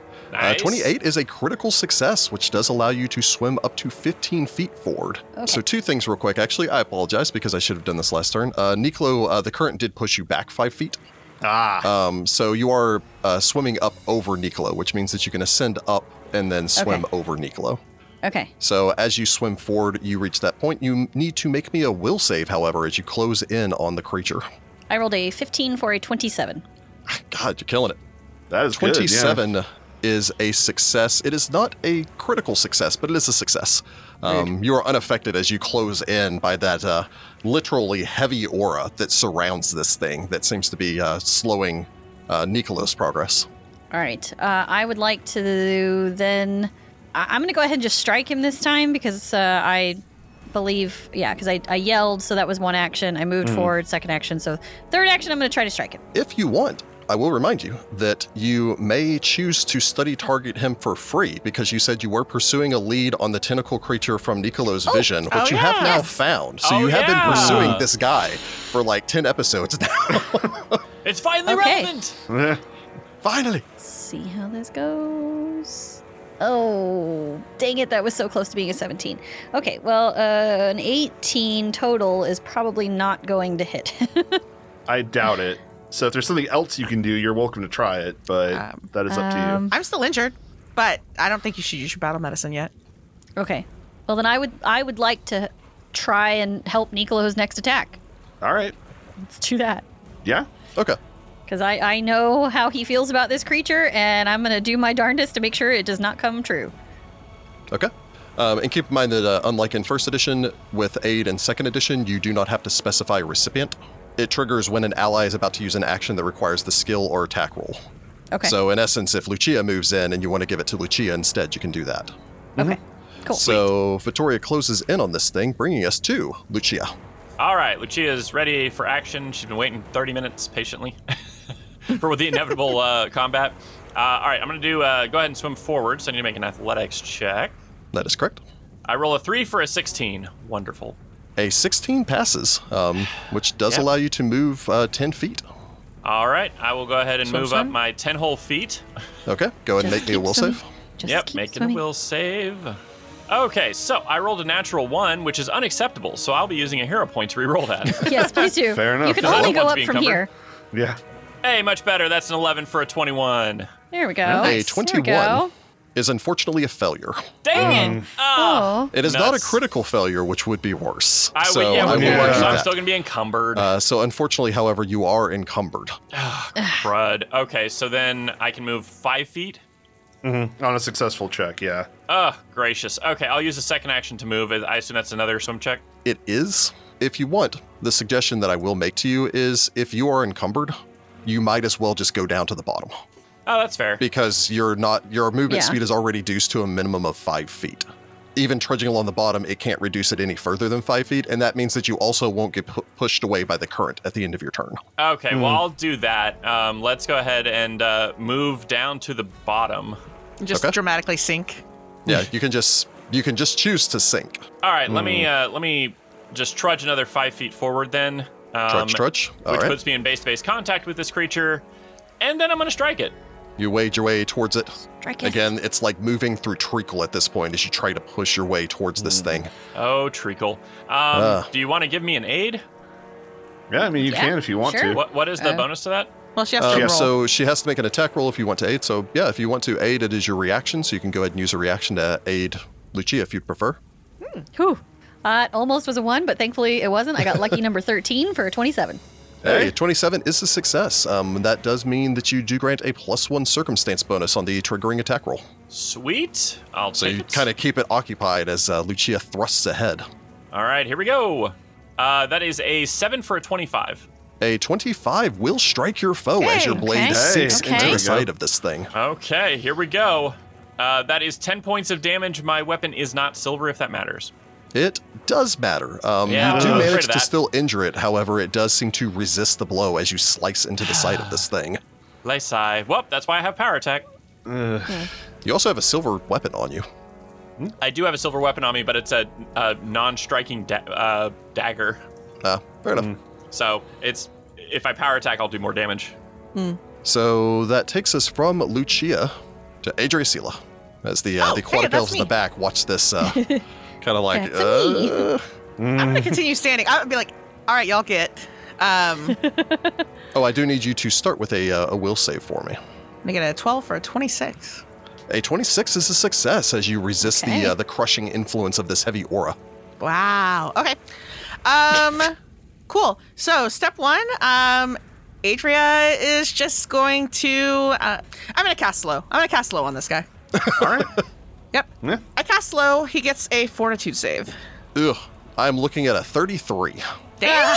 [SPEAKER 3] Nice.
[SPEAKER 1] 28 is a critical success, which does allow you to swim up to 15 feet forward. So, two things real quick. Actually, I apologize because I should have done this last turn. Uh, Nicolo, uh, the current did push you back five feet.
[SPEAKER 4] ah.
[SPEAKER 1] Um, so, you are uh, swimming up over Nicolo, which means that you can ascend up and then swim
[SPEAKER 5] Okay.
[SPEAKER 1] over Nicolo.
[SPEAKER 5] Okay.
[SPEAKER 1] So, as you swim forward, you reach that point. You need to make me a will save, however, as you close in on the creature. [LAUGHS]
[SPEAKER 5] I rolled a 15 for a 27.
[SPEAKER 1] God, you're killing it.
[SPEAKER 4] that is good, yeah.
[SPEAKER 1] 27 is a success. It is not a critical success, but it is a success. Um, you are unaffected as you close in by that uh, literally heavy aura that surrounds this thing that seems to be uh, slowing uh, Nicolo's progress.
[SPEAKER 5] All right. Uh, I would like to then. I- I'm going to go ahead and just strike him this time because uh, I believe. Yeah, because I-, I yelled, so that was one action. I moved forward, second action. So third action, I'm going to try to strike him.
[SPEAKER 1] If you want, I will remind you that you may choose to study target him for free because you said you were pursuing a lead on the tentacle creature from Nicolo's vision, which
[SPEAKER 2] Oh,
[SPEAKER 1] you have now
[SPEAKER 2] yes.
[SPEAKER 1] found. So
[SPEAKER 3] Oh,
[SPEAKER 1] you have
[SPEAKER 3] yeah.
[SPEAKER 1] been pursuing this guy for like 10 episodes [LAUGHS] now.
[SPEAKER 3] It's finally
[SPEAKER 5] Okay.
[SPEAKER 3] relevant.
[SPEAKER 4] Eh.
[SPEAKER 1] Finally.
[SPEAKER 5] Let's see how this goes. Oh, dang it. That was so close to being a 17. Okay, well, uh, an 18 total is probably not going to hit.
[SPEAKER 4] [LAUGHS]
[SPEAKER 5] [LAUGHS]
[SPEAKER 4] I doubt it. So if there's something else you can do, you're welcome to try it, but
[SPEAKER 2] Um,
[SPEAKER 4] that is up
[SPEAKER 5] um,
[SPEAKER 2] I'm still injured, but I don't think you should use your battle medicine yet.
[SPEAKER 5] okay. Well, then I would I would like to try and help Nicolo's next attack.
[SPEAKER 4] to you. All right.
[SPEAKER 5] Let's do that.
[SPEAKER 4] Yeah.
[SPEAKER 1] Okay.
[SPEAKER 5] Because I, I know how he feels about this creature, and I'm going to do my darndest to make sure it does not come true.
[SPEAKER 1] Okay. Um, and keep in mind that uh, unlike in first edition, with aid and second edition, you do not have to specify recipient. It triggers when an ally is about to use an action that requires the skill or attack roll.
[SPEAKER 5] Okay.
[SPEAKER 1] So, in essence, if Lucia moves in and you want to give it to Lucia instead, you can do that.
[SPEAKER 5] okay.
[SPEAKER 1] mm-hmm.
[SPEAKER 5] Cool.
[SPEAKER 1] So, Vittoria closes in on this thing, bringing us to Lucia.
[SPEAKER 3] All right, Lucia's ready for action. She's been waiting 30 minutes patiently [LAUGHS] for the inevitable uh, combat. Uh, all right, I'm going to do uh, go ahead and swim forward. So I need to make an athletics check.
[SPEAKER 1] That is correct.
[SPEAKER 3] I roll a three for a 16. Wonderful.
[SPEAKER 1] A 16 passes, um, which does
[SPEAKER 3] Yep.
[SPEAKER 1] allow you to move uh, 10 feet.
[SPEAKER 3] All right, I will go ahead and
[SPEAKER 2] Swim,
[SPEAKER 3] move up
[SPEAKER 2] swim.
[SPEAKER 3] my 10 whole feet.
[SPEAKER 1] Okay, go ahead and make me a will save.
[SPEAKER 5] Just
[SPEAKER 3] yep,
[SPEAKER 5] keep
[SPEAKER 3] making
[SPEAKER 5] swimming.
[SPEAKER 3] a will save. Okay, so I rolled a natural one, which is unacceptable. So I'll be using a hero point to reroll
[SPEAKER 1] [LAUGHS]
[SPEAKER 3] that.
[SPEAKER 5] Yes, please do.
[SPEAKER 4] Fair enough.
[SPEAKER 5] You can
[SPEAKER 4] Does
[SPEAKER 5] only
[SPEAKER 3] anyone
[SPEAKER 5] go
[SPEAKER 3] want to be
[SPEAKER 5] up from here.
[SPEAKER 3] encumbered?
[SPEAKER 4] Yeah.
[SPEAKER 3] hey, much better. That's an 11 for a 21.
[SPEAKER 5] Oh, There we go.
[SPEAKER 1] A
[SPEAKER 5] Nice. There we
[SPEAKER 1] 21
[SPEAKER 5] go.
[SPEAKER 1] is unfortunately a failure.
[SPEAKER 3] Dang
[SPEAKER 1] Mm.
[SPEAKER 3] it! Ah.
[SPEAKER 5] Oh.
[SPEAKER 1] It is not a
[SPEAKER 3] Nuts.
[SPEAKER 1] critical failure, which would be worse.
[SPEAKER 3] I
[SPEAKER 1] so
[SPEAKER 3] would, yeah,
[SPEAKER 1] I
[SPEAKER 3] would
[SPEAKER 1] will
[SPEAKER 3] be
[SPEAKER 4] yeah.
[SPEAKER 1] argue
[SPEAKER 3] worse. I'm
[SPEAKER 1] that.
[SPEAKER 3] still going to be encumbered.
[SPEAKER 1] Uh, so unfortunately, however, you are encumbered.
[SPEAKER 3] Crud. Okay, so then I can move five feet.
[SPEAKER 4] on a successful check. Yeah.
[SPEAKER 3] Oh, gracious. Okay, I'll use the second action to move. I assume that's another swim check.
[SPEAKER 1] It is. If you want, the suggestion that I will make to you is if you are encumbered, you might as well just go down to the bottom
[SPEAKER 3] Oh, that's fair.
[SPEAKER 1] because you're not your movement
[SPEAKER 5] Yeah.
[SPEAKER 1] speed is already reduced to a minimum of five feet. Even trudging along the bottom, it can't reduce it any further than five feet, and that means that you also won't get pu- pushed away by the current at the end of your turn.
[SPEAKER 3] Okay,
[SPEAKER 1] Mm.
[SPEAKER 3] well, I'll do that. Um, let's go ahead and uh, move down to the bottom.
[SPEAKER 2] You just
[SPEAKER 1] Okay.
[SPEAKER 2] dramatically sink.
[SPEAKER 3] [LAUGHS]
[SPEAKER 1] Yeah, you can just you can just choose to sink.
[SPEAKER 3] All right, let
[SPEAKER 1] Hmm.
[SPEAKER 3] me uh, let me just trudge another five feet forward then. Um,
[SPEAKER 1] Trudge, trudge. All
[SPEAKER 3] which
[SPEAKER 1] right.
[SPEAKER 3] puts me in base-to-base contact with this creature, and then I'm gonna strike it.
[SPEAKER 1] You wade your way towards it.
[SPEAKER 5] Strike it.
[SPEAKER 1] Again, it's like moving through treacle at this point as you try to push your way towards this thing.
[SPEAKER 3] Oh, treacle. Um,
[SPEAKER 1] Ah.
[SPEAKER 3] Do you want to give me an aid?
[SPEAKER 4] Yeah. I mean, you
[SPEAKER 5] Yeah,
[SPEAKER 4] can if you want
[SPEAKER 5] sure.
[SPEAKER 4] to.
[SPEAKER 3] What What is the bonus to that?
[SPEAKER 2] Well, she has
[SPEAKER 3] Uh,
[SPEAKER 2] to
[SPEAKER 1] Um,
[SPEAKER 2] roll.
[SPEAKER 1] So she has to make an attack roll if you want to aid. So yeah, if you want to aid, it is your reaction. So you can go ahead and use a reaction to aid Lucia if you'd prefer.
[SPEAKER 5] Whew. Uh, it almost was a one, but thankfully it wasn't. I
[SPEAKER 1] [LAUGHS]
[SPEAKER 5] got lucky number 13 for a 27.
[SPEAKER 1] Hey, 27 is a success. Um, that does mean that you do grant a plus one circumstance bonus on the triggering attack roll.
[SPEAKER 3] Sweet. I'll
[SPEAKER 1] So
[SPEAKER 3] take
[SPEAKER 1] you
[SPEAKER 3] it.
[SPEAKER 1] kind of keep it occupied as uh, Lucia thrusts ahead.
[SPEAKER 3] All right, here we go. Uh, that is a seven for a twenty-five.
[SPEAKER 1] A 25 will strike your foe as
[SPEAKER 2] Hey,
[SPEAKER 1] your blade
[SPEAKER 5] okay.
[SPEAKER 1] sinks
[SPEAKER 5] Hey,
[SPEAKER 1] into
[SPEAKER 5] okay.
[SPEAKER 1] the side of this thing.
[SPEAKER 3] Okay, here we go. Uh, that is 10 points of damage. My weapon is not silver, if that matters.
[SPEAKER 1] It does matter. Um,
[SPEAKER 3] Yeah,
[SPEAKER 1] you do
[SPEAKER 3] I'm afraid
[SPEAKER 1] manage
[SPEAKER 3] of
[SPEAKER 1] to
[SPEAKER 3] that.
[SPEAKER 1] still injure it, however, it does seem to resist the blow as you slice into the side of
[SPEAKER 3] [SIGHS]
[SPEAKER 1] this thing.
[SPEAKER 3] Lysai. Whoop, that's why I have power attack.
[SPEAKER 1] You also have a silver weapon on you.
[SPEAKER 3] I do have a silver weapon on me, but it's a, a non striking da- uh, dagger.
[SPEAKER 1] Uh, fair enough.
[SPEAKER 3] Hmm. So it's if I power attack, I'll do more damage.
[SPEAKER 1] So that takes us from Lucia to Adriacela, as the uh,
[SPEAKER 2] Oh,
[SPEAKER 1] the
[SPEAKER 2] hey,
[SPEAKER 1] quadrupeds
[SPEAKER 2] that's
[SPEAKER 1] in the
[SPEAKER 2] me.
[SPEAKER 1] back watch this.
[SPEAKER 2] [LAUGHS]
[SPEAKER 1] Uh, kind of like
[SPEAKER 5] That's me.
[SPEAKER 1] uh,
[SPEAKER 2] I'm
[SPEAKER 3] Mm.
[SPEAKER 2] gonna continue standing. I would be like, all right, y'all get.
[SPEAKER 5] [LAUGHS]
[SPEAKER 2] Um,
[SPEAKER 1] oh, I do need you to start with a uh, a will save for me.
[SPEAKER 2] make it a 12 for a 26.
[SPEAKER 1] A twenty six is a success as you resist
[SPEAKER 5] Okay.
[SPEAKER 1] the uh, the crushing influence of this heavy aura.
[SPEAKER 2] Wow. Okay. Um, [LAUGHS] cool. So step one, um, Adria is just going to. Uh, I'm gonna cast low. I'm gonna cast low on this guy.
[SPEAKER 4] All right.
[SPEAKER 2] Yep.
[SPEAKER 4] Yeah.
[SPEAKER 2] I cast low. He gets a fortitude save.
[SPEAKER 1] Ugh, I'm looking at a thirty three.
[SPEAKER 2] Damn.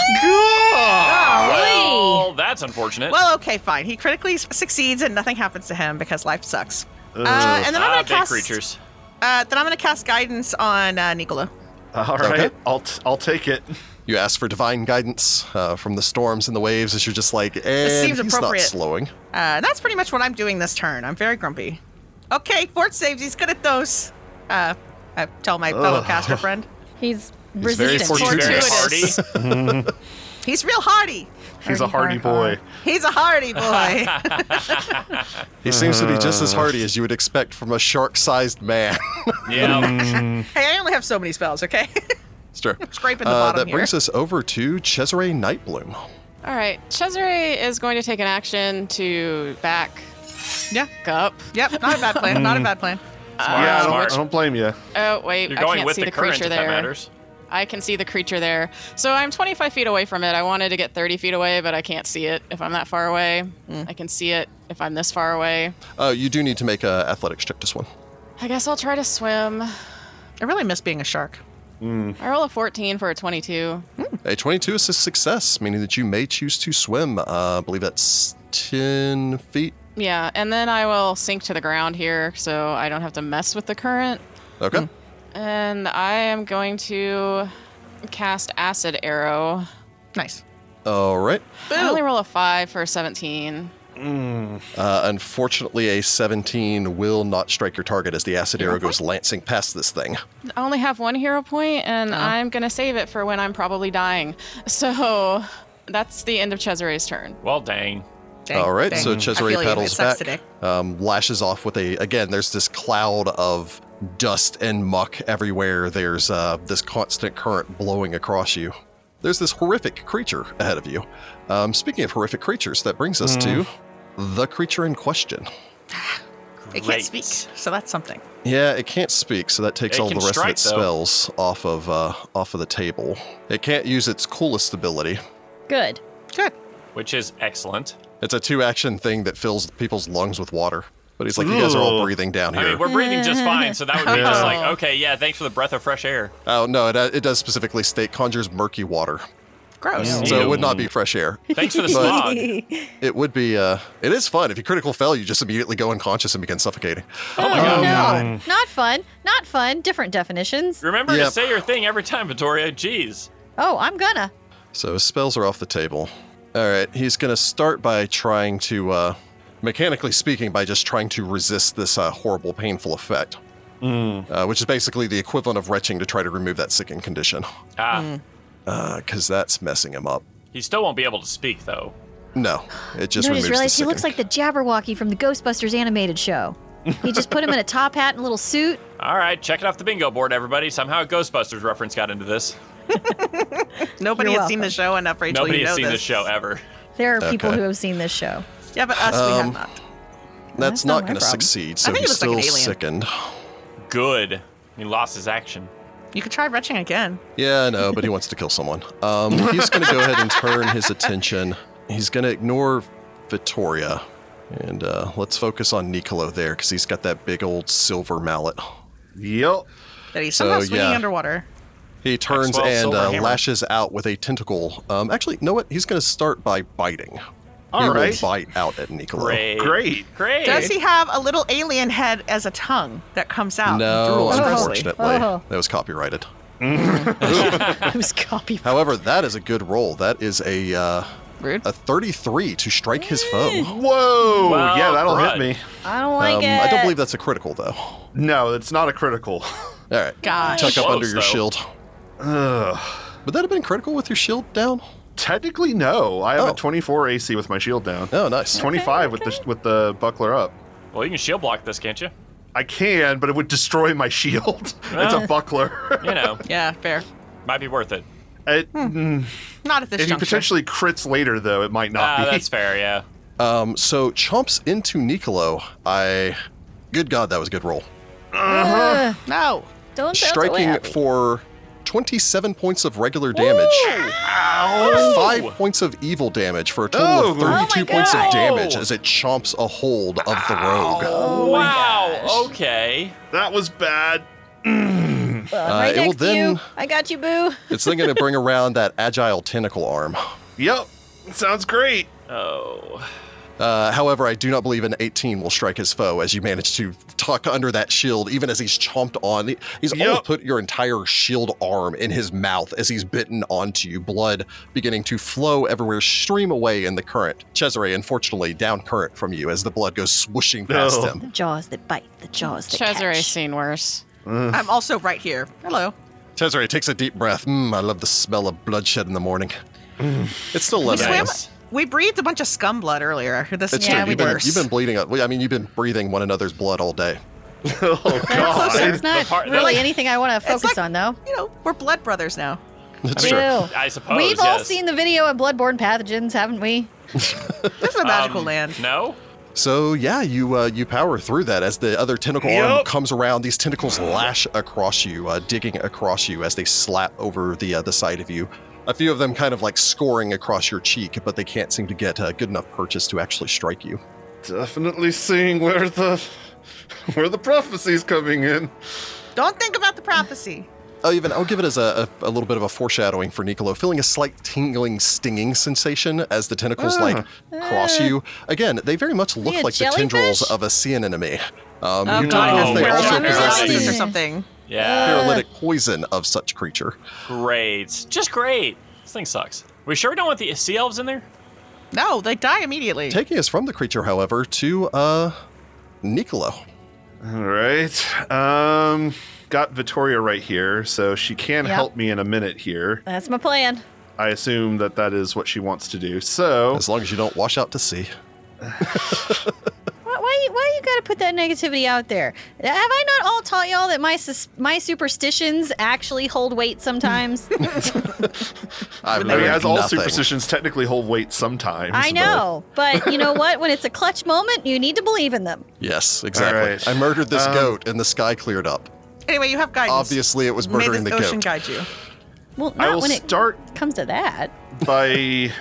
[SPEAKER 3] Well, that's unfortunate.
[SPEAKER 2] Well, okay, fine. He critically s- succeeds and nothing happens to him because life sucks. Uh, and then I'm
[SPEAKER 3] ah,
[SPEAKER 2] gonna
[SPEAKER 3] big
[SPEAKER 2] cast.
[SPEAKER 3] creatures.
[SPEAKER 2] Uh, then I'm gonna cast guidance on uh, Nicola.
[SPEAKER 4] [LAUGHS] All right.
[SPEAKER 1] Okay.
[SPEAKER 4] I'll t- I'll take it.
[SPEAKER 1] You ask for divine guidance uh, from the storms and the waves as you're just like, and he's
[SPEAKER 2] seems
[SPEAKER 1] not
[SPEAKER 2] appropriate."
[SPEAKER 1] slowing.
[SPEAKER 2] Uh, that's pretty much what I'm doing this turn. I'm very grumpy. Okay, fort saves. He's good at those. Uh, I tell my fellow
[SPEAKER 1] [LAUGHS]
[SPEAKER 2] caster friend.
[SPEAKER 5] He's
[SPEAKER 1] He's very
[SPEAKER 5] resistant.
[SPEAKER 3] She's very
[SPEAKER 1] fortuitous.
[SPEAKER 3] hardy.
[SPEAKER 2] He's real hardy.
[SPEAKER 4] He's a hardy boy.
[SPEAKER 2] He's a
[SPEAKER 1] [LAUGHS]
[SPEAKER 2] hardy boy.
[SPEAKER 1] He seems to be just as hardy as you would expect from a shark-sized man. [LAUGHS]
[SPEAKER 3] yeah.
[SPEAKER 2] hey, I only have so many spells. Okay, [LAUGHS]
[SPEAKER 1] Sure.
[SPEAKER 2] scraping the
[SPEAKER 1] Uh,
[SPEAKER 2] bottom
[SPEAKER 1] that
[SPEAKER 2] here.
[SPEAKER 1] brings us over to Cesare Nightbloom.
[SPEAKER 6] All right, Cesare is going to take an action to back
[SPEAKER 2] yeah.
[SPEAKER 6] up.
[SPEAKER 2] Yep. Not a bad plan.
[SPEAKER 1] Hmm.
[SPEAKER 2] Not a bad plan.
[SPEAKER 4] Mm. yeah. I don't,
[SPEAKER 3] smart.
[SPEAKER 4] I don't blame you.
[SPEAKER 6] Oh wait,
[SPEAKER 3] You're
[SPEAKER 6] I
[SPEAKER 3] going
[SPEAKER 6] can't
[SPEAKER 3] with
[SPEAKER 6] see
[SPEAKER 3] the,
[SPEAKER 6] the,
[SPEAKER 3] current,
[SPEAKER 6] creature
[SPEAKER 3] if
[SPEAKER 6] there.
[SPEAKER 3] that matters.
[SPEAKER 6] I can see the creature there. So I'm 25 feet away from it. I wanted to get 30 feet away, but I can't see it if I'm that far away.
[SPEAKER 5] Hmm.
[SPEAKER 6] I can see it if I'm this far away.
[SPEAKER 1] Uh, you do need to make a athletics check this one.
[SPEAKER 6] I guess I'll try to swim.
[SPEAKER 2] I really miss being a shark.
[SPEAKER 6] I roll a 14 for a 22.
[SPEAKER 1] A 22 is a success, meaning that you may choose to swim. Uh, I believe that's 10 feet.
[SPEAKER 6] Yeah, and then I will sink to the ground here so I don't have to mess with the current.
[SPEAKER 1] Okay.
[SPEAKER 2] Hmm.
[SPEAKER 6] And I am going to cast Acid Arrow.
[SPEAKER 2] Nice.
[SPEAKER 1] All right.
[SPEAKER 6] I only roll a 5 for a 17.
[SPEAKER 1] Uh, unfortunately, a 17 will not strike your target as the acid arrow goes lancing past this thing.
[SPEAKER 6] I only have one hero point, and
[SPEAKER 5] Oh.
[SPEAKER 6] I'm going to save it for when I'm probably dying. [LAUGHS] So that's the end of Cesare's turn.
[SPEAKER 3] Well, dang.
[SPEAKER 2] Dang,
[SPEAKER 1] All right,
[SPEAKER 2] dang.
[SPEAKER 1] so
[SPEAKER 2] I
[SPEAKER 1] Cesare
[SPEAKER 2] feel you. It
[SPEAKER 1] paddles
[SPEAKER 2] sucks
[SPEAKER 1] back,
[SPEAKER 2] today.
[SPEAKER 1] um, lashes off with a. Again, there's this cloud of dust and muck everywhere. There's uh, this constant current blowing across you. There's this horrific creature ahead of you. Um, speaking of horrific creatures, that brings us to
[SPEAKER 3] Hmm.
[SPEAKER 1] the creature in question.
[SPEAKER 2] It can't
[SPEAKER 3] Great.
[SPEAKER 2] speak, so that's something.
[SPEAKER 1] Yeah, it can't speak, so that takes
[SPEAKER 3] It
[SPEAKER 1] all the
[SPEAKER 3] can
[SPEAKER 1] rest of
[SPEAKER 3] strike,
[SPEAKER 1] its
[SPEAKER 3] though.
[SPEAKER 1] spells off of uh, off of the table. It can't use its coolest ability.
[SPEAKER 5] Good.
[SPEAKER 2] Good.
[SPEAKER 3] Which is excellent.
[SPEAKER 1] It's a two action thing that fills people's lungs with water. But he's like, you guys are all
[SPEAKER 4] Ooh.
[SPEAKER 1] breathing down
[SPEAKER 3] I mean,
[SPEAKER 1] here.
[SPEAKER 3] we're breathing just fine, so that would be just like,
[SPEAKER 6] Oh.
[SPEAKER 3] okay, yeah, thanks for the breath of fresh air.
[SPEAKER 1] Oh no, it, it does specifically state conjures murky water,
[SPEAKER 2] Gross.
[SPEAKER 1] so it would not be fresh air.
[SPEAKER 3] Thanks for the smog.
[SPEAKER 1] It would be. Uh, it is fun if you critical fail, you just immediately go unconscious and begin suffocating.
[SPEAKER 5] Oh
[SPEAKER 3] my God.
[SPEAKER 1] Um,
[SPEAKER 5] No, not fun. Not fun. Different definitions.
[SPEAKER 3] Remember to
[SPEAKER 1] Yep.
[SPEAKER 3] say your thing every time, Vittoria. Jeez.
[SPEAKER 5] Oh, I'm gonna.
[SPEAKER 1] So spells are off the table. All right, he's going to start by trying to, uh, mechanically speaking, by just trying to resist this uh, horrible, painful effect, uh, which is basically the equivalent of retching to try to remove that sickened condition,
[SPEAKER 3] Ah,
[SPEAKER 1] because that's messing him up.
[SPEAKER 3] he still won't be able to speak though.
[SPEAKER 1] No, it just
[SPEAKER 5] no, I
[SPEAKER 1] removes
[SPEAKER 5] just
[SPEAKER 1] the
[SPEAKER 5] realized he
[SPEAKER 1] sickened.
[SPEAKER 5] looks like the Jabberwocky from the Ghostbusters animated show. He just put him in a top hat and a little suit.
[SPEAKER 3] All right, check it off the bingo board, everybody. Somehow a Ghostbusters reference got into this.
[SPEAKER 2] Nobody
[SPEAKER 5] You're
[SPEAKER 2] has seen the show enough, Rachel.
[SPEAKER 3] Nobody
[SPEAKER 2] you
[SPEAKER 3] has
[SPEAKER 2] know
[SPEAKER 3] seen
[SPEAKER 2] this.
[SPEAKER 3] this show ever.
[SPEAKER 5] There are people
[SPEAKER 1] Okay.
[SPEAKER 5] who have seen this show.
[SPEAKER 2] Yeah, but us,
[SPEAKER 1] Um,
[SPEAKER 2] we have not.
[SPEAKER 1] that's
[SPEAKER 5] not
[SPEAKER 1] not
[SPEAKER 5] my
[SPEAKER 1] going to
[SPEAKER 5] problem.
[SPEAKER 1] succeed, so
[SPEAKER 2] think he
[SPEAKER 1] he's
[SPEAKER 2] looks like
[SPEAKER 1] still
[SPEAKER 2] an alien.
[SPEAKER 1] sickened.
[SPEAKER 3] Good. He lost his action.
[SPEAKER 2] You could try retching again.
[SPEAKER 1] Yeah, I know, but he wants to kill someone. Um, he's going to go ahead and turn his attention. He's going to ignore Vittoria. And uh, let's focus on Nicolo there because he's got that big old silver mallet.
[SPEAKER 4] Yep.
[SPEAKER 2] That he's somehow
[SPEAKER 1] So,
[SPEAKER 2] swinging
[SPEAKER 1] yeah.
[SPEAKER 2] underwater.
[SPEAKER 1] He turns
[SPEAKER 3] Maxwell
[SPEAKER 1] and
[SPEAKER 3] Silver
[SPEAKER 1] uh,
[SPEAKER 3] Hammer.
[SPEAKER 1] lashes out with a tentacle. Um, actually, you know what? He's going to start by biting. he
[SPEAKER 4] All right.
[SPEAKER 1] will bite out at Nicolo.
[SPEAKER 3] Great.
[SPEAKER 4] Oh, Great.
[SPEAKER 3] Great.
[SPEAKER 2] Does he have a little alien head as a tongue that comes out?
[SPEAKER 1] No,
[SPEAKER 2] and drools grossly?
[SPEAKER 1] unfortunately,
[SPEAKER 5] Oh.
[SPEAKER 1] that was copyrighted.
[SPEAKER 5] [LAUGHS] It was copy.
[SPEAKER 1] However, that is a good roll. That is a uh,
[SPEAKER 6] Rude.
[SPEAKER 1] a 33 to strike his
[SPEAKER 5] Mm,
[SPEAKER 1] foe.
[SPEAKER 4] Whoa.
[SPEAKER 3] Well,
[SPEAKER 4] yeah, that'll
[SPEAKER 3] crud.
[SPEAKER 4] hit me.
[SPEAKER 5] I don't like
[SPEAKER 1] Um,
[SPEAKER 5] it.
[SPEAKER 1] I don't believe that's a critical though. All
[SPEAKER 4] No, it's not a critical. [LAUGHS]
[SPEAKER 1] right,
[SPEAKER 2] Gosh.
[SPEAKER 1] tuck up
[SPEAKER 3] Close,
[SPEAKER 1] under your
[SPEAKER 3] though.
[SPEAKER 1] shield.
[SPEAKER 4] Ugh.
[SPEAKER 1] Would that have been critical with your shield down?
[SPEAKER 4] Technically, no. I have
[SPEAKER 1] Oh.
[SPEAKER 4] a 24 AC with my shield down.
[SPEAKER 1] Oh, nice.
[SPEAKER 4] 25 with the with the buckler up.
[SPEAKER 3] Well, you can shield block this, can't you?
[SPEAKER 4] I can, but it would destroy my [LAUGHS] shield. it's a buckler. [LAUGHS]
[SPEAKER 3] You know,
[SPEAKER 2] Yeah, fair.
[SPEAKER 3] might be worth it.
[SPEAKER 4] Oh, It-
[SPEAKER 5] Hmm.
[SPEAKER 2] Not at this
[SPEAKER 4] If he
[SPEAKER 2] juncture.
[SPEAKER 4] potentially crits later, though, it might not
[SPEAKER 3] Ah,
[SPEAKER 4] be. [LAUGHS]
[SPEAKER 3] that's fair. Yeah.
[SPEAKER 1] Um, so chomps into Nicolo. I, good God, that was a good roll.
[SPEAKER 5] Ugh,
[SPEAKER 2] No.
[SPEAKER 5] don't bounce
[SPEAKER 1] Striking
[SPEAKER 5] away.
[SPEAKER 1] for 27 points of regular damage, five points of evil damage for a total
[SPEAKER 4] Oh. Oh my
[SPEAKER 1] of 32 points of
[SPEAKER 3] God.
[SPEAKER 1] damage as it chomps a hold of the rogue.
[SPEAKER 3] wow. Oh, Okay.
[SPEAKER 4] That was bad.
[SPEAKER 5] I'm right
[SPEAKER 1] uh, it will
[SPEAKER 5] next to
[SPEAKER 1] then-
[SPEAKER 5] you. I got you, boo.
[SPEAKER 1] It's then going to bring around that agile tentacle arm.
[SPEAKER 4] Yep. Sounds great.
[SPEAKER 3] Oh.
[SPEAKER 1] Uh, however, I do not believe an 18 will strike his foe as you manage to tuck under that shield, even as he's chomped on. He's
[SPEAKER 4] Yep.
[SPEAKER 1] almost put your entire shield arm in his mouth as he's bitten onto you, blood beginning to flow everywhere, stream away in the current. Cesare, unfortunately, down current from you as the blood goes swooshing past
[SPEAKER 4] No.
[SPEAKER 1] him.
[SPEAKER 5] The jaws that bite, the jaws that
[SPEAKER 6] Cesare's
[SPEAKER 5] catch.
[SPEAKER 6] seen worse.
[SPEAKER 5] Hmm.
[SPEAKER 2] I'm also right here. Hello.
[SPEAKER 1] Cesare takes a deep breath. Mmm, I love the smell of bloodshed in the morning. It's still
[SPEAKER 2] We
[SPEAKER 1] eleven.
[SPEAKER 2] swam.
[SPEAKER 3] Nice.
[SPEAKER 2] We breathed a bunch of scum blood earlier. This
[SPEAKER 1] It's
[SPEAKER 2] is
[SPEAKER 1] true.
[SPEAKER 2] gonna
[SPEAKER 5] Yeah,
[SPEAKER 2] be
[SPEAKER 1] You've been,
[SPEAKER 2] worse.
[SPEAKER 1] you've been bleeding. uh, well, I mean, you've been breathing one another's blood all day.
[SPEAKER 4] Oh, God.
[SPEAKER 5] That's not
[SPEAKER 3] part-
[SPEAKER 5] really
[SPEAKER 3] the-
[SPEAKER 5] anything I want to focus
[SPEAKER 2] like-
[SPEAKER 5] on, though.
[SPEAKER 2] you know, we're blood brothers now.
[SPEAKER 1] It's
[SPEAKER 3] mean,
[SPEAKER 1] true.
[SPEAKER 5] Ew.
[SPEAKER 3] I suppose,
[SPEAKER 5] We've all
[SPEAKER 3] yes.
[SPEAKER 5] seen the video of bloodborne pathogens, haven't we?
[SPEAKER 2] This is a magical
[SPEAKER 3] Um,
[SPEAKER 2] land.
[SPEAKER 3] No.
[SPEAKER 1] So yeah, you uh, you power through that as the other tentacle arm
[SPEAKER 4] Yep.
[SPEAKER 1] comes around. These tentacles lash across you, uh, digging across you as they slap over the uh, the side of you. A few of them kind of like scoring across your cheek, but they can't seem to get uh, good enough purchase to actually strike you.
[SPEAKER 4] Definitely seeing where the where the prophecy's coming in.
[SPEAKER 2] Don't think about the prophecy.
[SPEAKER 1] Oh, even I'll give it as a, a, a little bit of a foreshadowing for Nicolo, feeling a slight tingling, stinging sensation as the tentacles like
[SPEAKER 2] Ah.
[SPEAKER 1] cross you. Again, they very much look
[SPEAKER 5] Yeah,
[SPEAKER 1] like the
[SPEAKER 5] jellyfish?
[SPEAKER 1] tendrils of a sea anemone. Um,
[SPEAKER 2] Oh,
[SPEAKER 1] you don't
[SPEAKER 2] God,
[SPEAKER 1] know
[SPEAKER 3] no.
[SPEAKER 1] if they also
[SPEAKER 5] Paralysis.
[SPEAKER 1] possess
[SPEAKER 2] or
[SPEAKER 1] the
[SPEAKER 5] Paralysis.
[SPEAKER 2] something.
[SPEAKER 3] Yeah.
[SPEAKER 1] paralytic poison of such creature.
[SPEAKER 3] Great. Just great. This thing sucks. We sure we don't want the sea elves in there?
[SPEAKER 2] No, they die immediately.
[SPEAKER 1] Taking us from the creature, however, to uh, Nicolo.
[SPEAKER 4] All right. Um, got Vittoria right here, so she can
[SPEAKER 5] Yep.
[SPEAKER 4] help me in a minute here.
[SPEAKER 5] That's my plan.
[SPEAKER 4] I assume that that is what she wants to do. So
[SPEAKER 1] As long as you don't wash out to sea.
[SPEAKER 5] Why, why, you- why you gotta put that negativity out there? Have I not all taught y'all that my sus- my superstitions actually hold weight sometimes?
[SPEAKER 1] I've
[SPEAKER 4] I mean,
[SPEAKER 1] learned
[SPEAKER 4] as all
[SPEAKER 1] nothing.
[SPEAKER 4] superstitions technically hold weight sometimes.
[SPEAKER 5] I
[SPEAKER 4] but-
[SPEAKER 5] know, but you know what? When it's a clutch moment, you need to believe in them.
[SPEAKER 1] Yes, exactly.
[SPEAKER 4] right.
[SPEAKER 1] I murdered this
[SPEAKER 4] Um,
[SPEAKER 1] goat, and the sky cleared up.
[SPEAKER 2] Anyway, you have guidance.
[SPEAKER 1] Obviously, it was
[SPEAKER 2] May
[SPEAKER 1] murdering
[SPEAKER 2] the,
[SPEAKER 1] the
[SPEAKER 2] ocean
[SPEAKER 1] goat.
[SPEAKER 2] guide you.
[SPEAKER 5] Well,
[SPEAKER 4] I
[SPEAKER 5] not
[SPEAKER 4] will
[SPEAKER 5] when it
[SPEAKER 4] start
[SPEAKER 5] comes to that.
[SPEAKER 4] by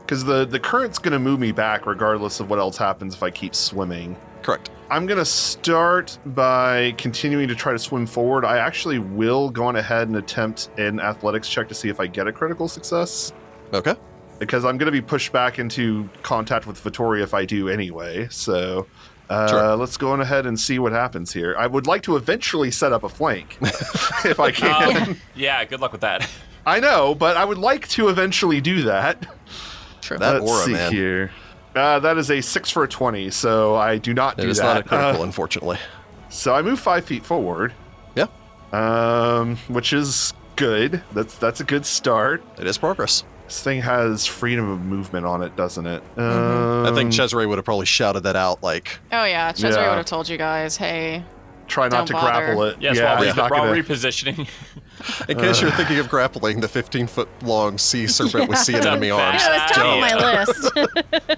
[SPEAKER 4] because the the current's going to move me back regardless of what else happens if I keep swimming.
[SPEAKER 1] Correct.
[SPEAKER 4] I'm going to start by continuing to try to swim forward. I actually will go on ahead and attempt an athletics check to see if I get a critical success
[SPEAKER 1] Okay.
[SPEAKER 4] because I'm going to be pushed back into contact with Vittoria if I do anyway. So uh,
[SPEAKER 1] Sure.
[SPEAKER 4] let's go on ahead and see what happens here. I would like to eventually set up a flank [LAUGHS] if I can.
[SPEAKER 3] Um, yeah, good luck with that. [LAUGHS]
[SPEAKER 4] I know, but I would like to eventually do that.
[SPEAKER 2] True.
[SPEAKER 1] That
[SPEAKER 4] Let's
[SPEAKER 1] aura,
[SPEAKER 4] see
[SPEAKER 1] man.
[SPEAKER 4] here. Uh, that is a six for a 20, so I do not
[SPEAKER 1] It
[SPEAKER 4] do
[SPEAKER 1] is
[SPEAKER 4] that.
[SPEAKER 1] not a critical,
[SPEAKER 4] Uh,
[SPEAKER 1] unfortunately.
[SPEAKER 4] so I move five feet forward,
[SPEAKER 1] Yeah,
[SPEAKER 4] um, which is good. That's that's a good start.
[SPEAKER 1] it is progress.
[SPEAKER 4] This thing has freedom of movement on it, doesn't it?
[SPEAKER 1] Mm-hmm. I think
[SPEAKER 4] Um,
[SPEAKER 1] Cesare would have probably shouted that out like,
[SPEAKER 6] Oh yeah, Cesare
[SPEAKER 4] Yeah.
[SPEAKER 6] would have told you guys, hey,
[SPEAKER 4] try not
[SPEAKER 6] Don't
[SPEAKER 4] to
[SPEAKER 6] bother.
[SPEAKER 4] grapple it.
[SPEAKER 3] Yes,
[SPEAKER 4] yeah,
[SPEAKER 3] while,
[SPEAKER 4] he's
[SPEAKER 3] re-
[SPEAKER 4] not
[SPEAKER 3] while
[SPEAKER 4] gonna-
[SPEAKER 3] repositioning.
[SPEAKER 1] in case
[SPEAKER 4] Uh,
[SPEAKER 1] you're thinking of grappling the 15 foot long sea serpent
[SPEAKER 4] [LAUGHS]
[SPEAKER 1] with sea
[SPEAKER 3] Yeah.
[SPEAKER 1] anemone arms.
[SPEAKER 5] No,
[SPEAKER 4] Ah,
[SPEAKER 5] it's top of my list.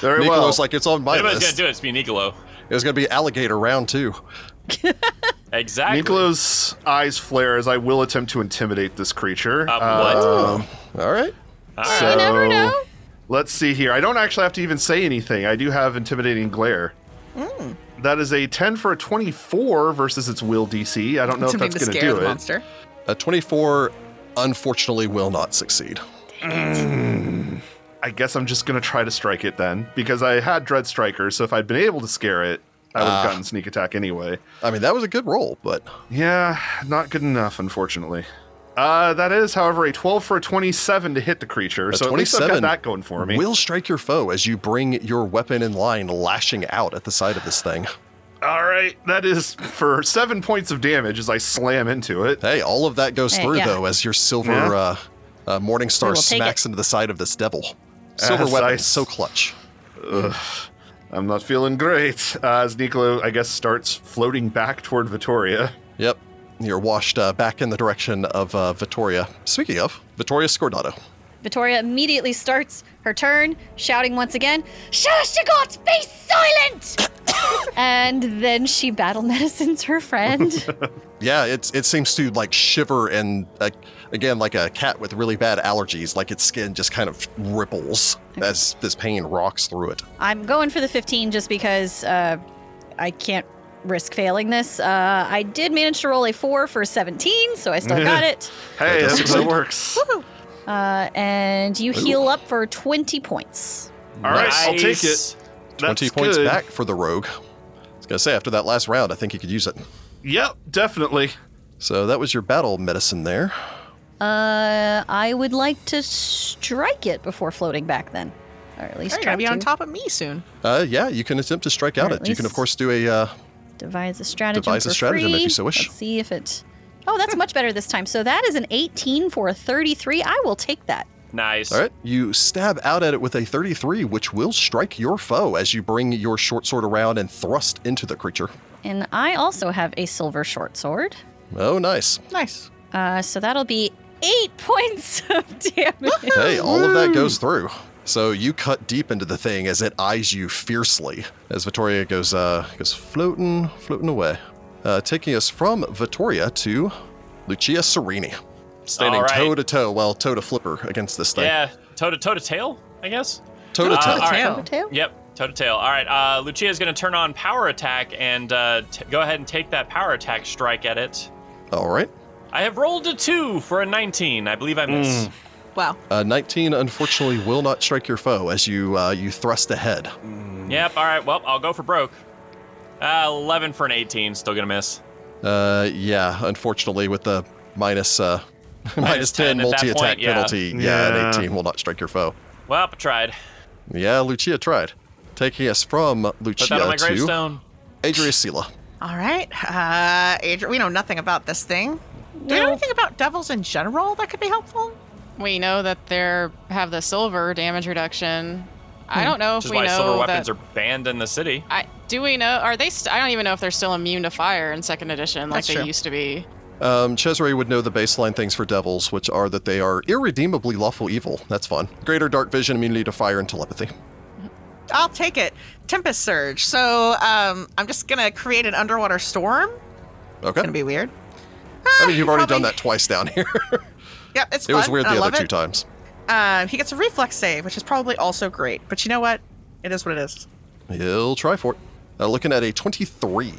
[SPEAKER 4] very well.
[SPEAKER 1] Nicolo's like, it's on my
[SPEAKER 3] Anybody's gonna
[SPEAKER 1] list.
[SPEAKER 3] do it, it's me, Nicolo.
[SPEAKER 1] It was going to be alligator round two.
[SPEAKER 3] Exactly.
[SPEAKER 4] Nicolo's eyes flare as I will attempt to intimidate this creature.
[SPEAKER 3] Uh, what?
[SPEAKER 1] Um, all right.
[SPEAKER 3] All right.
[SPEAKER 4] So
[SPEAKER 5] You never know.
[SPEAKER 4] let's see here. I don't actually have to even say anything. I do have intimidating glare. That is a 10 for a 24 versus its will DC. I don't know if
[SPEAKER 2] Something
[SPEAKER 4] that's
[SPEAKER 2] to
[SPEAKER 4] going to
[SPEAKER 2] scare
[SPEAKER 4] do
[SPEAKER 2] the
[SPEAKER 4] it.
[SPEAKER 2] monster.
[SPEAKER 1] A 24, Uh, unfortunately, will not succeed.
[SPEAKER 4] I guess I'm just going to try to strike it then because I had Dread Striker, so if I'd been able to scare it, I
[SPEAKER 1] Ah.
[SPEAKER 4] would have gotten sneak attack anyway.
[SPEAKER 1] I mean, that was a good roll, but
[SPEAKER 4] Yeah, not good enough, unfortunately. Uh, that is, however, a 12 for a 27 to hit the creature.
[SPEAKER 1] a
[SPEAKER 4] so at least I've
[SPEAKER 1] 27
[SPEAKER 4] got that going for me.
[SPEAKER 1] will strike your foe as you bring your weapon in line, lashing out at the side of this thing.
[SPEAKER 4] All right, that is for seven points of damage as I slam into it.
[SPEAKER 1] Hey, all of that goes
[SPEAKER 5] Hey,
[SPEAKER 1] through
[SPEAKER 5] yeah.
[SPEAKER 1] though as your silver
[SPEAKER 4] Yeah.
[SPEAKER 1] uh, uh, morning
[SPEAKER 5] We
[SPEAKER 1] star
[SPEAKER 5] will take
[SPEAKER 1] smacks
[SPEAKER 5] it.
[SPEAKER 1] into the side of this devil. Silver
[SPEAKER 4] As
[SPEAKER 1] weapon,
[SPEAKER 4] I-
[SPEAKER 1] so clutch.
[SPEAKER 4] I'm not feeling great uh, as Nicolo, I guess, starts floating back toward Vittoria.
[SPEAKER 1] Yep, you're washed uh, back in the direction of uh, Vittoria. Speaking of Vittoria Scordato,
[SPEAKER 5] Vittoria immediately starts her turn, shouting once again, Shashagot, be silent! and then she battle medicines her friend.
[SPEAKER 4] [LAUGHS]
[SPEAKER 1] yeah, it's it seems to like shiver and like again like a cat with really bad allergies, like its skin just kind of ripples as this pain rocks through it.
[SPEAKER 5] I'm going for the 15 just because uh, I can't risk failing this. Uh, I did manage to roll a 4 for 17, so I
[SPEAKER 4] [LAUGHS]
[SPEAKER 5] still got it.
[SPEAKER 4] Hey,
[SPEAKER 1] does
[SPEAKER 4] that, that
[SPEAKER 1] succeed.
[SPEAKER 4] works. All
[SPEAKER 5] Uh, and you heal up for 20 points.
[SPEAKER 4] right, I'll take it.
[SPEAKER 3] Nice.
[SPEAKER 4] That's
[SPEAKER 1] 20 points
[SPEAKER 4] good.
[SPEAKER 1] back for the rogue. I was gonna say after that last round, I think he could use it.
[SPEAKER 4] Yep, definitely.
[SPEAKER 1] So that was your battle medicine there.
[SPEAKER 5] Uh, I would like to strike it before floating back then. Or at least
[SPEAKER 2] You're
[SPEAKER 5] try
[SPEAKER 2] gonna be on
[SPEAKER 5] to.
[SPEAKER 2] top of me soon.
[SPEAKER 1] Uh, yeah, you can attempt to strike out
[SPEAKER 5] Or at
[SPEAKER 1] it. You can, of
[SPEAKER 5] least-
[SPEAKER 1] course, do a. Uh,
[SPEAKER 5] devise a stratagem.
[SPEAKER 1] Devise a
[SPEAKER 5] for
[SPEAKER 1] stratagem if
[SPEAKER 5] free.
[SPEAKER 1] you so wish.
[SPEAKER 5] Let's see if it. Oh, that's much better this time. So that is an 18 for a 33. I will take that.
[SPEAKER 3] Nice.
[SPEAKER 1] all right, you stab out at it with a 33, which will strike your foe as you bring your short sword around and thrust into the creature.
[SPEAKER 5] And I also have a silver short sword.
[SPEAKER 1] Oh, nice.
[SPEAKER 2] Nice.
[SPEAKER 5] Uh, so that'll be eight [LAUGHS] points of damage.
[SPEAKER 1] Hey, all of that goes through. So you cut deep into the thing as it eyes you fiercely as Vittoria goes uh, goes floating, floating away, uh, taking us from Vittoria to Lucia Serini, standing
[SPEAKER 3] All right.
[SPEAKER 1] toe to toe, well, toe to flipper against this thing.
[SPEAKER 3] Yeah, toe to toe to tail, I guess.
[SPEAKER 1] Toe to
[SPEAKER 3] Uh,
[SPEAKER 1] toe.
[SPEAKER 3] all right.
[SPEAKER 2] Tail.
[SPEAKER 5] Tail?
[SPEAKER 3] Yep, toe to tail. All right, uh, Lucia's going to turn on power attack and uh, t- go ahead and take that power attack strike at it.
[SPEAKER 1] All right.
[SPEAKER 3] I have rolled a two for a 19. I believe I miss.
[SPEAKER 2] Wow.
[SPEAKER 1] Uh, 19 unfortunately will not strike your foe as you uh, you thrust ahead. Hmm.
[SPEAKER 3] Yep, all right, well, I'll go for broke. Uh, 11 for an 18, still going to miss.
[SPEAKER 1] Uh, yeah, unfortunately with the minus uh, [LAUGHS] minus 10
[SPEAKER 3] 10 at that
[SPEAKER 1] multi attack
[SPEAKER 3] point, yeah.
[SPEAKER 1] penalty, yeah, an
[SPEAKER 4] Yeah.
[SPEAKER 1] 18 will not strike your foe.
[SPEAKER 3] Well, I tried.
[SPEAKER 1] Yeah, Lucia tried, taking us from
[SPEAKER 3] Put that on
[SPEAKER 1] Lucia
[SPEAKER 3] my
[SPEAKER 1] to
[SPEAKER 3] gravestone.
[SPEAKER 1] Adria Sela.
[SPEAKER 2] All right. Uh, Adri- we know nothing about this thing. Do we know anything about devils in general that could be helpful?
[SPEAKER 6] we know that they're have the silver damage reduction. I don't know
[SPEAKER 3] Hmm. Which
[SPEAKER 6] if
[SPEAKER 3] is
[SPEAKER 6] we
[SPEAKER 3] why
[SPEAKER 6] know
[SPEAKER 3] silver
[SPEAKER 6] that.
[SPEAKER 3] weapons are banned in the city.
[SPEAKER 6] I, do we know? Are they? St- I don't even know if they're still immune to fire in second edition like
[SPEAKER 2] That's
[SPEAKER 6] they
[SPEAKER 2] true.
[SPEAKER 6] used to be.
[SPEAKER 1] Um, Cesare would know the baseline things for devils, which are that they are irredeemably lawful evil. That's fun. Greater dark vision, immunity to fire and telepathy.
[SPEAKER 2] I'll take it. Tempest surge. So um, I'm just gonna create an underwater storm.
[SPEAKER 1] Okay.
[SPEAKER 2] Gonna be weird.
[SPEAKER 1] I mean, you've already done
[SPEAKER 2] probably-
[SPEAKER 1] that twice down here.
[SPEAKER 2] Yep,
[SPEAKER 1] [LAUGHS]
[SPEAKER 2] it's
[SPEAKER 1] it
[SPEAKER 2] fun.
[SPEAKER 1] was weird
[SPEAKER 2] and I
[SPEAKER 1] the
[SPEAKER 2] love
[SPEAKER 1] other two
[SPEAKER 2] it.
[SPEAKER 1] times.
[SPEAKER 2] Um, he gets a reflex save, which is probably also great. But you know what? It is what it is.
[SPEAKER 1] He'll try for it. Uh, looking at a 23.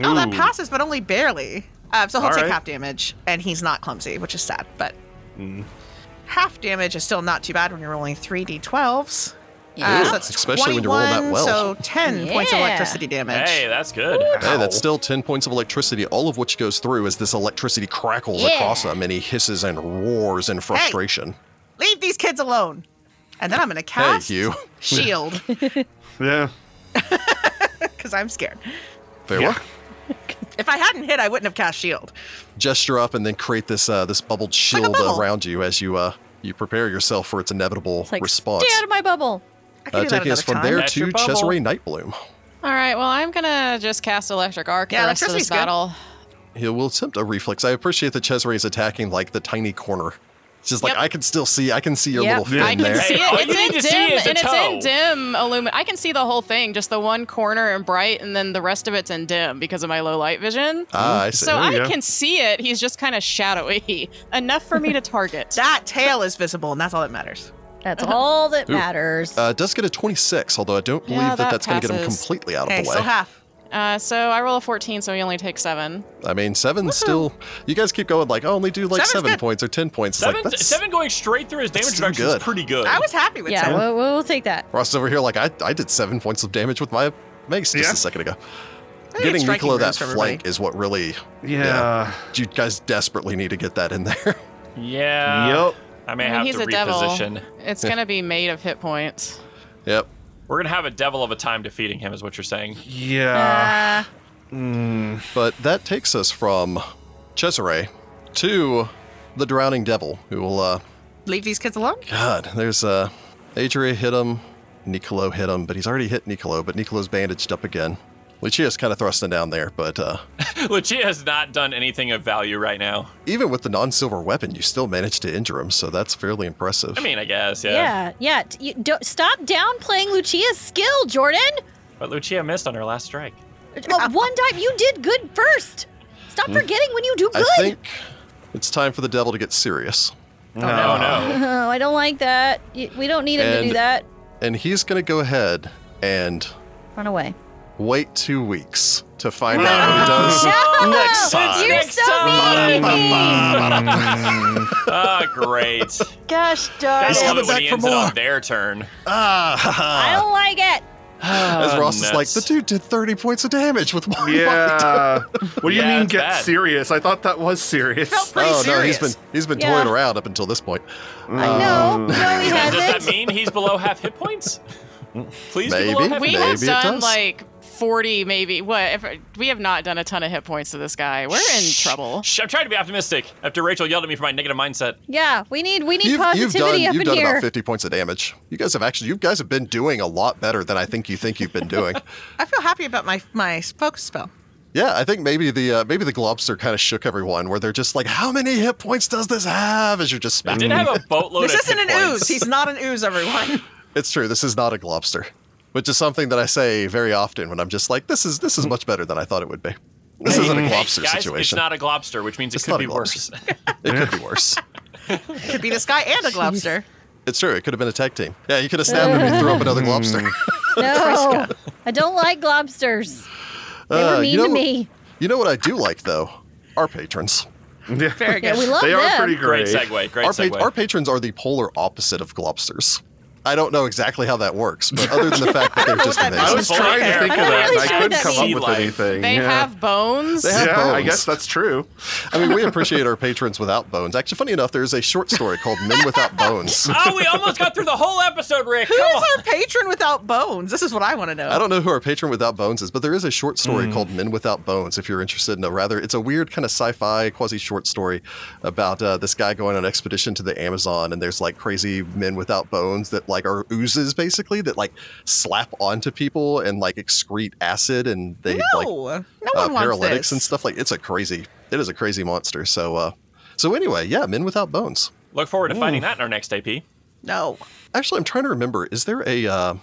[SPEAKER 2] Oh, that
[SPEAKER 4] Ooh.
[SPEAKER 2] passes, but only barely. Uh, so he'll
[SPEAKER 4] All
[SPEAKER 2] take
[SPEAKER 4] right.
[SPEAKER 2] half damage, and he's not clumsy, which is sad. But
[SPEAKER 1] Mm.
[SPEAKER 2] half damage is still not too bad when you're rolling three d12s.
[SPEAKER 5] Yeah.
[SPEAKER 2] Uh, so that's
[SPEAKER 1] Especially when you're rolling that
[SPEAKER 2] 21,
[SPEAKER 1] well.
[SPEAKER 2] So 10 points of
[SPEAKER 5] Yeah.
[SPEAKER 2] electricity damage.
[SPEAKER 3] Hey, that's good.
[SPEAKER 1] Hey, that's still 10 points of electricity, all of which goes through as this electricity crackles
[SPEAKER 5] Yeah.
[SPEAKER 1] across him and he hisses and roars in frustration.
[SPEAKER 2] Leave these kids alone. And then I'm going to
[SPEAKER 1] Hey,
[SPEAKER 2] cast
[SPEAKER 1] Hugh. [LAUGHS]
[SPEAKER 2] Shield
[SPEAKER 4] Yeah.
[SPEAKER 2] because I'm scared.
[SPEAKER 1] Very
[SPEAKER 4] Yeah.
[SPEAKER 1] well.
[SPEAKER 2] If I hadn't hit, I wouldn't have cast Shield.
[SPEAKER 1] Gesture up and then create this uh, this bubbled
[SPEAKER 2] like a
[SPEAKER 1] shield
[SPEAKER 2] bubble.
[SPEAKER 1] around you as you uh, you prepare yourself for its inevitable
[SPEAKER 5] It's like,
[SPEAKER 1] response.
[SPEAKER 5] stay out of my bubble.
[SPEAKER 2] I can
[SPEAKER 1] Uh,
[SPEAKER 2] do that
[SPEAKER 1] taking us
[SPEAKER 2] another
[SPEAKER 1] from
[SPEAKER 2] time.
[SPEAKER 1] there
[SPEAKER 3] That's
[SPEAKER 1] to
[SPEAKER 3] your bubble.
[SPEAKER 1] Cesare Nightbloom.
[SPEAKER 6] All right. Well, I'm gonna just cast electric arc
[SPEAKER 2] Yeah,
[SPEAKER 6] the rest of
[SPEAKER 2] electricity's
[SPEAKER 6] this
[SPEAKER 2] good.
[SPEAKER 6] battle.
[SPEAKER 1] He will attempt a reflex. I appreciate that Cesare is attacking like the tiny corner. It's just like
[SPEAKER 6] Yep.
[SPEAKER 1] I can still see. I can see your
[SPEAKER 5] Yep.
[SPEAKER 1] little fin
[SPEAKER 4] Yeah.
[SPEAKER 6] I can
[SPEAKER 1] there.
[SPEAKER 6] see it.
[SPEAKER 3] Hey, all
[SPEAKER 6] it's
[SPEAKER 3] you
[SPEAKER 6] in
[SPEAKER 3] need to
[SPEAKER 6] dim,
[SPEAKER 3] see is the
[SPEAKER 6] and it's
[SPEAKER 3] toe.
[SPEAKER 6] in dim illumin. I can see the whole thing, just the one corner and bright, and then the rest of it's in dim because of my low light vision.
[SPEAKER 1] Ah, I see.
[SPEAKER 6] so I
[SPEAKER 4] you go.
[SPEAKER 6] can see it. He's just kind of shadowy [LAUGHS] enough for me to target.
[SPEAKER 2] That tail is visible, and that's all that matters.
[SPEAKER 5] That's
[SPEAKER 2] Uh-huh.
[SPEAKER 5] all that
[SPEAKER 1] Ooh.
[SPEAKER 5] matters.
[SPEAKER 1] Uh, does get a 26, although I don't believe
[SPEAKER 6] Yeah,
[SPEAKER 1] that,
[SPEAKER 6] that
[SPEAKER 1] that's going to get him
[SPEAKER 6] passes.
[SPEAKER 1] completely out of
[SPEAKER 2] Hey,
[SPEAKER 1] the way.
[SPEAKER 2] still half.
[SPEAKER 6] Uh, so I roll a 14, so he only takes seven.
[SPEAKER 1] I mean, seven's still. You guys keep going like, oh, only do like
[SPEAKER 2] Seven's
[SPEAKER 1] seven
[SPEAKER 2] good.
[SPEAKER 1] points or ten points. It's
[SPEAKER 3] Seven,
[SPEAKER 1] like, that's,
[SPEAKER 3] seven going straight through his damage
[SPEAKER 1] still
[SPEAKER 3] reduction is
[SPEAKER 1] good.
[SPEAKER 3] pretty good.
[SPEAKER 2] I was happy with
[SPEAKER 5] yeah,
[SPEAKER 2] that.
[SPEAKER 5] we'll, we'll take that.
[SPEAKER 1] Ross is over here like I, I did seven points of damage with my mace just
[SPEAKER 4] Yeah.
[SPEAKER 1] a second ago.
[SPEAKER 2] need
[SPEAKER 1] Getting
[SPEAKER 2] striking
[SPEAKER 1] Nicola that
[SPEAKER 2] runes for everybody.
[SPEAKER 1] flank is what really.
[SPEAKER 4] Yeah.
[SPEAKER 1] You guys desperately need to get that in there. [LAUGHS]
[SPEAKER 3] yeah.
[SPEAKER 4] Yep.
[SPEAKER 3] I may
[SPEAKER 6] I mean,
[SPEAKER 3] have
[SPEAKER 6] he's
[SPEAKER 3] to
[SPEAKER 6] a
[SPEAKER 3] reposition.
[SPEAKER 6] devil. It's gonna be made of hit points.
[SPEAKER 1] yep.
[SPEAKER 3] We're gonna have a devil of a time defeating him, is what you're saying. [LAUGHS]
[SPEAKER 2] Uh,
[SPEAKER 4] Yeah.
[SPEAKER 1] But that takes us from Cesare to the drowning devil, who will. uh
[SPEAKER 2] Leave these kids alone.
[SPEAKER 1] God, there's uh, Adria hit him, Nicolo hit him, but he's already hit Nicolo, but Nicolo's bandaged up again. Lucia's kind of thrusting down there, but uh, [LAUGHS]
[SPEAKER 3] Lucia has not done anything of value right now.
[SPEAKER 1] even with the non-silver weapon, you still managed to injure him, so that's fairly impressive.
[SPEAKER 3] I mean, I guess, yeah.
[SPEAKER 5] Yeah, yeah. t- You, don't, stop downplaying Lucia's skill, Jordan.
[SPEAKER 3] But Lucia missed on her last strike.
[SPEAKER 1] [LAUGHS]
[SPEAKER 5] Uh, one time you did good first. Stop forgetting when you do
[SPEAKER 1] Hmm? I
[SPEAKER 5] good.
[SPEAKER 1] think it's time for the devil to get serious,
[SPEAKER 3] Oh no.
[SPEAKER 5] Oh, I don't like that. Y- We don't need him to do
[SPEAKER 1] And-
[SPEAKER 5] that.
[SPEAKER 1] and he's going to go ahead and [LAUGHS]
[SPEAKER 5] Run away.
[SPEAKER 1] wait two weeks to find out what he does.
[SPEAKER 3] Next time.
[SPEAKER 5] You're
[SPEAKER 3] Next
[SPEAKER 5] so
[SPEAKER 3] time.
[SPEAKER 5] mean.
[SPEAKER 3] Ah, [LAUGHS] great.
[SPEAKER 5] Gosh darn
[SPEAKER 3] I
[SPEAKER 1] He's
[SPEAKER 5] it.
[SPEAKER 3] love
[SPEAKER 1] coming
[SPEAKER 3] it when
[SPEAKER 1] back
[SPEAKER 3] he
[SPEAKER 1] for
[SPEAKER 3] ends it
[SPEAKER 1] more.
[SPEAKER 3] on their turn.
[SPEAKER 1] Ah, ha,
[SPEAKER 5] [LAUGHS]
[SPEAKER 1] ha.
[SPEAKER 5] I don't like it.
[SPEAKER 1] [LAUGHS] As
[SPEAKER 3] Ah,
[SPEAKER 1] Ross is like,
[SPEAKER 3] nuts.
[SPEAKER 1] the dude did 30 points of damage with one bite."
[SPEAKER 4] Yeah. [LAUGHS] What do you
[SPEAKER 3] Yeah,
[SPEAKER 4] mean
[SPEAKER 3] it's
[SPEAKER 4] get
[SPEAKER 3] bad.
[SPEAKER 4] serious? I thought that was serious.
[SPEAKER 2] Felt pretty
[SPEAKER 1] Oh no, he's
[SPEAKER 2] serious.
[SPEAKER 1] been he's been
[SPEAKER 5] Yeah.
[SPEAKER 1] toying around up until this point.
[SPEAKER 5] I know.
[SPEAKER 1] Mm. [LAUGHS]
[SPEAKER 5] No, he
[SPEAKER 3] Does that
[SPEAKER 5] hasn't.
[SPEAKER 3] mean he's below half hit points? Please be
[SPEAKER 1] Maybe.
[SPEAKER 3] below half
[SPEAKER 6] We
[SPEAKER 3] hit
[SPEAKER 1] Maybe
[SPEAKER 6] have
[SPEAKER 1] it
[SPEAKER 6] done
[SPEAKER 1] does.
[SPEAKER 6] like 40, maybe. What? If, we have not done a ton of hit points to this guy. We're in trouble.
[SPEAKER 3] points. Shh, I'm trying to be optimistic after Rachel yelled at me for my negative mindset.
[SPEAKER 5] Yeah, we need we need
[SPEAKER 1] You've, you've
[SPEAKER 5] positivity
[SPEAKER 1] done you've
[SPEAKER 5] up
[SPEAKER 1] done
[SPEAKER 5] in here.
[SPEAKER 1] about 50 points of damage. You guys have actually you guys have been doing a lot better than I think you think you've been
[SPEAKER 5] [LAUGHS]
[SPEAKER 1] doing.
[SPEAKER 2] I feel happy about my my focus spell.
[SPEAKER 1] yeah, I think maybe the uh, maybe the globster kind of shook everyone where they're just like, how many hit points does this have? As you're just
[SPEAKER 3] I
[SPEAKER 1] smacking.
[SPEAKER 3] did have a boatload
[SPEAKER 2] This
[SPEAKER 3] of
[SPEAKER 2] isn't an
[SPEAKER 3] hit points.
[SPEAKER 2] ooze. He's not an ooze, everyone. [LAUGHS]
[SPEAKER 1] It's true. This is not a globster, which is something that I say very often when I'm just like, this is this is much better than I thought it would be. This isn't a
[SPEAKER 3] Hey,
[SPEAKER 1] globster
[SPEAKER 3] guys, It's
[SPEAKER 1] situation.
[SPEAKER 3] not a globster, which means it
[SPEAKER 1] It's
[SPEAKER 3] could
[SPEAKER 1] not a
[SPEAKER 3] be worse.
[SPEAKER 1] globster. it
[SPEAKER 3] [LAUGHS]
[SPEAKER 1] could be worse.
[SPEAKER 2] Could be this guy and a globster.
[SPEAKER 1] It's true. It could have been a tech team. Yeah, you could have stabbed him and threw up another globster. [LAUGHS]
[SPEAKER 5] No, I don't like globsters. They
[SPEAKER 1] Uh,
[SPEAKER 5] were
[SPEAKER 1] you
[SPEAKER 5] mean to
[SPEAKER 1] know-
[SPEAKER 5] me.
[SPEAKER 1] You know what I do like though? Our patrons.
[SPEAKER 4] [LAUGHS] Yeah.
[SPEAKER 2] Very
[SPEAKER 5] Yeah,
[SPEAKER 2] good.
[SPEAKER 5] we love
[SPEAKER 4] They
[SPEAKER 5] them.
[SPEAKER 4] are pretty
[SPEAKER 3] Great
[SPEAKER 4] great.
[SPEAKER 3] segue. Great
[SPEAKER 1] Our,
[SPEAKER 3] segue.
[SPEAKER 1] pa- our patrons are the polar opposite of globsters. I don't know exactly how that works, but other than the fact that they're just
[SPEAKER 2] that
[SPEAKER 4] I
[SPEAKER 1] amazing.
[SPEAKER 4] was trying to think
[SPEAKER 5] I'm
[SPEAKER 4] of
[SPEAKER 5] not
[SPEAKER 4] that,
[SPEAKER 5] really
[SPEAKER 4] and I
[SPEAKER 5] sure what
[SPEAKER 4] couldn't
[SPEAKER 5] that
[SPEAKER 4] come up
[SPEAKER 3] means.
[SPEAKER 4] with
[SPEAKER 3] Sea life.
[SPEAKER 4] anything.
[SPEAKER 6] They
[SPEAKER 4] yeah.
[SPEAKER 6] have bones.
[SPEAKER 1] They have
[SPEAKER 4] yeah, I
[SPEAKER 1] bones.
[SPEAKER 4] guess that's true.
[SPEAKER 1] I mean, we appreciate our patrons without bones. Actually, funny enough, there's a short story called Men Without Bones.
[SPEAKER 3] Oh, we almost got through the whole episode, Rick.
[SPEAKER 2] Who
[SPEAKER 3] Come
[SPEAKER 2] is
[SPEAKER 3] on.
[SPEAKER 2] our patron without bones? This is what I want to know.
[SPEAKER 1] I don't know who our patron without bones is, but there is a short story called Men Without Bones. If you're interested in a rather, it's a weird kind of sci-fi quasi short story about uh, this guy going on an expedition to the Amazon, and there's like crazy men without bones that like are oozes basically that like slap onto people and like excrete acid, and they like
[SPEAKER 2] no, no
[SPEAKER 1] uh,
[SPEAKER 2] one wants
[SPEAKER 1] paralytics
[SPEAKER 2] this.
[SPEAKER 1] and stuff like. It's a crazy. It is a crazy monster. So, uh, so anyway, yeah, Men Without Bones.
[SPEAKER 3] Look forward to finding that in our next AP.
[SPEAKER 2] No,
[SPEAKER 1] Actually, I'm trying to remember. Is there a uh,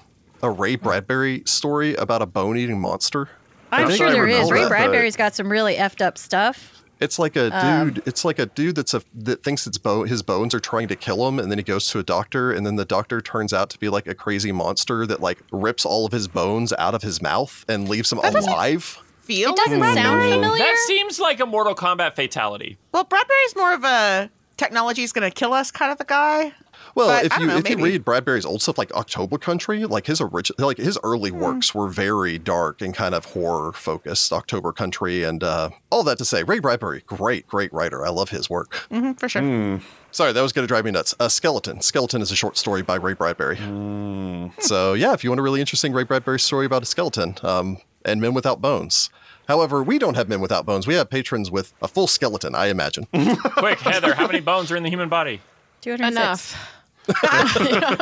[SPEAKER 1] a Ray Bradbury story about a bone eating monster?
[SPEAKER 5] I'm
[SPEAKER 1] think
[SPEAKER 5] sure
[SPEAKER 1] I
[SPEAKER 5] there is.
[SPEAKER 1] remember
[SPEAKER 5] Ray
[SPEAKER 1] that, but-
[SPEAKER 5] Bradbury's got some really effed up stuff.
[SPEAKER 1] It's like a
[SPEAKER 5] Um,
[SPEAKER 1] dude. It's like a dude that's a that thinks it's bo- his bones are trying to kill him, and then he goes to a doctor, and then the doctor turns out to be like a crazy monster that like rips all of his bones out of his mouth and leaves him alive.
[SPEAKER 2] Feel
[SPEAKER 5] It doesn't
[SPEAKER 1] Hmm.
[SPEAKER 5] sound familiar.
[SPEAKER 3] That seems like a Mortal Kombat fatality.
[SPEAKER 2] well, Bradbury's more of a technology's gonna kill us kind of a guy.
[SPEAKER 1] Well,
[SPEAKER 2] But I
[SPEAKER 1] if
[SPEAKER 2] don't
[SPEAKER 1] you
[SPEAKER 2] know,
[SPEAKER 1] if you
[SPEAKER 2] maybe.
[SPEAKER 1] read Bradbury's old stuff like October Country, like his original like his early
[SPEAKER 2] Hmm.
[SPEAKER 1] works were very dark and kind of horror focused. October Country and uh, all that to say, Ray Bradbury, great great writer. I love his work.
[SPEAKER 2] hmm for sure.
[SPEAKER 1] Sorry, that was going to drive me nuts. Uh, Skeleton. Skeleton is a short story by Ray Bradbury. So, yeah, if you want a really interesting Ray Bradbury story about a skeleton um, and men without bones. However, we don't have men without bones. We have patrons with a full skeleton, I imagine.
[SPEAKER 3] Quick, Heather, how many bones are in the human body?
[SPEAKER 5] 206.
[SPEAKER 6] Enough.
[SPEAKER 2] [LAUGHS]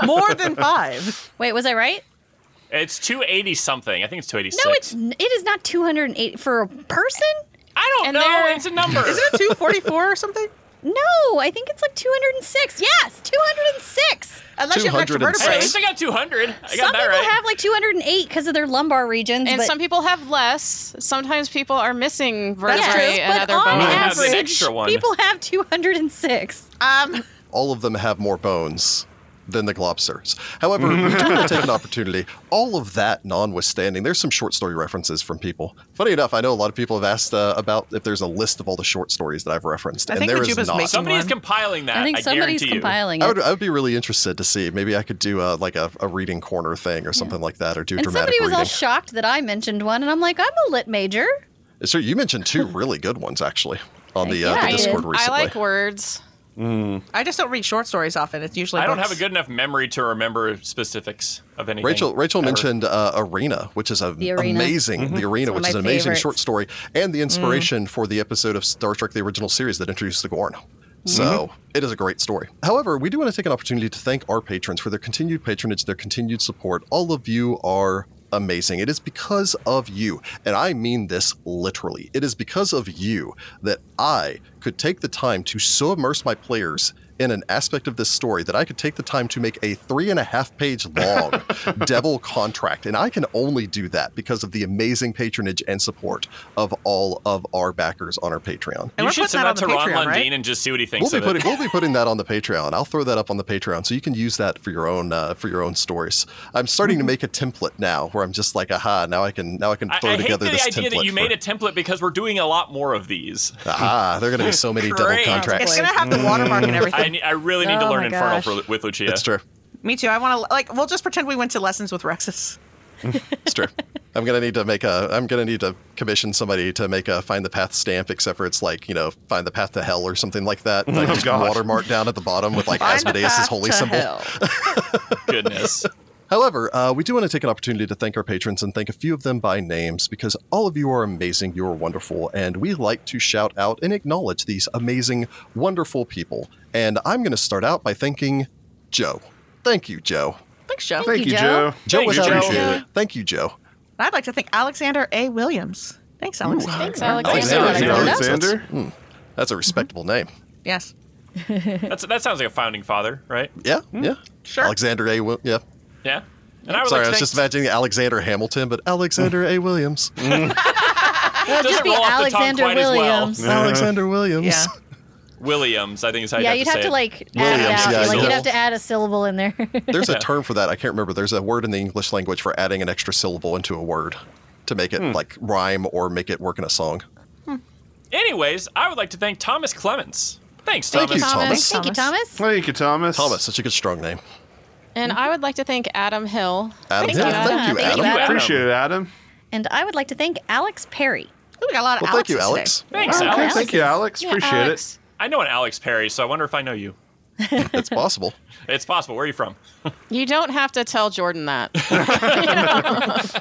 [SPEAKER 2] More than five.
[SPEAKER 5] Wait, was I right?
[SPEAKER 3] It's 280 something. I think it's 286.
[SPEAKER 5] No, it's n- it is not 208 for a person.
[SPEAKER 3] I don't
[SPEAKER 6] and
[SPEAKER 3] know.
[SPEAKER 6] there-
[SPEAKER 3] It's a number.
[SPEAKER 2] Is it two forty four or something?
[SPEAKER 5] No, I think it's like 206. Yes, 206.
[SPEAKER 2] Unless you have extra
[SPEAKER 1] 206.
[SPEAKER 3] Hey,
[SPEAKER 2] vertebrae.
[SPEAKER 3] at least I got 200. I got
[SPEAKER 5] some
[SPEAKER 3] that
[SPEAKER 5] people
[SPEAKER 3] right.
[SPEAKER 5] have like 208 because of their lumbar regions,
[SPEAKER 6] And
[SPEAKER 5] but
[SPEAKER 6] some people have less. Sometimes people are missing vertebrae
[SPEAKER 5] yes,
[SPEAKER 6] and
[SPEAKER 5] but
[SPEAKER 6] other
[SPEAKER 5] on
[SPEAKER 6] bones.
[SPEAKER 3] Maybe that's an
[SPEAKER 5] average,
[SPEAKER 3] extra one.
[SPEAKER 5] people have 206.
[SPEAKER 2] Um,
[SPEAKER 1] all of them have more bones than the globsters. However, we do want to take an opportunity. All of that notwithstanding, there's some short story references from people. Funny enough, I know a lot of people have asked uh, about if there's a list of all the short stories that I've referenced,
[SPEAKER 2] I
[SPEAKER 1] and
[SPEAKER 2] think
[SPEAKER 1] there
[SPEAKER 2] the
[SPEAKER 1] is
[SPEAKER 2] Juba's
[SPEAKER 1] not.
[SPEAKER 2] making-
[SPEAKER 3] Somebody's
[SPEAKER 2] One.
[SPEAKER 3] compiling that.
[SPEAKER 5] I think somebody's
[SPEAKER 3] guarantee you.
[SPEAKER 5] compiling
[SPEAKER 1] I
[SPEAKER 5] it.
[SPEAKER 1] would, I would be really interested to see. Maybe I could do a, like a, a reading corner thing or something like that, or do
[SPEAKER 5] and
[SPEAKER 1] dramatic
[SPEAKER 5] somebody was
[SPEAKER 1] reading.
[SPEAKER 5] all shocked that I mentioned one, and I'm like, I'm a lit major.
[SPEAKER 1] so you mentioned two really good ones actually on the, uh,
[SPEAKER 5] Yeah,
[SPEAKER 1] the
[SPEAKER 5] I did.
[SPEAKER 1] Discord
[SPEAKER 6] I
[SPEAKER 1] recently.
[SPEAKER 6] like words.
[SPEAKER 2] I just don't read short stories often. It's usually
[SPEAKER 3] I don't
[SPEAKER 2] books.
[SPEAKER 3] have a good enough memory to remember specifics of anything.
[SPEAKER 1] Rachel Rachel
[SPEAKER 3] ever. Mm-hmm.
[SPEAKER 1] mentioned uh, Arena, which is a
[SPEAKER 5] The Arena.
[SPEAKER 1] amazing the Arena,
[SPEAKER 5] It's one of
[SPEAKER 1] which is
[SPEAKER 5] my
[SPEAKER 1] an amazing
[SPEAKER 5] favorites. Mm.
[SPEAKER 1] short story and the inspiration for the episode of Star Trek: The Original Series that introduced the Gorn.
[SPEAKER 5] Mm-hmm.
[SPEAKER 1] So it is a great story. However, we do want to take an opportunity to thank our patrons for their continued patronage, their continued support. All of you are amazing. It is because of you, and I mean this literally. It is because of you that I could take the time to so immerse my players in an aspect of this story that I could take the time to make a three and a half page
[SPEAKER 3] [LAUGHS]
[SPEAKER 1] long devil contract. And I can only do that because of the amazing patronage and support of all of our backers on our Patreon.
[SPEAKER 2] And
[SPEAKER 3] you
[SPEAKER 2] we're
[SPEAKER 3] should
[SPEAKER 2] putting
[SPEAKER 3] send
[SPEAKER 2] that
[SPEAKER 3] that,
[SPEAKER 2] on
[SPEAKER 3] to
[SPEAKER 2] the
[SPEAKER 3] Ron
[SPEAKER 2] Patreon,
[SPEAKER 3] Lundeen
[SPEAKER 2] right?
[SPEAKER 3] and just see what he thinks
[SPEAKER 1] We'll be,
[SPEAKER 3] of it.
[SPEAKER 1] putting, we'll be putting that on the Patreon. I'll throw that up on the Patreon so you can use that for your own uh, for your own stories. I'm starting to make a template now where I'm just like, aha, now I can now I can
[SPEAKER 3] Mm-hmm. I,
[SPEAKER 1] throw
[SPEAKER 3] I hate
[SPEAKER 1] together
[SPEAKER 3] the
[SPEAKER 1] this
[SPEAKER 3] idea
[SPEAKER 1] template.
[SPEAKER 3] that you
[SPEAKER 1] for-
[SPEAKER 3] made a template because we're doing a lot more of these.
[SPEAKER 1] aha, there are going to be so
[SPEAKER 3] [LAUGHS]
[SPEAKER 1] many devil
[SPEAKER 3] Great.
[SPEAKER 1] contracts.
[SPEAKER 2] It's gonna have
[SPEAKER 1] Hmm.
[SPEAKER 2] the watermark and everything.
[SPEAKER 3] I, ne- I really need
[SPEAKER 5] Oh
[SPEAKER 3] to learn
[SPEAKER 5] my
[SPEAKER 3] Infernal
[SPEAKER 5] gosh.
[SPEAKER 3] for, with Lucia.
[SPEAKER 1] It's true.
[SPEAKER 2] Me too. I want to like. We'll just pretend we went to lessons with Rexus.
[SPEAKER 1] It's true. I'm gonna need to make a. I'm gonna need to commission somebody to make a find the path stamp, except for it's like you know find the path to hell or something like that. Like just
[SPEAKER 4] God.
[SPEAKER 1] watermark down at the bottom with like
[SPEAKER 2] Find the
[SPEAKER 1] Asmodeus'
[SPEAKER 2] path
[SPEAKER 1] holy
[SPEAKER 2] to
[SPEAKER 1] symbol.
[SPEAKER 2] hell.
[SPEAKER 3] [LAUGHS] Goodness.
[SPEAKER 1] However, uh, we do want to take an opportunity to thank our patrons and thank a few of them by names because all of you are amazing, you are wonderful, and we like to shout out and acknowledge these amazing, wonderful people. And I'm going to start out by thanking Joe. Thank you, Joe.
[SPEAKER 2] Thanks, Joe.
[SPEAKER 5] Thank
[SPEAKER 4] Thank
[SPEAKER 5] you,
[SPEAKER 4] you,
[SPEAKER 5] Joe.
[SPEAKER 4] Joe.
[SPEAKER 1] Joe
[SPEAKER 3] Thank
[SPEAKER 1] was
[SPEAKER 3] you, Joe.
[SPEAKER 1] appreciated. Thank you, Joe.
[SPEAKER 2] And I'd like to thank Alexander A. Williams. Thanks, Alexander.
[SPEAKER 6] Thanks,
[SPEAKER 1] Alexander.
[SPEAKER 6] Alexander.
[SPEAKER 1] Alexander.
[SPEAKER 4] Alexander?
[SPEAKER 1] That's a respectable name.
[SPEAKER 2] Yes.
[SPEAKER 3] That's, that sounds like a founding father, right?
[SPEAKER 1] Yeah,
[SPEAKER 3] Hmm.
[SPEAKER 1] yeah.
[SPEAKER 2] Sure.
[SPEAKER 1] Alexander A. Wi- yeah.
[SPEAKER 3] Yeah. And I would
[SPEAKER 1] Sorry,
[SPEAKER 3] like
[SPEAKER 1] I was
[SPEAKER 3] to thank-
[SPEAKER 1] just imagining Alexander Hamilton, but Alexander A.
[SPEAKER 3] [LAUGHS]
[SPEAKER 1] Williams.
[SPEAKER 5] Well,
[SPEAKER 3] doesn't
[SPEAKER 5] just be
[SPEAKER 3] roll off the tongue
[SPEAKER 5] Alexander
[SPEAKER 3] quite as well.
[SPEAKER 5] Williams.
[SPEAKER 1] Alexander Williams.
[SPEAKER 2] Yeah.
[SPEAKER 3] Williams, I think is how you
[SPEAKER 5] yeah,
[SPEAKER 3] have
[SPEAKER 5] you'd
[SPEAKER 3] to
[SPEAKER 5] have
[SPEAKER 3] say
[SPEAKER 5] to
[SPEAKER 3] it.
[SPEAKER 5] like add it
[SPEAKER 1] Williams,
[SPEAKER 5] out.
[SPEAKER 1] yeah,
[SPEAKER 5] like
[SPEAKER 1] you
[SPEAKER 5] you'd
[SPEAKER 1] know.
[SPEAKER 5] have to add a syllable in there.
[SPEAKER 1] [LAUGHS]
[SPEAKER 5] [LAUGHS]
[SPEAKER 1] There's
[SPEAKER 3] [LAUGHS]
[SPEAKER 1] a term for that. I can't remember. There's a word in the English language for adding an extra syllable into a word to make it
[SPEAKER 3] Hmm.
[SPEAKER 1] like rhyme or make it work in a song.
[SPEAKER 3] Anyways, I would like to thank Thomas Clements. Thanks,
[SPEAKER 1] Thank
[SPEAKER 3] Thomas.
[SPEAKER 1] you, Thomas.
[SPEAKER 5] Thank you, Thomas.
[SPEAKER 4] Thank you, Thomas.
[SPEAKER 1] Thomas, such a good strong name.
[SPEAKER 6] And I would like to thank Adam Hill.
[SPEAKER 1] Adam Hill.
[SPEAKER 6] you,
[SPEAKER 1] Thank you,
[SPEAKER 5] Thank
[SPEAKER 1] Adam.
[SPEAKER 5] you, Adam.
[SPEAKER 4] Appreciate it, Adam.
[SPEAKER 5] And I would like to thank Alex Perry.
[SPEAKER 2] Ooh, we got a lot of
[SPEAKER 1] Well, thank you, Alex.
[SPEAKER 3] Thanks,
[SPEAKER 5] Oh,
[SPEAKER 4] Okay,
[SPEAKER 3] Alex.
[SPEAKER 4] thank you, Alex.
[SPEAKER 6] Yeah,
[SPEAKER 4] Appreciate
[SPEAKER 6] Alex.
[SPEAKER 3] I know an Alex Perry, so I wonder if I know you.
[SPEAKER 1] It's possible.
[SPEAKER 3] It's possible. Where are you from?
[SPEAKER 6] You don't have to tell Jordan that.
[SPEAKER 1] [LAUGHS]
[SPEAKER 4] it.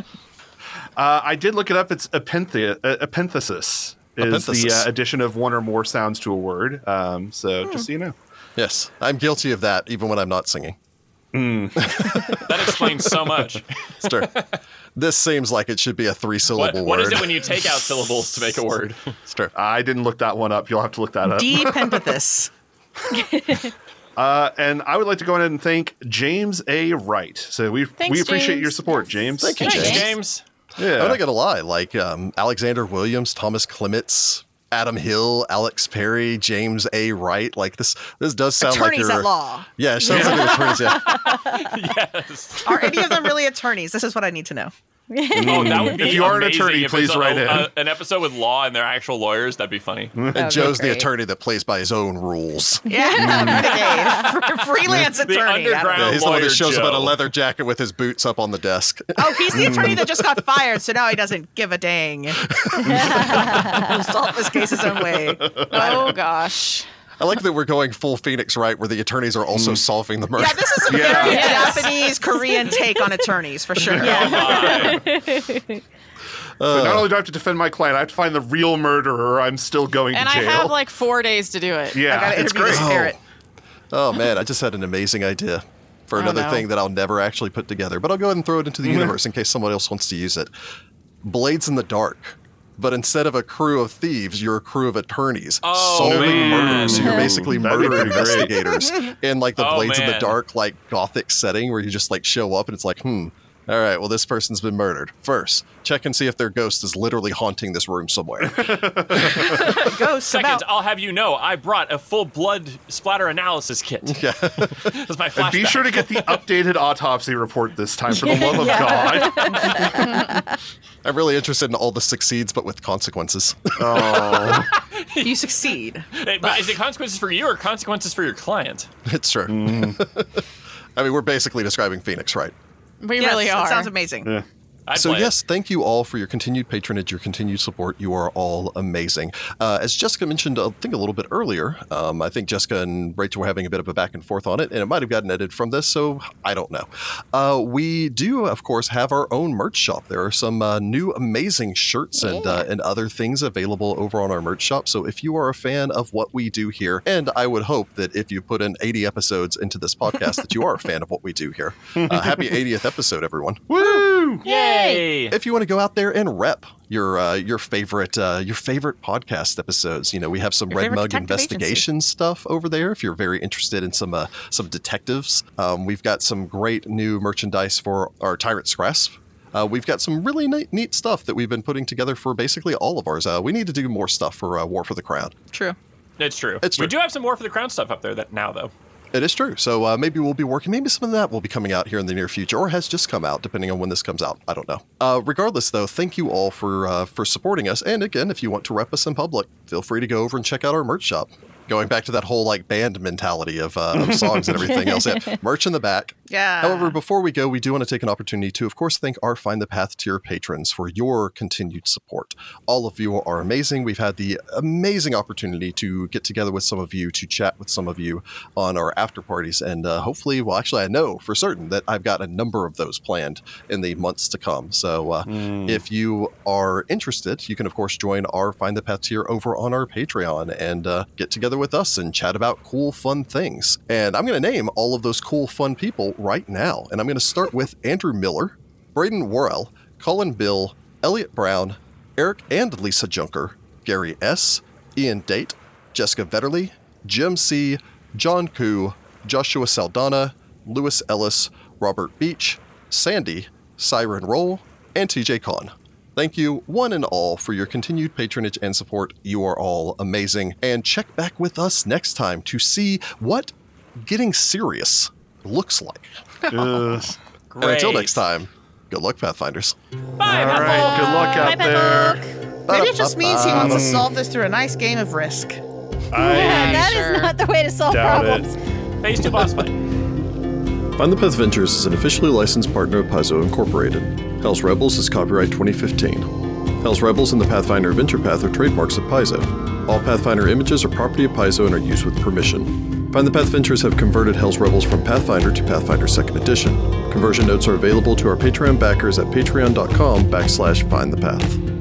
[SPEAKER 4] Uh, I did look it up. It's apenthe- uh, apenthesis is
[SPEAKER 1] Apenthesis.
[SPEAKER 4] the uh, addition of one or more sounds to a word. Um, so just so you know.
[SPEAKER 1] Yes, I'm guilty of that even when I'm not singing.
[SPEAKER 3] That explains
[SPEAKER 1] [LAUGHS]
[SPEAKER 3] so much.
[SPEAKER 1] Stir. this seems like it should be a three
[SPEAKER 3] What,
[SPEAKER 1] syllable
[SPEAKER 3] what
[SPEAKER 1] word.
[SPEAKER 3] is it when you [LAUGHS] take out syllables to make a word?
[SPEAKER 1] Stir.
[SPEAKER 4] I didn't look that one up. You'll have to look that up.
[SPEAKER 2] Deep into this.
[SPEAKER 4] Uh, and I would like to go ahead and thank James A. Wright. So we we appreciate
[SPEAKER 6] James.
[SPEAKER 4] your support, James.
[SPEAKER 1] Thank you,
[SPEAKER 3] Thanks,
[SPEAKER 1] James.
[SPEAKER 3] James.
[SPEAKER 4] Yeah.
[SPEAKER 1] I'm not gonna lie. Like um, Alexander Williams, Thomas Clements, Adam Hill, Alex Perry, James A. Wright. Like this, this does sound
[SPEAKER 2] attorneys
[SPEAKER 1] like you're-
[SPEAKER 2] at law.
[SPEAKER 1] Yeah, it sounds like an attorneys.
[SPEAKER 2] [LAUGHS]
[SPEAKER 1] Yeah.
[SPEAKER 3] yes.
[SPEAKER 2] Are any of them really attorneys? This is what I need to know.
[SPEAKER 1] Mm.
[SPEAKER 3] Oh, that would be
[SPEAKER 4] If you are an
[SPEAKER 3] amazing
[SPEAKER 4] attorney,
[SPEAKER 3] if
[SPEAKER 4] please
[SPEAKER 3] it's a-
[SPEAKER 4] write in.
[SPEAKER 3] a- an episode with law and their actual lawyers. That'd be funny.
[SPEAKER 1] And Joe's the
[SPEAKER 2] great.
[SPEAKER 1] attorney that plays by his own rules.
[SPEAKER 2] Yeah, renegade, Fr- freelance attorney. I don't
[SPEAKER 3] underground-
[SPEAKER 2] know.
[SPEAKER 1] Yeah, he's the one
[SPEAKER 3] Lawyer
[SPEAKER 1] that shows up in
[SPEAKER 3] Joe.
[SPEAKER 1] a leather jacket with his boots up on the desk. [LAUGHS]
[SPEAKER 2] Oh, he's the attorney that just got fired, so now he doesn't give a dang. He'll Solve this case his own way.
[SPEAKER 6] Oh gosh.
[SPEAKER 1] I like that we're going full Phoenix, right? Where the attorneys are
[SPEAKER 3] Mm.
[SPEAKER 1] also solving the murder.
[SPEAKER 2] Yeah, this is a
[SPEAKER 4] Yeah.
[SPEAKER 2] very
[SPEAKER 5] Yes.
[SPEAKER 2] Japanese Korean take on attorneys for sure.
[SPEAKER 4] So Uh, not only do I have to defend my client, I have to find the real murderer. I'm still going
[SPEAKER 6] And
[SPEAKER 4] to
[SPEAKER 6] I
[SPEAKER 4] jail.
[SPEAKER 6] have like four days to do it.
[SPEAKER 4] yeah,
[SPEAKER 2] I gotta
[SPEAKER 4] it's
[SPEAKER 2] interview this
[SPEAKER 4] great.
[SPEAKER 2] parrot.
[SPEAKER 1] oh man, I just had an amazing idea for
[SPEAKER 6] Oh,
[SPEAKER 1] another
[SPEAKER 6] no.
[SPEAKER 1] thing that I'll never actually put together, but I'll go ahead and throw it into the universe in case someone else wants to use it. Blades in the dark. But instead of a crew of thieves, you're a crew of attorneys
[SPEAKER 3] Oh,
[SPEAKER 1] solving
[SPEAKER 3] man.
[SPEAKER 1] murders. So You're basically
[SPEAKER 4] That'd be
[SPEAKER 1] murder
[SPEAKER 4] pretty great.
[SPEAKER 1] investigators in like the
[SPEAKER 3] Oh,
[SPEAKER 1] Blades in the
[SPEAKER 3] man.
[SPEAKER 1] Dark, like gothic setting where you just like show up and it's like, hmm, all right, well, this person's been murdered. First, check and see if their ghost is literally haunting this room somewhere.
[SPEAKER 2] Ghosts
[SPEAKER 3] Second,
[SPEAKER 2] about.
[SPEAKER 3] I'll have you know, I brought a full blood splatter analysis kit.
[SPEAKER 1] [LAUGHS] yeah.
[SPEAKER 3] That's my flashback.
[SPEAKER 4] And be sure to get the updated autopsy report this time, for the love of God.
[SPEAKER 1] I'm really interested in all the succeeds, but with consequences.
[SPEAKER 4] Oh,
[SPEAKER 2] You succeed.
[SPEAKER 3] Hey, but is it consequences for you or consequences for your client?
[SPEAKER 1] it's true. [LAUGHS] I mean, we're basically describing Phoenix, right?
[SPEAKER 6] We
[SPEAKER 2] Yes,
[SPEAKER 6] really are.
[SPEAKER 2] It sounds amazing.
[SPEAKER 4] yeah.
[SPEAKER 3] I'd
[SPEAKER 1] so
[SPEAKER 3] play it.
[SPEAKER 1] yes, thank you all for your continued patronage, your continued support. You are all amazing. Uh, as Jessica mentioned, I think a little bit earlier, um, I think Jessica and Rachel were having a bit of a back and forth on it, and it might have gotten edited from this, so I don't know. Uh, we do, of course, have our own merch shop. There are some uh, new amazing shirts and uh, and other things available over on our merch shop. So if you are a fan of what we do here, and I would hope that if you put in 80 episodes into this podcast, that you are a fan of what we do here. Uh, happy 80th episode, everyone
[SPEAKER 4] Woo!
[SPEAKER 3] Yay!
[SPEAKER 1] if you want to go out there and rep your uh, your favorite uh, your favorite podcast episodes, you know we have some
[SPEAKER 2] Your
[SPEAKER 1] Red
[SPEAKER 2] favorite
[SPEAKER 1] Mug
[SPEAKER 2] detective
[SPEAKER 1] investigation stuff over there. If you're very interested in some uh, some detectives, um, we've got some great new merchandise for our Tyrant's Grasp. Uh, we've got some really neat, neat stuff that we've been putting together for basically all of ours. Uh, we need to do more stuff for uh, War for the Crown.
[SPEAKER 2] True.
[SPEAKER 3] It's true.
[SPEAKER 1] It's
[SPEAKER 3] We
[SPEAKER 1] true.
[SPEAKER 3] do have some more for the crown stuff up there that now though.
[SPEAKER 1] It is true. So uh, maybe we'll be working. Maybe some of that will be coming out here in the near future, or has just come out, depending on when this comes out. I don't know. Uh, regardless, though, thank you all for uh, for supporting us. And again, if you want to rep us in public, feel free to go over and check out our merch shop. Going back to that whole like band mentality of, uh, of songs and everything else, yeah. merch in the back.
[SPEAKER 2] Yeah.
[SPEAKER 1] However, before we go, we do want to take an opportunity to, of course, thank our Find the Path tier patrons for your continued support. All of you are amazing. We've had the amazing opportunity to get together with some of you, to chat with some of you on our after parties, and uh, hopefully, well, actually, I know for certain that I've got a number of those planned in the months to come. So, uh, if you are interested, you can of course join our Find the Path tier over on our Patreon and uh, get together with us and chat about cool, fun things. And I'm going to name all of those cool, fun people right now. And I'm going to start with Andrew Miller, Braden Worrell, Colin Bill, Elliot Brown, Eric and Lisa Junker, Gary S., Ian Date, Jessica Vetterly, Jim C., John Koo, Joshua Saldana, Lewis Ellis, Robert Beach, Sandy, Siren Roll, and TJ Kahn. Thank you, one and all, for your continued patronage and support. You are all amazing. And check back with us next time to see what getting serious looks like.
[SPEAKER 4] Ugh.
[SPEAKER 3] Great.
[SPEAKER 1] And until next time, good luck, Pathfinders.
[SPEAKER 4] All right, good luck out there.
[SPEAKER 2] Maybe it just means he wants to solve this through a nice game of risk.
[SPEAKER 4] I
[SPEAKER 5] [LAUGHS] That is
[SPEAKER 6] sure.
[SPEAKER 5] not the way to solve
[SPEAKER 4] doubt
[SPEAKER 5] problems.
[SPEAKER 4] it.
[SPEAKER 3] Phase two boss fight.
[SPEAKER 1] Find the Path Ventures is an officially licensed partner of Paizo Incorporated. Hell's Rebels is copyright 2015. Hell's Rebels and the Pathfinder Adventure Path are trademarks of Paizo. All Pathfinder images are property of Paizo and are used with permission. Find the Path Ventures have converted Hell's Rebels from Pathfinder to Pathfinder Second Edition. Conversion notes are available to our Patreon backers at patreon.com backslash find the path.